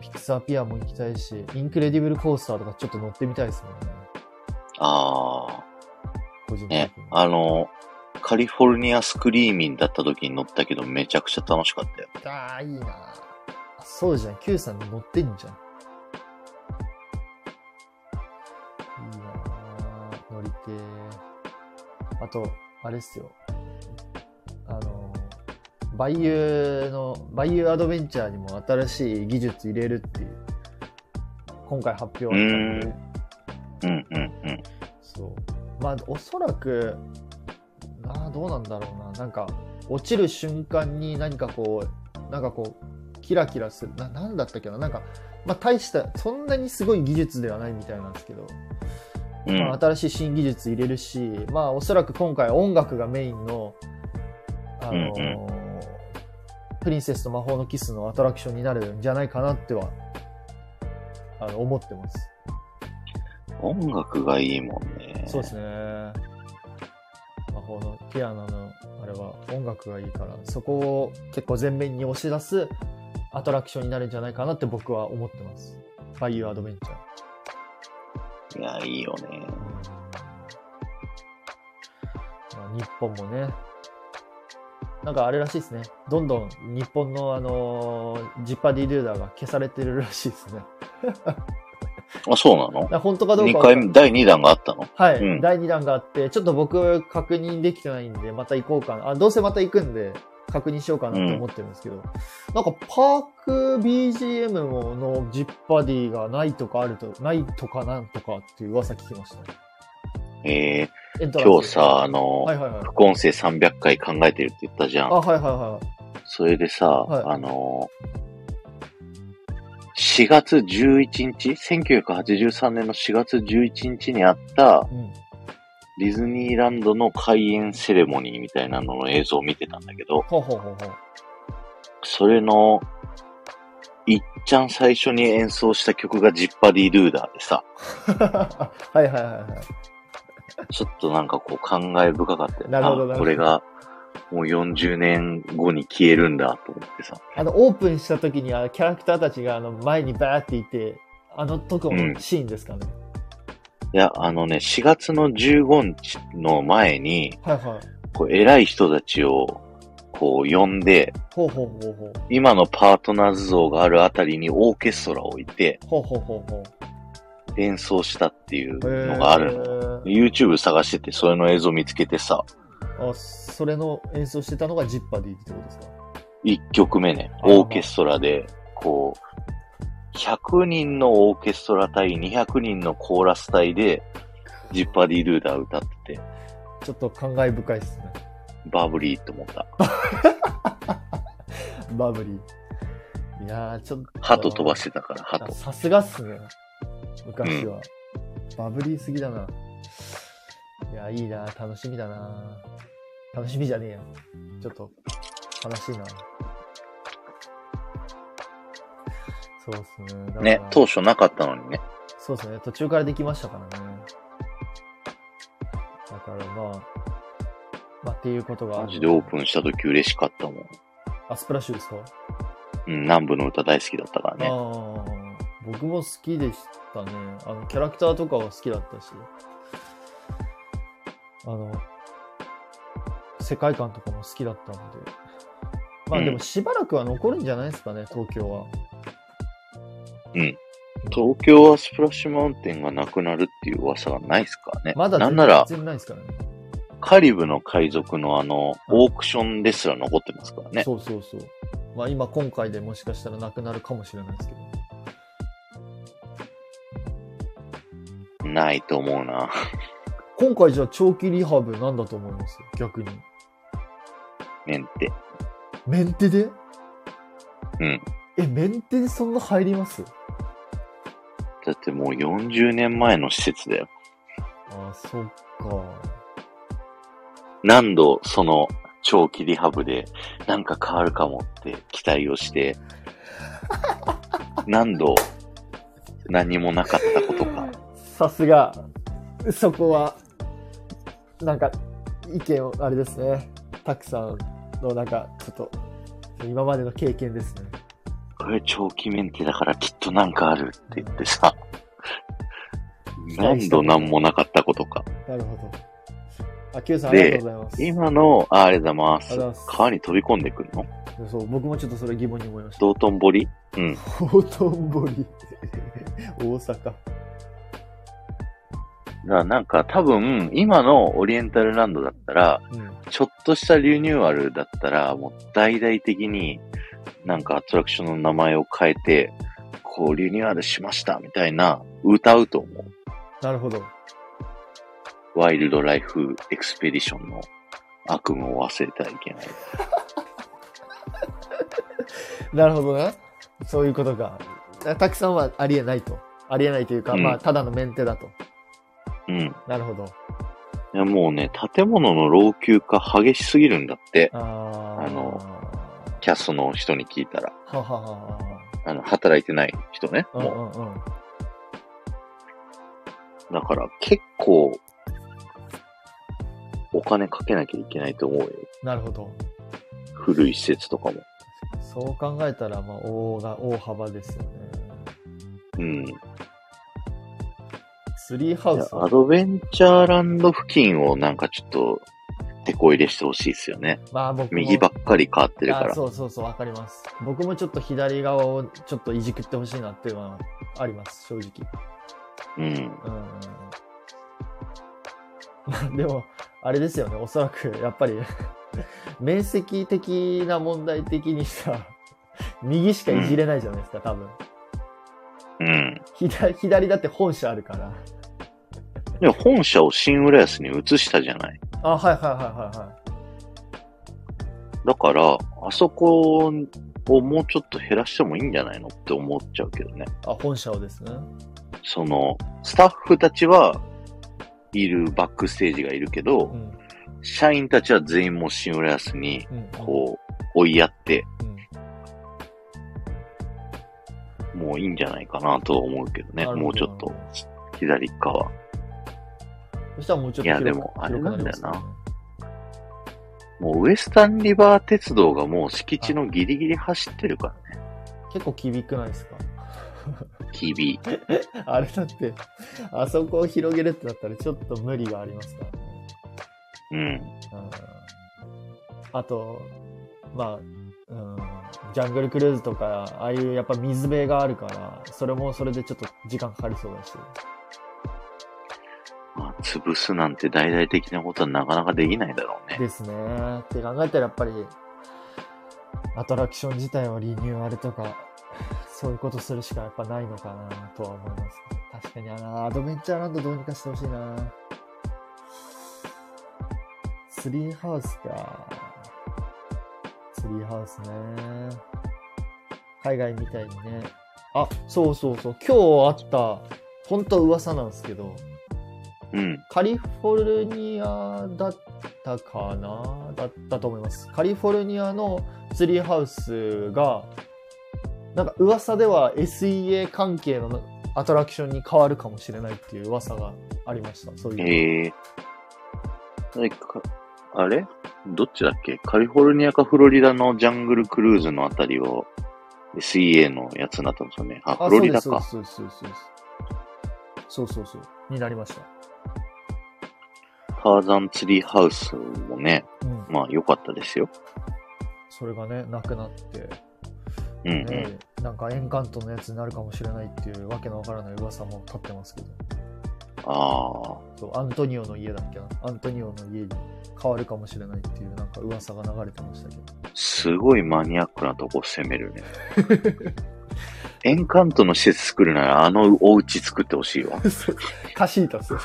S1: きピクサーピアも行きたいし、インクレディブルコースターとかちょっと乗ってみたいですもんね。
S2: あ
S1: 個人的に
S2: ー、ね。。あの、カリフォルニアスクリーミンだった時に乗ったけど、めちゃくちゃ楽しかったよ。
S1: ああ、いいなあそうじゃん。Q さん乗ってんじゃん。いいなあ乗りてえあと、あれっすよ。あの、バイユーの、バイユーアドベンチャーにも新しい技術入れるっていう、今回発表あったんで
S2: う。うんうんうん。
S1: そう。まあ、おそらく、あーどうなんだろうな。なんか、落ちる瞬間に何かこう、なんかこう、キラキラする。な、なんだったっけな。なんか、まあ、大した、そんなにすごい技術ではないみたいなんですけど、
S2: う
S1: まあ、
S2: ん。
S1: 新しい新技術入れるし、まあ、おそらく今回音楽がメインの、あのー
S2: うん
S1: プリンセスと魔法のキスのアトラクションになるんじゃないかなっては、あの、思ってます。
S2: 音楽がいいもんね。
S1: そうですね。魔法のピアノのあれは音楽がいいから、そこを結構前面に押し出すアトラクションになるんじゃないかなって僕は思ってます。バイユーアドベンチャー。
S2: いや、いいよね。
S1: まあ日本もね、なんかあれらしいですね。どんどん日本のあのージッパーディルーダーが消されてるらしいですね。だか
S2: あ、そうなの
S1: ら本当かどうか
S2: 二
S1: わかんない
S2: 回目、第2弾があったの
S1: はい、
S2: うん
S1: 第2弾があって、ちょっと僕確認できてないんで、また行こうかな。あ、どうせまた行くんで、確認しようかなと思ってるんですけど、なんかパーク BGM ものジッパディがないとかあると、ないとかなんとかっていう噂聞きました。
S2: えー、
S1: エントランス
S2: 今日さ、あの、
S1: はいはいはい。
S2: 副音声300回考えてるって言ったじゃ
S1: あ、
S2: ん。
S1: はいはいはい。
S2: それでさ、
S1: はい
S2: あのー、4月11日 ?1983 年の4月11日にあった
S1: うん。
S2: ディズニーランドの開園セレモニーみたいなのの映像を見てたんだけど、
S1: ほうほうほうほう。
S2: それの、いっちゃん最初に演奏した曲がジッパディルーダーでさ、
S1: はいはいはいはい。
S2: ちょっとなんかこう感慨深かったよ
S1: なるほどなるほ
S2: あ
S1: ど
S2: これがもう40年後に消えるんだと思ってさ。
S1: あの、オープンした時にあのキャラクターたちがあの前にバーっていて、あの特
S2: うん
S1: のシーンですかね。
S2: いや、あのね、4月の15日の前に、
S1: はいはい。
S2: こう、偉い人たちを、こう、呼んで、
S1: ほうほうほうほう。
S2: 今のパートナーズ像があるあたりにオーケストラを置いて、
S1: ほうほうほうほう。
S2: 演奏したってい
S1: へ
S2: う
S1: ー
S2: のがあるの。YouTube 探してて、それの映像見つけてさ、
S1: あそれの演奏してたのがジッパーディってことですか
S2: 1曲目ね、
S1: あー
S2: オーケストラで、こう、100人のオーケストラ対200人のコーラス隊で、ジッパーディルーダー歌ってて、
S1: ちょっと感慨深いですね。
S2: バブリーって思った。
S1: バブリー。いやー、ちょっと。
S2: 鳩飛ばしてたから、
S1: あ
S2: 鳩。
S1: さすがっすね。昔は。バブリーすぎだな。いや、いいな。楽しみだな。楽しみじゃねえや。ちょっと、悲しいな。そうっすね。だから
S2: ね、当初なかったのにね。
S1: そうですね、途中からできましたからね。だからまあ、まあっていうことがあ
S2: マ
S1: る
S2: ジでオープンした時嬉しかったもん。
S1: あ、スプラッシュですか、
S2: うん、南部の歌大好きだったから
S1: あ
S2: ね。
S1: あ、僕も好きでしたね。あの、キャラクターとかは好きだったし。あの、世界観とかも好きだったんで。まあ
S2: うん
S1: でもしばらくは残るんじゃないですかね、東京は。
S2: 東京はスプラッシュマウンテンがなくなるっていう噂がないですからね。
S1: まだ
S2: なんなら、
S1: 全然ないですからね。
S2: カリブの海賊のあの、オークションですら残ってますからね。
S1: そうそうそう。まあ今今回でもしかしたらなくなるかもしれないですけど。
S2: ないと思うな。
S1: 今回じゃあ長期リハブなんだと思います逆に。
S2: メンテ。
S1: メンテで
S2: うん。
S1: え、メンテでそんな入ります
S2: だってもう40年前の施設だよ。
S1: あ、そっか。
S2: 何度その長期リハブでなんか変わるかもって期待 をして、何度何もなかったことか。
S1: さすが、そこは、なんか、意見を、あれですね。たくさんの、なんか、ちょっと、今までの経験ですね。
S2: これ長期メンテだからきっとなんかあるって言っ てさ、何度何もなかったことか。
S1: なるほど。あ、Q さん、あ
S2: で
S1: りがとうございます。
S2: 今の、あありがとうござ
S1: ありがとう
S2: いま
S1: ござい
S2: す
S1: ます。
S2: 川に飛び込んでくるの
S1: そう、僕もちょっとそれ疑問に思いました。
S2: 道頓堀うん。
S1: 道頓堀。 大阪。
S2: だからなんか多分、今のオリエンタルランドだったら、
S1: うん。
S2: ちょっとしたリニューアルだったら、もう大々的になんかアトラクションの名前を変えて、こうリニューアルしましたみたいな歌うと思う。
S1: なるほど。
S2: ワイルドライフエクスペディションの悪夢を忘れてはいけない。
S1: なるほどね。そういうことか。たくさんはありえないと。ありえないというか、
S2: うん
S1: まあ、ただのメンテだと。
S2: うん。い
S1: なるほど。
S2: やもうね、建物の老朽化激しすぎるんだって。
S1: あー
S2: あのキャストの人に聞いたら。
S1: ははは
S2: あの、働いてない人ね。
S1: は。うん
S2: も
S1: うんうん。
S2: う。だから結構、お金かけなきゃいけないと思うよ。
S1: なるほど。
S2: 古い施設とかも。
S1: そう考えたら、まあ、大が、大幅ですよね。
S2: うん。
S1: ツリーハ
S2: い
S1: ウ
S2: や
S1: ス
S2: アドベンチャーランド付近をなんかちょっと、手こ入れしてほしいですよね。
S1: まあ、僕も
S2: 右ばっかり変わってるか
S1: あ
S2: ら。
S1: そうそうそう、わかります。僕もちょっと左側をちょっといじくってほしいなっていうのはあります、正直。
S2: うん。
S1: うんでも、あれですよね、おそらく、やっぱり、 面積的な問題的にさ、右しかいじれないじゃないですか、多分。
S2: うん。
S1: 左、左だって本社あるから。
S2: でも本社を新浦安に移したじゃない。
S1: あ、はいはいはいはいはい。
S2: だから、あそこをもうちょっと減らしてもいいんじゃないのって思っちゃうけどね。
S1: あ、本社をですね。
S2: その、スタッフたちは、いるバックステージがいるけ
S1: う
S2: ど、
S1: ん。
S2: 社員たちは全員もう新浦安に、
S1: うん。
S2: こう、追いやって、
S1: うん。
S2: もういいんじゃないかなとは思うけどね。
S1: なるほど
S2: もうちょっと、左側。
S1: そしたらもうちょっと
S2: いや
S1: 広く
S2: でもあれなんだよな
S1: 広くりますね
S2: もうウエスタンリバー鉄道がもう敷地のギリギリ走ってるからね。
S1: 結構厳しくないですか
S2: キビ。
S1: あれだって、あそこを広げるってなったらちょっと無理がありますからね。
S2: うん。
S1: うんあと、まあ、うん、ジャングルクルーズとか、ああいうやっぱ水辺があるから、それもそれでちょっと時間かかりそうだし。
S2: まあ、潰すなんて大々的なことはなかなかできないだろうね。
S1: ですね。って考えたらやっぱり、アトラクション自体をリニューアルとか、そういうことするしかやっぱないのかなとは思います、ね。確かにあの、アドベンチャーランドどうにかしてほしいなツリーハウスか。ツリーハウスね。海外みたいにね。あ、そうそうそう。今日あった、本当噂なんですけど、
S2: うん。
S1: カリフォルニアだったかなだったと思います。カリフォルニアのツリーハウスが、なんか噂では SEA 関係のアトラクションに変わるかもしれないっていう噂がありました。そういう。
S2: ええー。なんかあれどっちだっけカリフォルニアかフロリダのジャングルクルーズのあたりを SEA のやつになったんですよね。あ、
S1: あ
S2: フロリダ
S1: そうで
S2: か。
S1: すそうですそうですそうですそうそうそう。になりました。
S2: ターザンツリーハウスもね、
S1: うん。
S2: まあ良かったですよ。
S1: それがね、なくなって、
S2: うんうん。
S1: ね、なんかエンカントのやつになるかもしれないっていうわけのわからない噂も立ってますけど。
S2: ああ。
S1: そうアントニオの家だっけなアントニオの家に変わるかもしれないっていうなんか噂が流れてましたけど
S2: すごいマニアックなとこ攻めるね。エンカントの施設作るならあのお家作ってほしいわ。
S1: カシータス
S2: うん。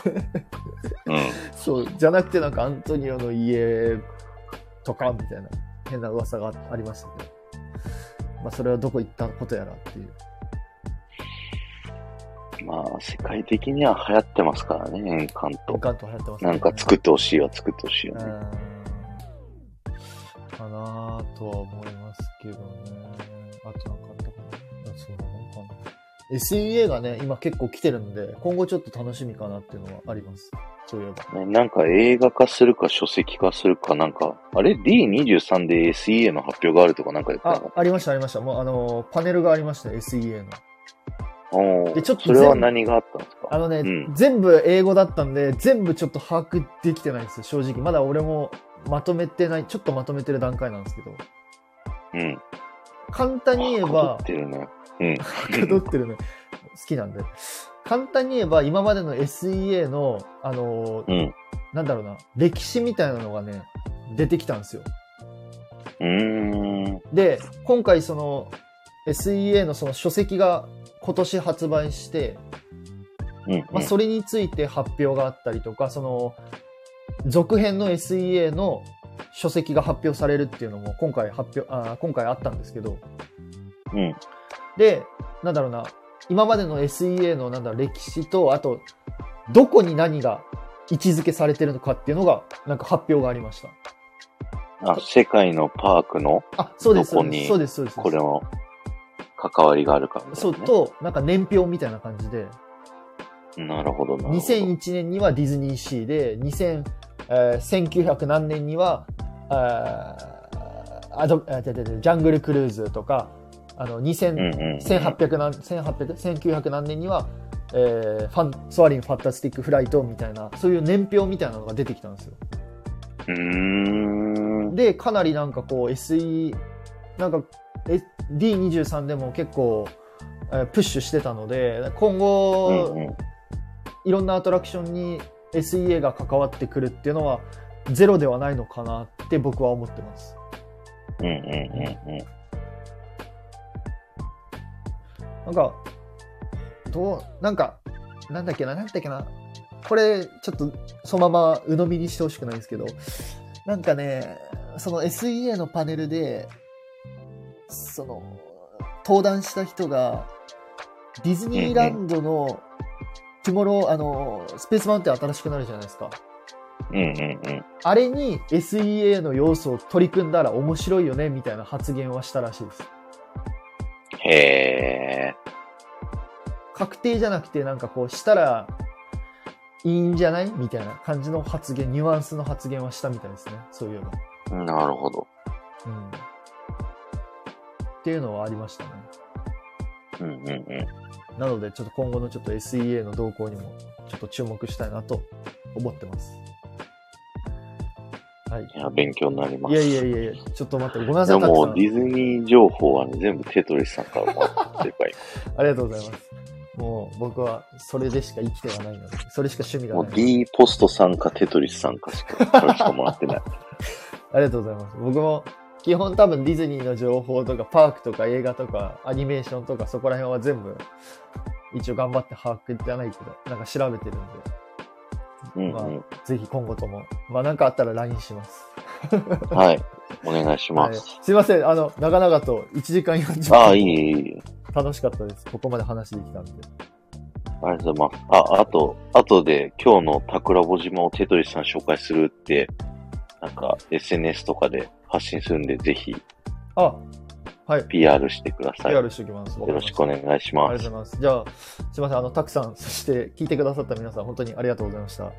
S1: そうじゃなくてなんかアントニオの家とかみたいな変な噂がありましたけどまあそれはどこ行ったことやらっていう
S2: まあ、世界的には流行ってますからね、エンカン
S1: ド
S2: ト。
S1: カンと流行ってます
S2: なんか作ってほしいわ、作ってほしいよ
S1: う
S2: ね。
S1: んかなぁとは思いますけどねあとなんかあったかなそうなのかな SEA がね、今結構来てるんで、今後ちょっと楽しみかなっていうのはあります。そういえば。
S2: ねなんか映画化するか書籍化するかなんか、あれ ?D23 で SEA の発表があるとかなんか言ってな
S1: あ
S2: かっ、
S1: ありました、ありました。もう、あのー、パネルがありました、SEA の。
S2: た。おー
S1: でちょっと
S2: それは何があったんです
S1: あ
S2: か
S1: のね、
S2: うん
S1: 全部英語だったんで、全部ちょっと把握できてないです、正直。まだ俺もまとめてない、ちょっとまとめてる段階なんですけど。
S2: うん。
S1: 簡単に言えば
S2: かぶっ、てるね。うん。
S1: かどってるね。好きなんで。簡単に言えば、今までの SEA の、あのー
S2: うん。
S1: なんだろうな、歴史みたいなのがね、出てきたんですよ。
S2: うーん。
S1: で、今回その SEA のその書籍が今年発売して、
S2: うん。
S1: まあ、それについて発表があったりとか、その、続編の SEA の書籍が発表されるっていうのも今回発表、あー今回あったんですけど、
S2: うん。
S1: で、なんだろうな、今までの SEA のなんだろう歴史と、あと、どこに何が位置づけされてるのかっていうのが、なんか発表がありました。
S2: あ、世界のパークの
S1: あ、そうです、そ
S2: どこ
S1: うで
S2: に
S1: す、そうです、そうです。
S2: これの関わりがあるかみたいなね
S1: そう、と、なんか年表みたいな感じで、
S2: なるほど、なるほど。
S1: 2001年にはディズニーシーで、2000えー1900何年には、あーアドあ違う違う違うジャングルクルーズとか、あの、
S2: うん
S1: 2000、
S2: うんうん。
S1: 1800何、1800、1900何年には、えーファン、ソアリンファンタスティックフライトみたいな、そういう年表みたいなのが出てきたんですよ。
S2: うーん。
S1: で、かなりなんかこう SE、なんかえ D23 でも結構、えープッシュしてたので、今後、
S2: うんうん
S1: いろんなアトラクションに SEA が関わってくるっていうのはゼロではないのかなって僕は思ってます。
S2: うんうんうんうん。
S1: なんか、どう、なんか、なんだっけな、なんだっけな。これ、ちょっと、そのまま鵜呑みにしてほしくないんですけど、なんかね、その SEA のパネルで、その、登壇した人が、ディズニーランドの、トゥモロー、あの、スペースマウンテン新しくなるじゃないですか。
S2: うんうんうん。
S1: あれに SEA の要素を取り組んだら面白いよねみたいな発言はしたらしいです。
S2: へー
S1: 確定じゃなくてなんかこうしたらいいんじゃないみたいな感じの発言、ニュアンスの発言はしたみたいですね。そういうの。
S2: なるほど。
S1: うん。っていうのはありましたね。
S2: うんうんうん。
S1: なのでちょっと今後のちょっと SEA の動向にもちょっと注目したいなと思ってます。はい。
S2: いや、勉強になりま
S1: い
S2: す。
S1: やいやいやいや、ちょっと待って、ごめんなさ
S2: で
S1: い。たくさ
S2: も、
S1: ん
S2: ディズニー情報は、ね、全部テトリスさんからもらってるから
S1: ありがとうございます。もう僕はそれでしか生きてはないので、それしか趣味
S2: 今も
S1: が
S2: う
S1: ない。
S2: D ポストさんかテトリスさんかしか、それしかもらってない。
S1: ありがとうございます。僕も基本多分ディズニーの情報とかパークとか映画とかアニメーションとかそこら辺は全部一応頑張って把握じゃないけど、なんか調べてるん
S2: うん
S1: ま
S2: うん。
S1: で、ぜひ今後とも、まあなんかあったら LINE します。
S2: はい。お願いしま
S1: はい
S2: す。
S1: すいません、あの、長々と1時間40分。
S2: ああ、いい、いいいい。
S1: 楽しかったです。ここまで話できたんで。
S2: ありがとうございます。あ、あと、あとで今日の桜穂島をテトリスさん紹介するって、なんか SNS とかで発信するんで、ぜひ
S1: あ、はい。
S2: PR してください。よ
S1: PR しておきます。
S2: ろしくお願いし
S1: あ
S2: ま
S1: りがとう。ご
S2: す
S1: ざいます。じゃあ、すいません、あの、たくさん、そして聞いてくださった皆さん、本当にありがとうございました。
S2: あ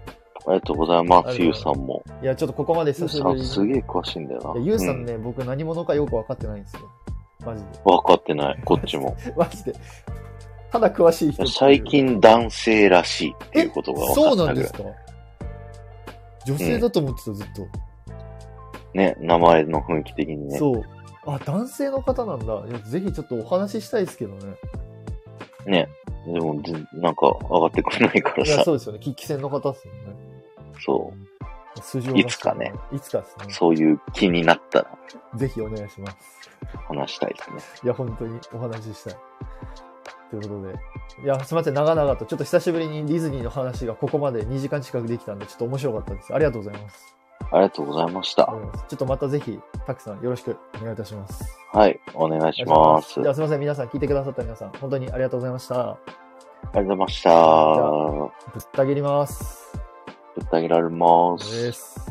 S2: りがとうございま
S1: あ
S2: す。
S1: り
S2: ゆ
S1: が
S2: う
S1: とう
S2: さ
S1: ご
S2: んも。
S1: いや、ちょっとここまで
S2: ゆ
S1: 久
S2: う
S1: し
S2: さ
S1: ぶ
S2: ん
S1: り
S2: す
S1: に。
S2: げえ詳しいんだよ
S1: い
S2: な。
S1: やゆうさん
S2: ね。
S1: ね、僕何者かよく分かってないんですよ。マジで。
S2: わかってない。こっ ちも。
S1: マジで。ただ詳しい人っていう
S2: 最近男性らしいっていうことが分か
S1: そう
S2: ったぐ
S1: な
S2: ら
S1: ん
S2: い。
S1: ですか女性だと思ってた、ずっと。
S2: ね、名前の雰囲気的にね。
S1: そう。あ、男性の方なんだ。いやぜひちょっとお話ししたいですけどね。
S2: ね。でも、ずなんか上がってこないから
S1: いや、
S2: さ。
S1: そうですよね。喫煙の方ですよね。
S2: そ
S1: 数字を出して
S2: いつかね。
S1: いつかです
S2: う。
S1: ね。
S2: そういう気になったら
S1: ぜひお願いします。
S2: 話したいですね。
S1: いや、本当にお話ししたい。ということで。いや、すみません、長々と。ちょっと久しぶりにディズニーの話がここまで2時間近くできたんで、ちょっと面白かったです。ありがとうございます。
S2: ありがとうございました
S1: あり。がとうございますちょっとまたぜひ、たくさんよろしくお願いいたします。
S2: はい、お願いします。
S1: じ
S2: あり
S1: ゃ
S2: が
S1: あすみません、皆さん聞いてくださった皆さん、本当にありがとうございました。
S2: とうございました。
S1: ぶった切ります。
S2: ぶった切られます。
S1: です。